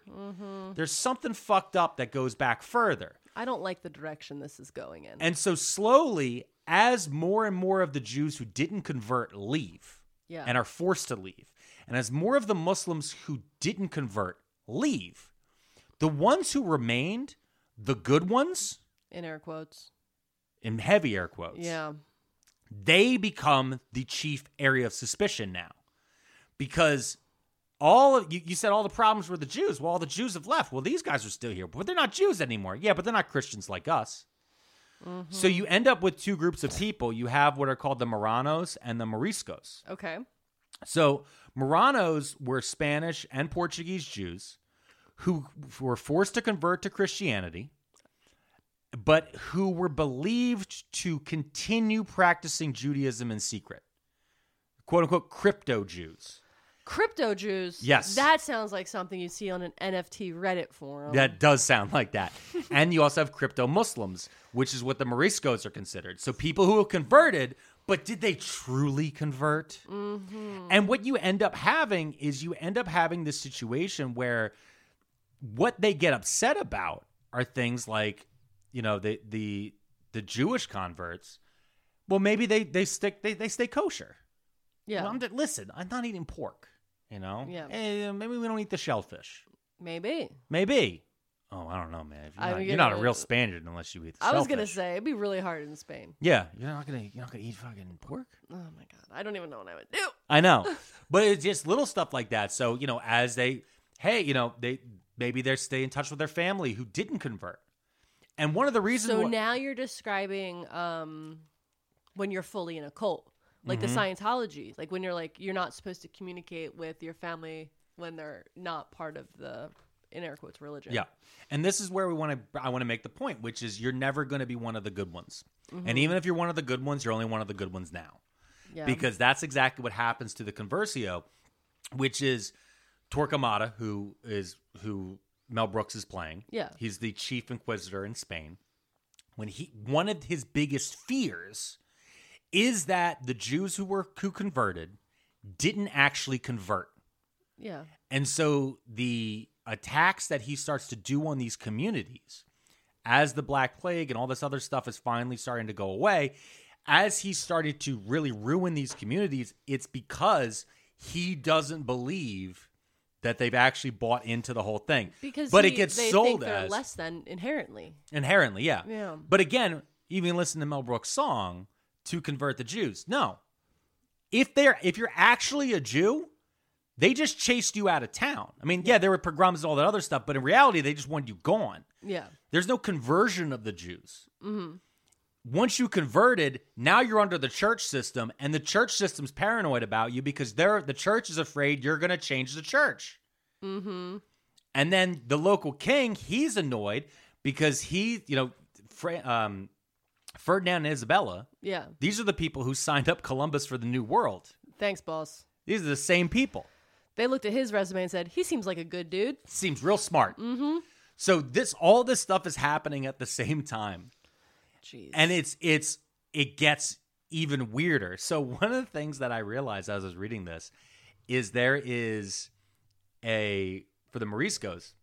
Speaker 1: There's something fucked up that goes back further.
Speaker 2: I don't like the direction this is going in.
Speaker 1: And so slowly, as more and more of the Jews who didn't convert leave
Speaker 2: Yeah.
Speaker 1: and are forced to leave, and as more of the Muslims who didn't convert leave, the ones who remained, the good ones,
Speaker 2: in air quotes.
Speaker 1: in heavy air quotes.
Speaker 2: Yeah.
Speaker 1: They become the chief area of suspicion now because all of you, you said all the problems were the Jews. Well, all the Jews have left. Well, these guys are still here, but they're not Jews anymore. Yeah, but they're not Christians like us. So you end up with two groups of people. You have what are called the Moranos and the Moriscos.
Speaker 2: Okay.
Speaker 1: So Moranos were Spanish and Portuguese Jews who were forced to convert to Christianity, but who were believed to continue practicing Judaism in secret. Quote unquote crypto Jews.
Speaker 2: Crypto Jews.
Speaker 1: Yes.
Speaker 2: That sounds like something you see on an NFT Reddit forum.
Speaker 1: That does sound like that. and you also have crypto Muslims, which is what the Moriscos are considered. So people who have converted, but did they truly convert?
Speaker 2: Mm-hmm.
Speaker 1: And what you end up having is you end up having this situation where what they get upset about are things like, you know, the the the Jewish converts. Well, maybe they they stick they, they stay kosher.
Speaker 2: yeah.
Speaker 1: Well, I'm d- listen, I'm not eating pork. You know,
Speaker 2: Yeah.
Speaker 1: Eh, maybe we don't eat the shellfish.
Speaker 2: Maybe. Maybe.
Speaker 1: Maybe. Oh, I don't know, man. If you're,
Speaker 2: I'm
Speaker 1: not, you're not a
Speaker 2: gonna-
Speaker 1: real Spaniard unless you eat. The
Speaker 2: I was gonna
Speaker 1: shellfish.
Speaker 2: say it'd be really hard in Spain.
Speaker 1: Yeah, you're not gonna you're not gonna eat fucking pork.
Speaker 2: Oh my god. I don't even know what I would do.
Speaker 1: I know, but it's just little stuff like that. So you know, as they, hey, you know, they maybe they stay in touch with their family who didn't convert, and one of the reasons
Speaker 2: So
Speaker 1: wh-
Speaker 2: now you're describing um, when you're fully in a cult, like
Speaker 1: Mm-hmm.
Speaker 2: the Scientology, like when you're like you're not supposed to communicate with your family when they're not part of the in air quotes religion.
Speaker 1: Yeah. And this is where we want to I want to make the point, which is you're never going to be one of the good ones. And even if you're one of the good ones, you're only one of the good ones now.
Speaker 2: Mm-hmm. Yeah.
Speaker 1: Because that's exactly what happens to the conversio, which is Torquemada who is who Mel Brooks is playing.
Speaker 2: Yeah.
Speaker 1: He's the chief inquisitor in Spain. When he one of his biggest fears is that the Jews who were who converted didn't actually convert.
Speaker 2: Yeah.
Speaker 1: And so the attacks that he starts to do on these communities as the Black Plague and all this other stuff is finally starting to go away, as he started to really ruin these communities, it's because he doesn't believe that they've actually bought into the whole thing.
Speaker 2: Because
Speaker 1: but
Speaker 2: he-
Speaker 1: it gets
Speaker 2: they
Speaker 1: sold
Speaker 2: think they're
Speaker 1: as
Speaker 2: less than inherently.
Speaker 1: inherently, yeah.
Speaker 2: Yeah.
Speaker 1: But again, even listen to Mel Brooks' song to convert the Jews. No, if they're if you're actually a Jew, they just chased you out of town. I mean, yeah, there were pogroms and all that other stuff, but in reality, they just wanted you gone.
Speaker 2: Yeah.
Speaker 1: There's no conversion of the Jews. Once you converted, now you're under the church system, and the church system's paranoid about you because they're the church is afraid you're going to change the church. Mm-hmm. And then the local king, he's annoyed because he, you know, Fra- um, Ferdinand and Isabella.
Speaker 2: Yeah.
Speaker 1: These are the people who signed up Columbus for the New World.
Speaker 2: Thanks, boss.
Speaker 1: These are the same people.
Speaker 2: They looked at his resume and said, "He seems like a good dude."
Speaker 1: Seems real smart. Mm-hmm. So this, all this stuff is happening at the same time.
Speaker 2: Jeez.
Speaker 1: and it's it's it gets even weirder so one of the things that i realized as i was reading this is there is a for the moriscos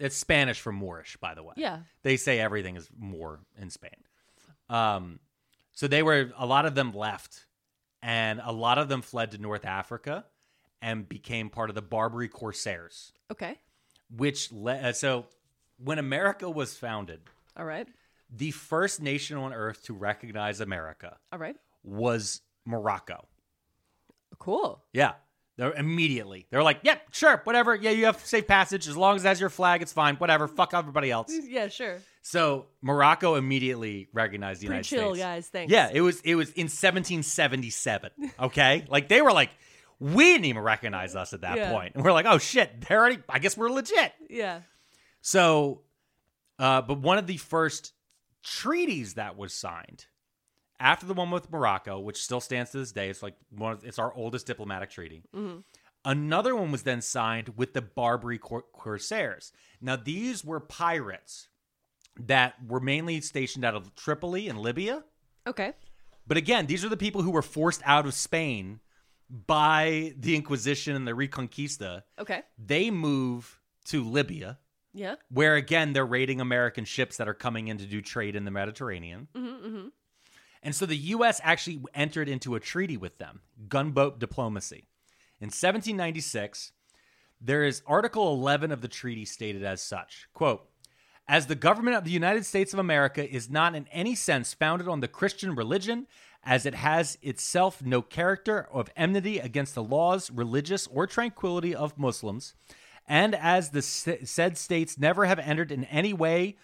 Speaker 1: it's spanish for moorish by the way
Speaker 2: Yeah.
Speaker 1: they say everything is more in spain um so they were a lot of them left and a lot of them fled to north africa and became part of the barbary corsairs
Speaker 2: okay.
Speaker 1: which le- uh, so when america was founded
Speaker 2: All right.
Speaker 1: the first nation on earth to recognize America
Speaker 2: All right.
Speaker 1: was Morocco.
Speaker 2: Cool.
Speaker 1: Yeah. They're immediately. They're like, yep, sure, whatever. Yeah, you have safe passage. As long as that's your flag, it's fine. Whatever. Fuck everybody else.
Speaker 2: Yeah. Sure.
Speaker 1: So Morocco immediately recognized the
Speaker 2: Pretty
Speaker 1: United
Speaker 2: chill,
Speaker 1: States.
Speaker 2: guys. Thanks.
Speaker 1: Yeah, it was it was in 1777. Okay, like they were like, we didn't even recognize us at that
Speaker 2: Yeah.
Speaker 1: point. And we're like, oh shit, they're already. I guess we're legit.
Speaker 2: Yeah.
Speaker 1: So, uh, but one of the first treaties that was signed after the one with Morocco, which still stands to this day, it's like one of, it's our oldest diplomatic treaty. Another one was then signed with the Barbary Cor- Corsairs. Now, these were pirates that were mainly stationed out of Tripoli and Libya.
Speaker 2: Okay.
Speaker 1: But again, these are the people who were forced out of Spain by the Inquisition and the Reconquista.
Speaker 2: Okay.
Speaker 1: They move to Libya
Speaker 2: Yeah.
Speaker 1: where again they're raiding American ships that are coming in to do trade in the Mediterranean. And so the U.S. actually entered into a treaty with them, gunboat diplomacy. In 1796, there is Article 11 of the treaty stated as such quote, As the government of the United States of America is not in any sense founded on the Christian religion, as it has itself no character of enmity against the laws, religious, or tranquility of Muslims, and as the sa- said states never have entered in any way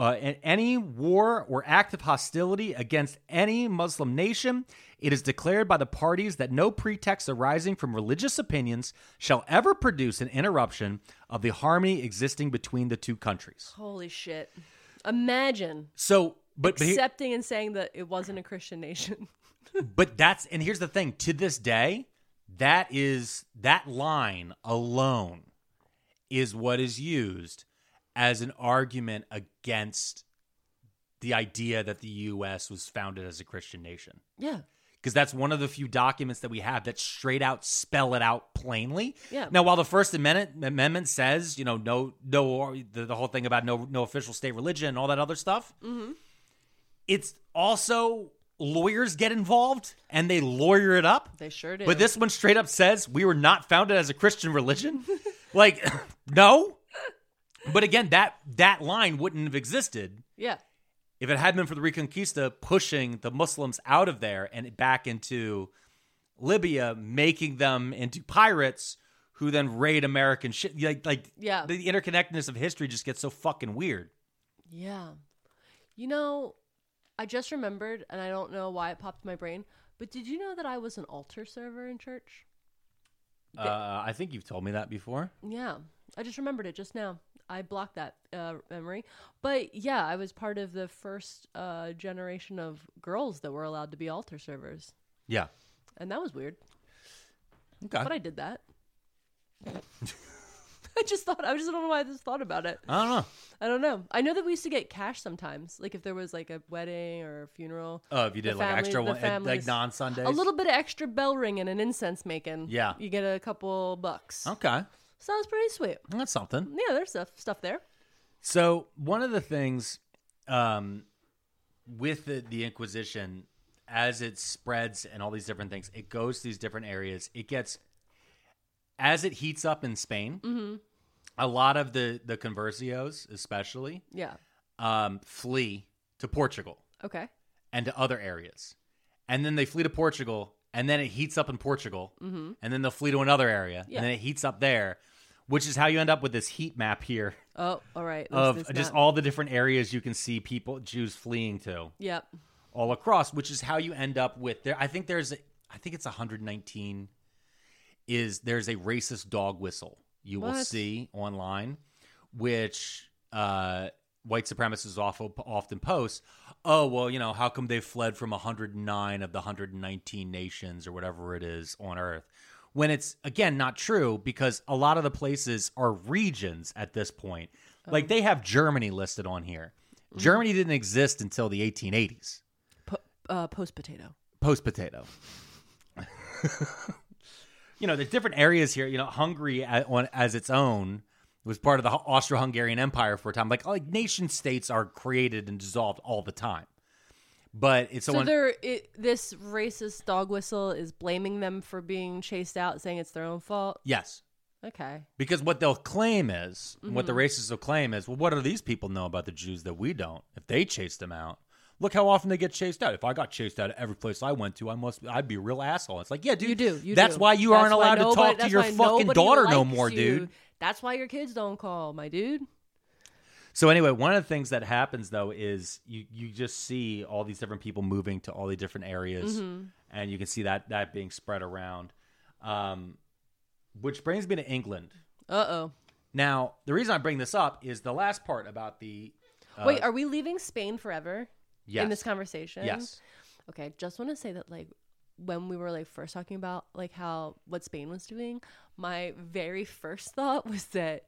Speaker 1: uh, in any war or act of hostility against any Muslim nation, it is declared by the parties that no pretext arising from religious opinions shall ever produce an interruption of the harmony existing between the two countries.
Speaker 2: Holy shit. Imagine
Speaker 1: So, but but, here-
Speaker 2: accepting and saying that it wasn't a Christian nation.
Speaker 1: but that's and here's the thing: to this day, that is that line alone is what is used as an argument against the idea that the U.S. was founded as a Christian nation.
Speaker 2: Yeah.
Speaker 1: because that's one of the few documents that we have that straight out spell it out plainly.
Speaker 2: Yeah.
Speaker 1: Now, while the First Amendment amendment says, you know, no, no, the, the whole thing about no, no official state religion and all that other stuff, it's also lawyers get involved and they lawyer it up.
Speaker 2: They sure do.
Speaker 1: But this one straight up says we were not founded as a Christian religion. like, no. But again, that that line wouldn't have existed
Speaker 2: Yeah.
Speaker 1: if it had been for the Reconquista pushing the Muslims out of there and back into Libya, making them into pirates who then raid American shit. Like, like
Speaker 2: Yeah.
Speaker 1: the interconnectedness of history just gets so fucking weird.
Speaker 2: Yeah. You know, I just remembered, and I don't know why it popped in my brain, but did you know that I was an altar server in church?
Speaker 1: Uh, I think you've told me that before.
Speaker 2: Yeah. I just remembered it just now. I blocked that uh, memory. But yeah, I was part of the first uh, generation of girls that were allowed to be altar servers.
Speaker 1: Yeah.
Speaker 2: And that was weird.
Speaker 1: Okay.
Speaker 2: But I did that. I just thought, I just don't know why I just thought about it.
Speaker 1: I don't know.
Speaker 2: I don't know. I know that we used to get cash sometimes. Like if there was like a wedding or a funeral.
Speaker 1: Oh, if you did
Speaker 2: The
Speaker 1: like
Speaker 2: family-
Speaker 1: extra
Speaker 2: the
Speaker 1: one, and, like
Speaker 2: families-
Speaker 1: non Sundays.
Speaker 2: A little bit of extra bell ringing and incense making.
Speaker 1: Yeah.
Speaker 2: You get a couple bucks.
Speaker 1: Okay,
Speaker 2: So that was pretty sweet.
Speaker 1: that's something.
Speaker 2: Yeah, there's stuff, stuff there.
Speaker 1: So one of the things um, with the, the Inquisition, as it spreads and all these different things, it goes to these different areas. It gets as it heats up in Spain. A lot of the the conversios, especially,
Speaker 2: Yeah.
Speaker 1: um, flee to Portugal
Speaker 2: Okay.
Speaker 1: and to other areas, and then they flee to Portugal, and then it heats up in Portugal, and then they'll flee to another area,
Speaker 2: Yeah.
Speaker 1: and then it heats up there, which is how you end up with this heat map here
Speaker 2: Oh, all right. There's
Speaker 1: of
Speaker 2: this
Speaker 1: just
Speaker 2: map.
Speaker 1: all the different areas you can see people Jews fleeing to
Speaker 2: Yep.
Speaker 1: all across, which is how you end up with there. I think there's, I think it's 119. Is there's a racist dog whistle you will
Speaker 2: What?
Speaker 1: see online, which uh, white supremacists awful, often post. Oh well, you know how come they fled from 109 of the 119 nations or whatever it is on Earth. When it's again not true because a lot of the places are regions at this point. Like they have Germany listed on here. Germany didn't exist until the 1880s
Speaker 2: Po- uh, post potato.
Speaker 1: post potato. you know, there's different areas here. You know, Hungary a- on, as its own was part of the Austro-Hungarian Empire for a time. Like, like nation states are created and dissolved all the time. But it's
Speaker 2: So,
Speaker 1: on
Speaker 2: there, it, this racist dog whistle is blaming them for being chased out, saying it's their own fault.
Speaker 1: yes,
Speaker 2: Okay.
Speaker 1: because what they'll claim is what
Speaker 2: Mm-hmm.
Speaker 1: the racists will claim is, well, what do these people know about the Jews that we don't? If they chase them out. Look how often they get chased out. If I got chased out at every place I went to, I must I'd be a real asshole. It's like, yeah, dude,
Speaker 2: You do. You
Speaker 1: that's
Speaker 2: do.
Speaker 1: why you
Speaker 2: That's
Speaker 1: aren't
Speaker 2: why
Speaker 1: allowed to
Speaker 2: nobody-
Speaker 1: talk to
Speaker 2: that's
Speaker 1: your
Speaker 2: why
Speaker 1: fucking
Speaker 2: nobody
Speaker 1: daughter no
Speaker 2: likes
Speaker 1: more,
Speaker 2: you.
Speaker 1: dude.
Speaker 2: That's why your kids don't call, my dude.
Speaker 1: So anyway, one of the things that happens though is you you just see all these different people moving to all the different areas,
Speaker 2: Mm-hmm.
Speaker 1: and you can see that that being spread around. Um, which brings me to England.
Speaker 2: Uh oh.
Speaker 1: Now, the reason I bring this up is the last part about the
Speaker 2: Wait, are we leaving Spain forever
Speaker 1: Uh, yes,
Speaker 2: in this conversation?
Speaker 1: yes,
Speaker 2: Okay, I just want to say that like when we were like first talking about like how what Spain was doing, my very first thought was that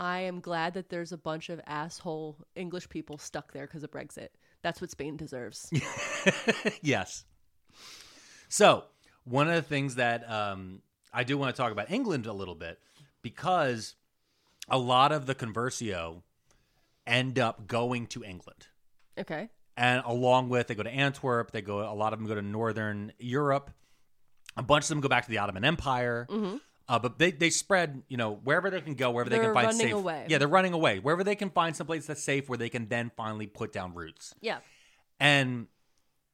Speaker 2: I am glad that there's a bunch of asshole English people stuck there because of Brexit. That's what Spain deserves.
Speaker 1: yes. So one of the things that um, I do want to talk about England a little bit because a lot of the conversio end up going to England.
Speaker 2: okay.
Speaker 1: and along with they go to Antwerp, they go a lot of them go to northern Europe. A bunch of them go back to the Ottoman Empire. Uh, but they, they spread, you know, wherever they can go, wherever they
Speaker 2: Mm-hmm. They're
Speaker 1: can find
Speaker 2: running
Speaker 1: safe.
Speaker 2: away.
Speaker 1: Yeah, they're running away. Wherever they can find someplace that's safe where they can then finally put down roots.
Speaker 2: Yeah.
Speaker 1: And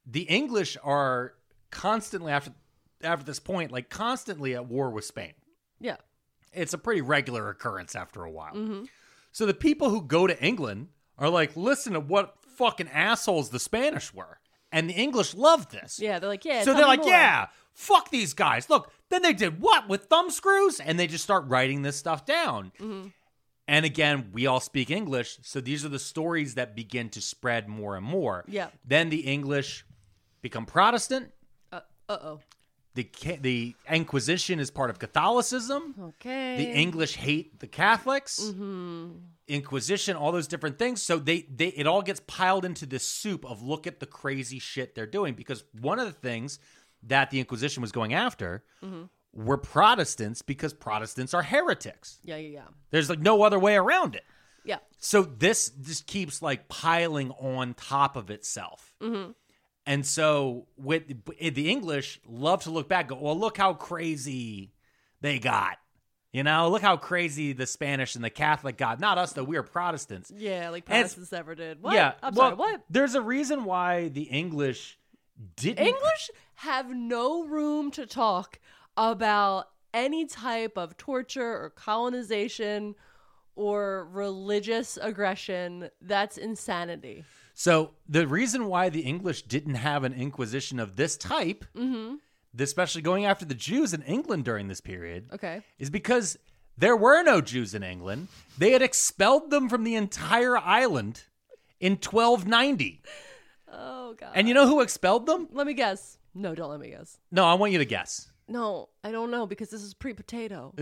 Speaker 1: the English are constantly after after this point, like constantly at war with Spain.
Speaker 2: Yeah.
Speaker 1: It's a pretty regular occurrence after a while.
Speaker 2: Mm-hmm.
Speaker 1: So the people who go to England are like, listen to what fucking assholes the Spanish were. And the English love this.
Speaker 2: Yeah. They're like, yeah.
Speaker 1: So
Speaker 2: tell
Speaker 1: they're
Speaker 2: me
Speaker 1: like,
Speaker 2: more.
Speaker 1: yeah, fuck these guys. Look, then they did what with thumb screws? And they just start writing this stuff down.
Speaker 2: Mm-hmm.
Speaker 1: And again, we all speak English. So these are the stories that begin to spread more and more.
Speaker 2: Yeah.
Speaker 1: Then the English become Protestant.
Speaker 2: Uh oh.
Speaker 1: The, ca- the Inquisition is part of Catholicism.
Speaker 2: Okay.
Speaker 1: The English hate the Catholics, Inquisition, all those different things. So they they it all gets piled into this soup of look at the crazy shit they're doing because one of the things that the Inquisition was going after were Protestants because Protestants are heretics.
Speaker 2: Yeah. Yeah. Yeah.
Speaker 1: There's like no other way around it.
Speaker 2: Yeah.
Speaker 1: So this just keeps like piling on top of itself.
Speaker 2: Mm-hmm.
Speaker 1: And so with the English love to look back, go, well, look how crazy they got. You know, look how crazy the Spanish and the Catholic got. Not us though; we are Protestants.
Speaker 2: Yeah. Like
Speaker 1: And it's-
Speaker 2: Protestants ever did. What?
Speaker 1: Yeah,
Speaker 2: I'm
Speaker 1: well,
Speaker 2: sorry. What?
Speaker 1: There's a reason why the English didn't.
Speaker 2: English have no room to talk about any type of torture or colonization or religious aggression. That's insanity.
Speaker 1: So the reason why the English didn't have an Inquisition of this type,
Speaker 2: Mm-hmm.
Speaker 1: especially going after the Jews in England during this period,
Speaker 2: Okay.
Speaker 1: is because there were no Jews in England. They had expelled them from the entire island in 1290.
Speaker 2: Oh god.
Speaker 1: And you know who expelled them?
Speaker 2: let me guess. No, don't let me guess.
Speaker 1: No, I want you to guess.
Speaker 2: No, I don't know because this is pre-potato.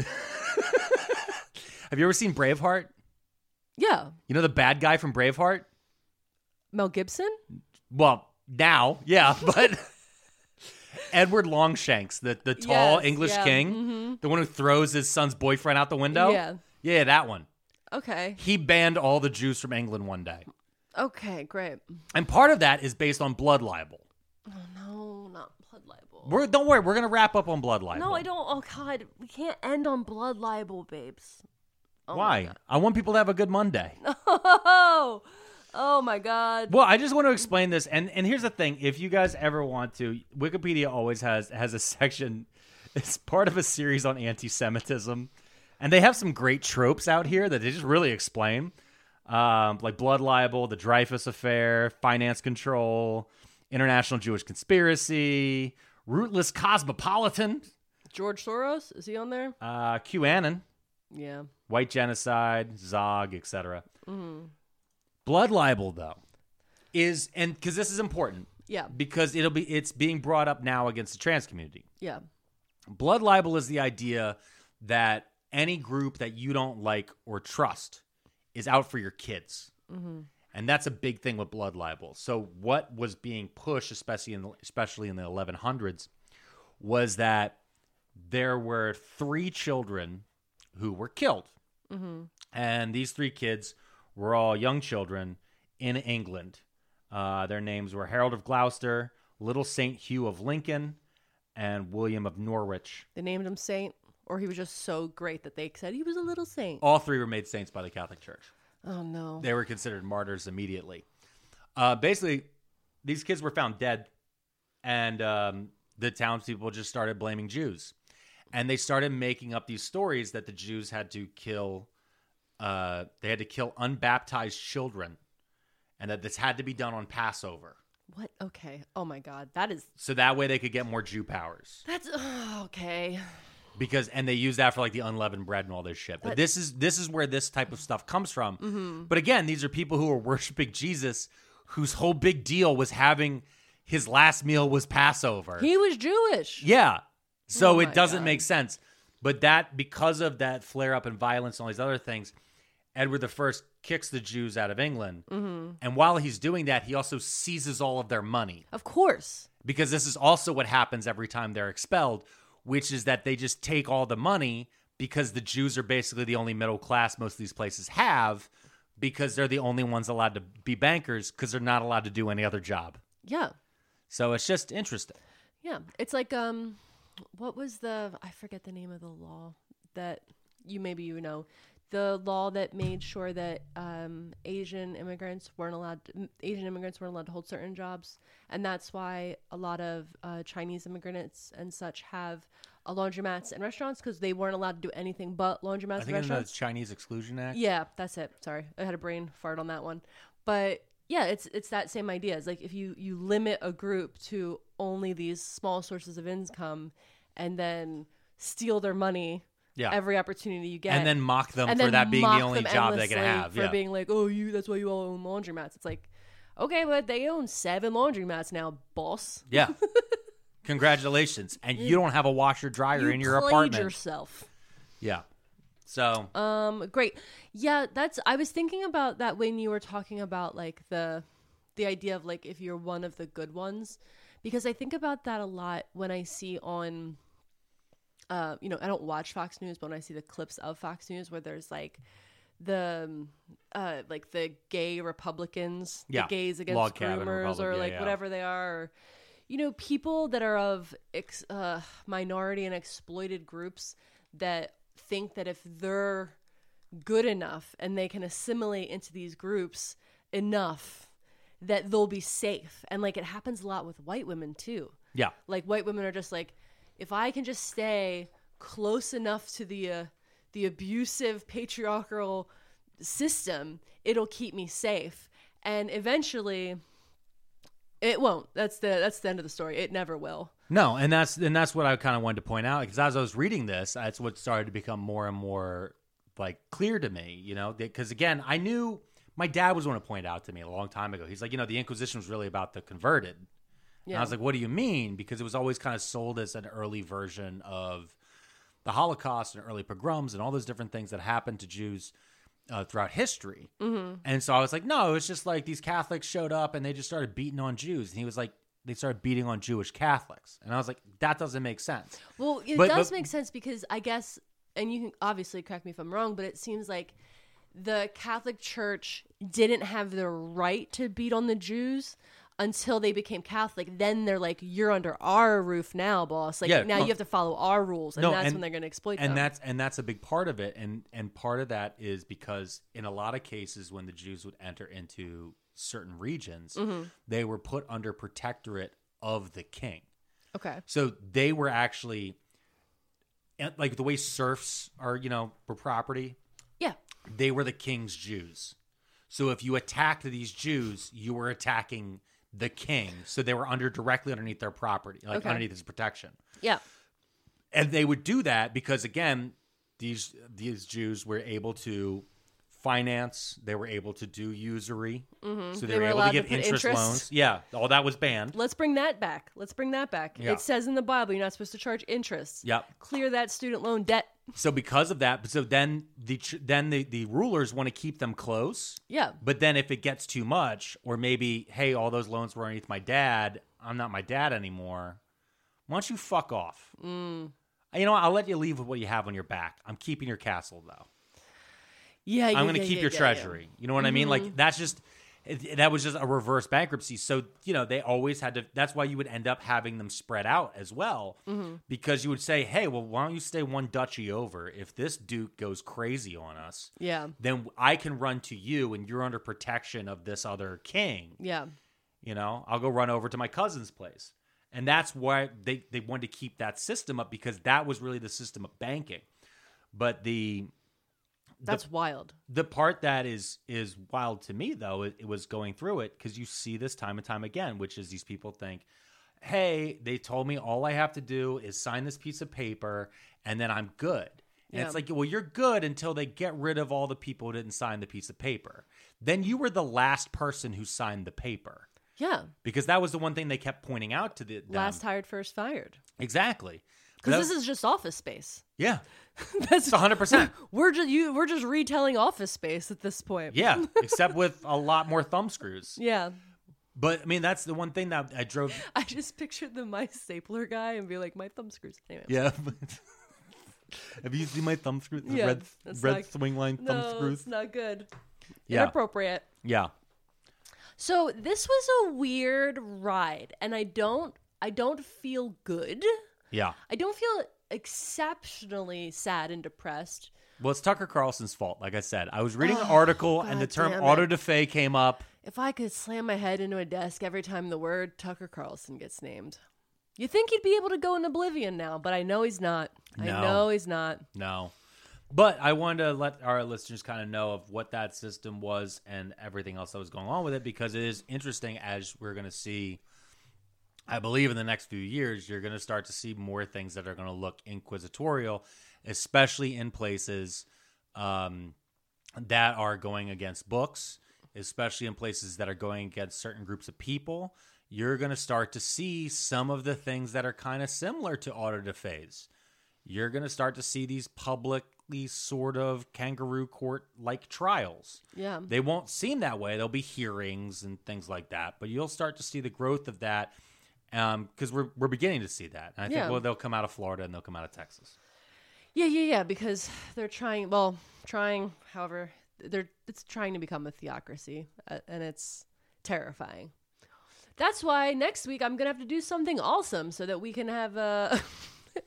Speaker 1: Have you ever seen Braveheart?
Speaker 2: yeah,
Speaker 1: You know the bad guy from Braveheart?
Speaker 2: Mel Gibson.
Speaker 1: Well, now, yeah, but Edward Longshanks, the, the tall
Speaker 2: Yes,
Speaker 1: English
Speaker 2: yeah, mm-hmm.
Speaker 1: king, the one who throws his son's boyfriend out the window.
Speaker 2: Yeah.
Speaker 1: Yeah, that one.
Speaker 2: Okay.
Speaker 1: He banned all the Jews from England one day.
Speaker 2: Okay. Great.
Speaker 1: And part of that is based on blood libel.
Speaker 2: No, not blood libel.
Speaker 1: We're, don't worry, we're going to wrap up on blood libel.
Speaker 2: No, I don't. Oh God, we can't end on blood libel, babes. Oh, my
Speaker 1: Why?
Speaker 2: God.
Speaker 1: I want people to have a good Monday.
Speaker 2: Oh, oh my God.
Speaker 1: Well, I just want to explain this, and and here's the thing: if you guys ever want to, Wikipedia always has has a section. It's part of a series on anti-Semitism, and they have some great tropes out here that they just really explain, um, like blood libel, the Dreyfus affair, finance control, international Jewish conspiracy, rootless cosmopolitan,
Speaker 2: George Soros is he on there?
Speaker 1: uh, QAnon,
Speaker 2: Yeah.
Speaker 1: white genocide, Zog, etc. Blood libel, though, is and because this is important
Speaker 2: Yeah.
Speaker 1: because it'll be it's being brought up now against the trans community.
Speaker 2: Yeah.
Speaker 1: Blood libel is the idea that any group that you don't like or trust is out for your kids. And that's a big thing with blood libel. So what was being pushed especially in the, especially in the 1100s was that there were three children who were killed. And these three kids were all young children in England. Uh, their names were Harold of Gloucester, Little St. Hugh of Lincoln, and William of Norwich.
Speaker 2: They named him Saint, or he was just so great that they said he was a little saint.
Speaker 1: All three were made saints by the Catholic Church.
Speaker 2: Oh no.
Speaker 1: They were considered martyrs immediately. Uh, basically, these kids were found dead, and um, the townspeople just started blaming Jews. And they started making up these stories that the Jews had to kill, uh, they had to kill unbaptized children, and that this had to be done on Passover.
Speaker 2: What? Okay. Oh my God. That is.
Speaker 1: So that way they could get more Jew powers.
Speaker 2: That's okay.
Speaker 1: because and they use that for like the unleavened bread and all this shit. But this is this is where this type of stuff comes from.
Speaker 2: Mm-hmm.
Speaker 1: But again, these are people who are worshiping Jesus, whose whole big deal was having his last meal was Passover.
Speaker 2: He was Jewish.
Speaker 1: yeah, so
Speaker 2: Oh my
Speaker 1: it doesn't
Speaker 2: God.
Speaker 1: make sense. But that because of that flare up and violence and all these other things, Edward the First kicks the Jews out of England,
Speaker 2: Mm-hmm.
Speaker 1: and while he's doing that, he also seizes all of their money
Speaker 2: Of course.
Speaker 1: because this is also what happens every time they're expelled, which is that they just take all the money because the Jews are basically the only middle class most of these places have because they're the only ones allowed to be bankers because they're not allowed to do any other job.
Speaker 2: Yeah.
Speaker 1: So it's just interesting.
Speaker 2: Yeah, it's like um, what was the I forget the name of the law that you maybe you know the law that made sure that um, Asian immigrants weren't allowed m- Asian immigrants weren't allowed to hold certain jobs, and that's why a lot of uh, Chinese immigrants and such have uh, laundromats and restaurants because they weren't allowed to do anything but
Speaker 1: I
Speaker 2: laundromats and
Speaker 1: think in the
Speaker 2: restaurants.
Speaker 1: Chinese Exclusion Act.
Speaker 2: Yeah, that's it. Sorry, I had a brain fart on that one. But yeah, it's it's that same idea. It's like if you you limit a group to only these small sources of income, and then steal their money.
Speaker 1: Yeah.
Speaker 2: Every opportunity you get,
Speaker 1: And then mock them
Speaker 2: and
Speaker 1: for
Speaker 2: then
Speaker 1: that being the
Speaker 2: mock
Speaker 1: only
Speaker 2: them
Speaker 1: job they can
Speaker 2: endlessly
Speaker 1: have.
Speaker 2: For
Speaker 1: yeah.
Speaker 2: being like, oh, you that's why you all own laundromats. It's like, okay, but they own seven laundromats now, boss.
Speaker 1: yeah. Congratulations. And you don't have a washer dryer
Speaker 2: you
Speaker 1: in your
Speaker 2: played
Speaker 1: apartment.
Speaker 2: yourself.
Speaker 1: Yeah. So
Speaker 2: Um, great. Yeah, that's. I was thinking about that when you were talking about like the, the idea of like if you're one of the good ones, because I think about that a lot when I see on. Uh, you know, I don't watch Fox News, but when I see the clips of Fox News where there's like the um, uh like the gay Republicans,
Speaker 1: Yeah.
Speaker 2: the gays against
Speaker 1: Log cabin
Speaker 2: groomers, or
Speaker 1: Republic, yeah,
Speaker 2: like
Speaker 1: yeah.
Speaker 2: whatever they are, or, you know, people that are of ex- uh, minority and exploited groups that think that if they're good enough and they can assimilate into these groups enough that they'll be safe. And like it happens a lot with white women too.
Speaker 1: yeah.
Speaker 2: Like white women are just like, if I can just stay close enough to the uh, the abusive patriarchal system, it'll keep me safe. And eventually, it won't. That's the that's the end of the story. It never will.
Speaker 1: No, and that's and that's what I kind of wanted to point out because as I was reading this, that's what started to become more and more like clear to me, you know, because again, I knew my dad was going to point out to me a long time ago. He's like, you know, the Inquisition was really about the converted. And I was like, what do you mean? Because it was always kind of sold as an early version of the Holocaust and early pogroms and all those different things that happened to Jews uh, throughout history. Mm-hmm. And so I was like, no, it's just like these Catholics showed up and they just started beating on Jews. And he was like, they started beating on Jewish Catholics. And I was like, that doesn't make sense.
Speaker 2: Well, it
Speaker 1: But-
Speaker 2: does
Speaker 1: but-
Speaker 2: make sense because I guess, and you can obviously correct me if I'm wrong, but it seems like the Catholic Church didn't have the right to beat on the Jews until they became Catholic. Then they're like, "You're under our roof now, boss. Like
Speaker 1: Yeah,
Speaker 2: now
Speaker 1: no.
Speaker 2: you have to follow our rules," and that's when they're going to exploit
Speaker 1: and
Speaker 2: them.
Speaker 1: that's and that's a big part of it and and part of that is because in a lot of cases when the jews would enter into certain regions
Speaker 2: Mm-hmm.
Speaker 1: they were put under protectorate of the king
Speaker 2: okay.
Speaker 1: so they were actually and, like the way serfs are you know for property
Speaker 2: Yeah.
Speaker 1: they were the king's jews so if you attacked these jews you were attacking the king so they were under directly underneath their property like
Speaker 2: Okay.
Speaker 1: underneath his protection
Speaker 2: Yeah.
Speaker 1: and they would do that because again these these jews were able to finance they were able to do usury so they,
Speaker 2: Mm-hmm. They
Speaker 1: were,
Speaker 2: were
Speaker 1: able
Speaker 2: allowed
Speaker 1: to
Speaker 2: to
Speaker 1: give
Speaker 2: put
Speaker 1: interest,
Speaker 2: interest.
Speaker 1: loans yeah all that was banned
Speaker 2: Let's bring that back. Let's bring that back.
Speaker 1: Yeah.
Speaker 2: It says in the Bible you're not supposed to charge interest.
Speaker 1: Yep.
Speaker 2: Clear that student loan debt.
Speaker 1: so because of that so then the ch- then the, the rulers want to keep them close
Speaker 2: Yeah.
Speaker 1: but then if it gets too much or maybe hey all those loans were underneath my dad i'm not my dad anymore why don't you fuck off
Speaker 2: Mm.
Speaker 1: you know what? i'll let you leave with what you have on your back i'm keeping your castle though
Speaker 2: Yeah. yeah,
Speaker 1: I'm going to
Speaker 2: yeah,
Speaker 1: keep
Speaker 2: yeah, Mm-hmm.
Speaker 1: your
Speaker 2: yeah, yeah.
Speaker 1: treasury. You know what I mean? Like that's just it- that was just a reverse bankruptcy. So you know they always had to. That's why you would end up having them spread out as well,
Speaker 2: Mm-hmm.
Speaker 1: because you would say, "Hey, well, why don't you stay one duchy over? If this duke goes crazy on us,
Speaker 2: Yeah.
Speaker 1: then I can run to you, and you're under protection of this other king.
Speaker 2: Yeah.
Speaker 1: You know, I'll go run over to my cousin's place." And that's why they, they wanted to keep that system up because that was really the system of banking. But the
Speaker 2: That's wild.
Speaker 1: the part that is is wild to me though it, it was going through it because you see this time and time again which is these people think hey they told me all i have to do is sign this piece of paper and then i'm good and it's
Speaker 2: Yeah.
Speaker 1: like well you're good until they get rid of all the people who didn't sign the piece of paper then you were the last person who signed the paper
Speaker 2: Yeah.
Speaker 1: because that was the one thing they kept pointing out to the them.
Speaker 2: Last hired, first fired.
Speaker 1: exactly That-
Speaker 2: Because this is just office space.
Speaker 1: yeah
Speaker 2: That's
Speaker 1: it's 100%
Speaker 2: we're just you we're just retelling office space at this point.
Speaker 1: yeah except with a lot more thumb screws
Speaker 2: Yeah.
Speaker 1: but i mean that's the one thing that i drove
Speaker 2: I just pictured the my stapler guy and be like, my thumb screws. Anyway.
Speaker 1: Yeah. Have you seen my thumb screw? The
Speaker 2: Yeah,
Speaker 1: red
Speaker 2: that's
Speaker 1: red
Speaker 2: not-
Speaker 1: swing line thumb
Speaker 2: No,
Speaker 1: screws.
Speaker 2: it's not good.
Speaker 1: Yeah.
Speaker 2: Inappropriate.
Speaker 1: Yeah.
Speaker 2: So this was a weird ride, and I don't I don't feel good
Speaker 1: Yeah.
Speaker 2: I don't feel exceptionally sad and depressed.
Speaker 1: Well, it's Tucker Carlson's fault. Like I said, I was reading an article and the
Speaker 2: Oh, God
Speaker 1: term
Speaker 2: damn it.
Speaker 1: auto da fe came up.
Speaker 2: If I could slam my head into a desk every time the word Tucker Carlson gets named. You think he'd be able to go in oblivion now, but I know he's not.
Speaker 1: No.
Speaker 2: I know he's not.
Speaker 1: No. But I wanted to let our listeners kind of know of what that system was and everything else that was going on with it because it is interesting as we're going to see. I believe in the next few years, you're going to start to see more things that are going to look inquisitorial, especially in places um, that are going against books, especially in places that are going against certain groups of people. You're going to start to see some of the things that are kind of similar to auto da phase you're going to start to see these publicly sort of kangaroo court like trials.
Speaker 2: Yeah.
Speaker 1: They won't seem that way. There'll be hearings and things like that, but you'll start to see the growth of that because we're, we're beginning to see that. And I
Speaker 2: Yeah.
Speaker 1: think, well, they'll come out of Florida and they'll come out of Texas.
Speaker 2: Yeah, yeah, yeah, because they're trying, well, trying, however, they're it's trying to become a theocracy uh, and it's terrifying. That's why next week I'm going to have to do something awesome so that we can have a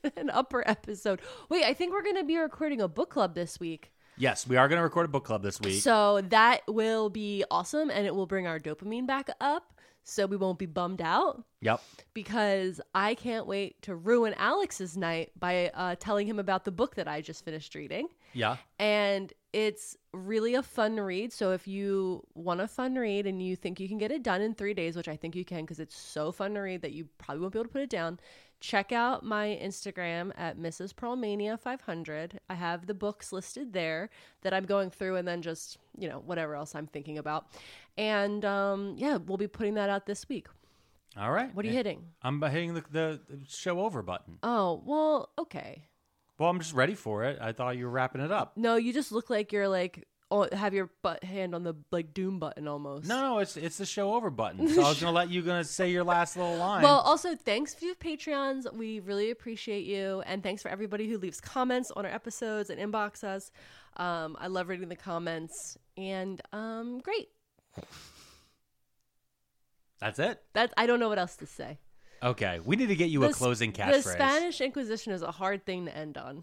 Speaker 2: an upper episode. Wait, I think we're going to be recording a book club this week.
Speaker 1: Yes, we are going to record a book club this week.
Speaker 2: So that will be awesome and it will bring our dopamine back up so we won't be bummed out
Speaker 1: yep.
Speaker 2: because I can't wait to ruin Alex's night by uh, telling him about the book that I just finished reading.
Speaker 1: Yeah.
Speaker 2: And it's really a fun read. So if you want a fun read and you think you can get it done in three days, which I think you can because it's so fun to read that you probably won't be able to put it down, check out my Instagram at Mrs. Pearlmania500. I have the books listed there that I'm going through and then just, you know, whatever else I'm thinking about. And um, yeah, we'll be putting that out this week.
Speaker 1: All right.
Speaker 2: What are you hitting?
Speaker 1: I'm hitting the, the the show over button.
Speaker 2: Oh, well, okay.
Speaker 1: Well, I'm just ready for it. I thought you were wrapping it up.
Speaker 2: No, you just look like you're like, oh, have your butt hand on the like doom button almost.
Speaker 1: No, no, it's it's the show over button. So I was gonna let you gonna say your last little line.
Speaker 2: Well, also thanks to Patreons. We really appreciate you, and thanks for everybody who leaves comments on our episodes and inbox us. Um, I love reading the comments, and um, great.
Speaker 1: that's it.
Speaker 2: That I don't know what else to say.
Speaker 1: Okay, we need to get you a
Speaker 2: The s-
Speaker 1: closing
Speaker 2: The
Speaker 1: catchphrase.
Speaker 2: Spanish Inquisition is a hard thing to end on.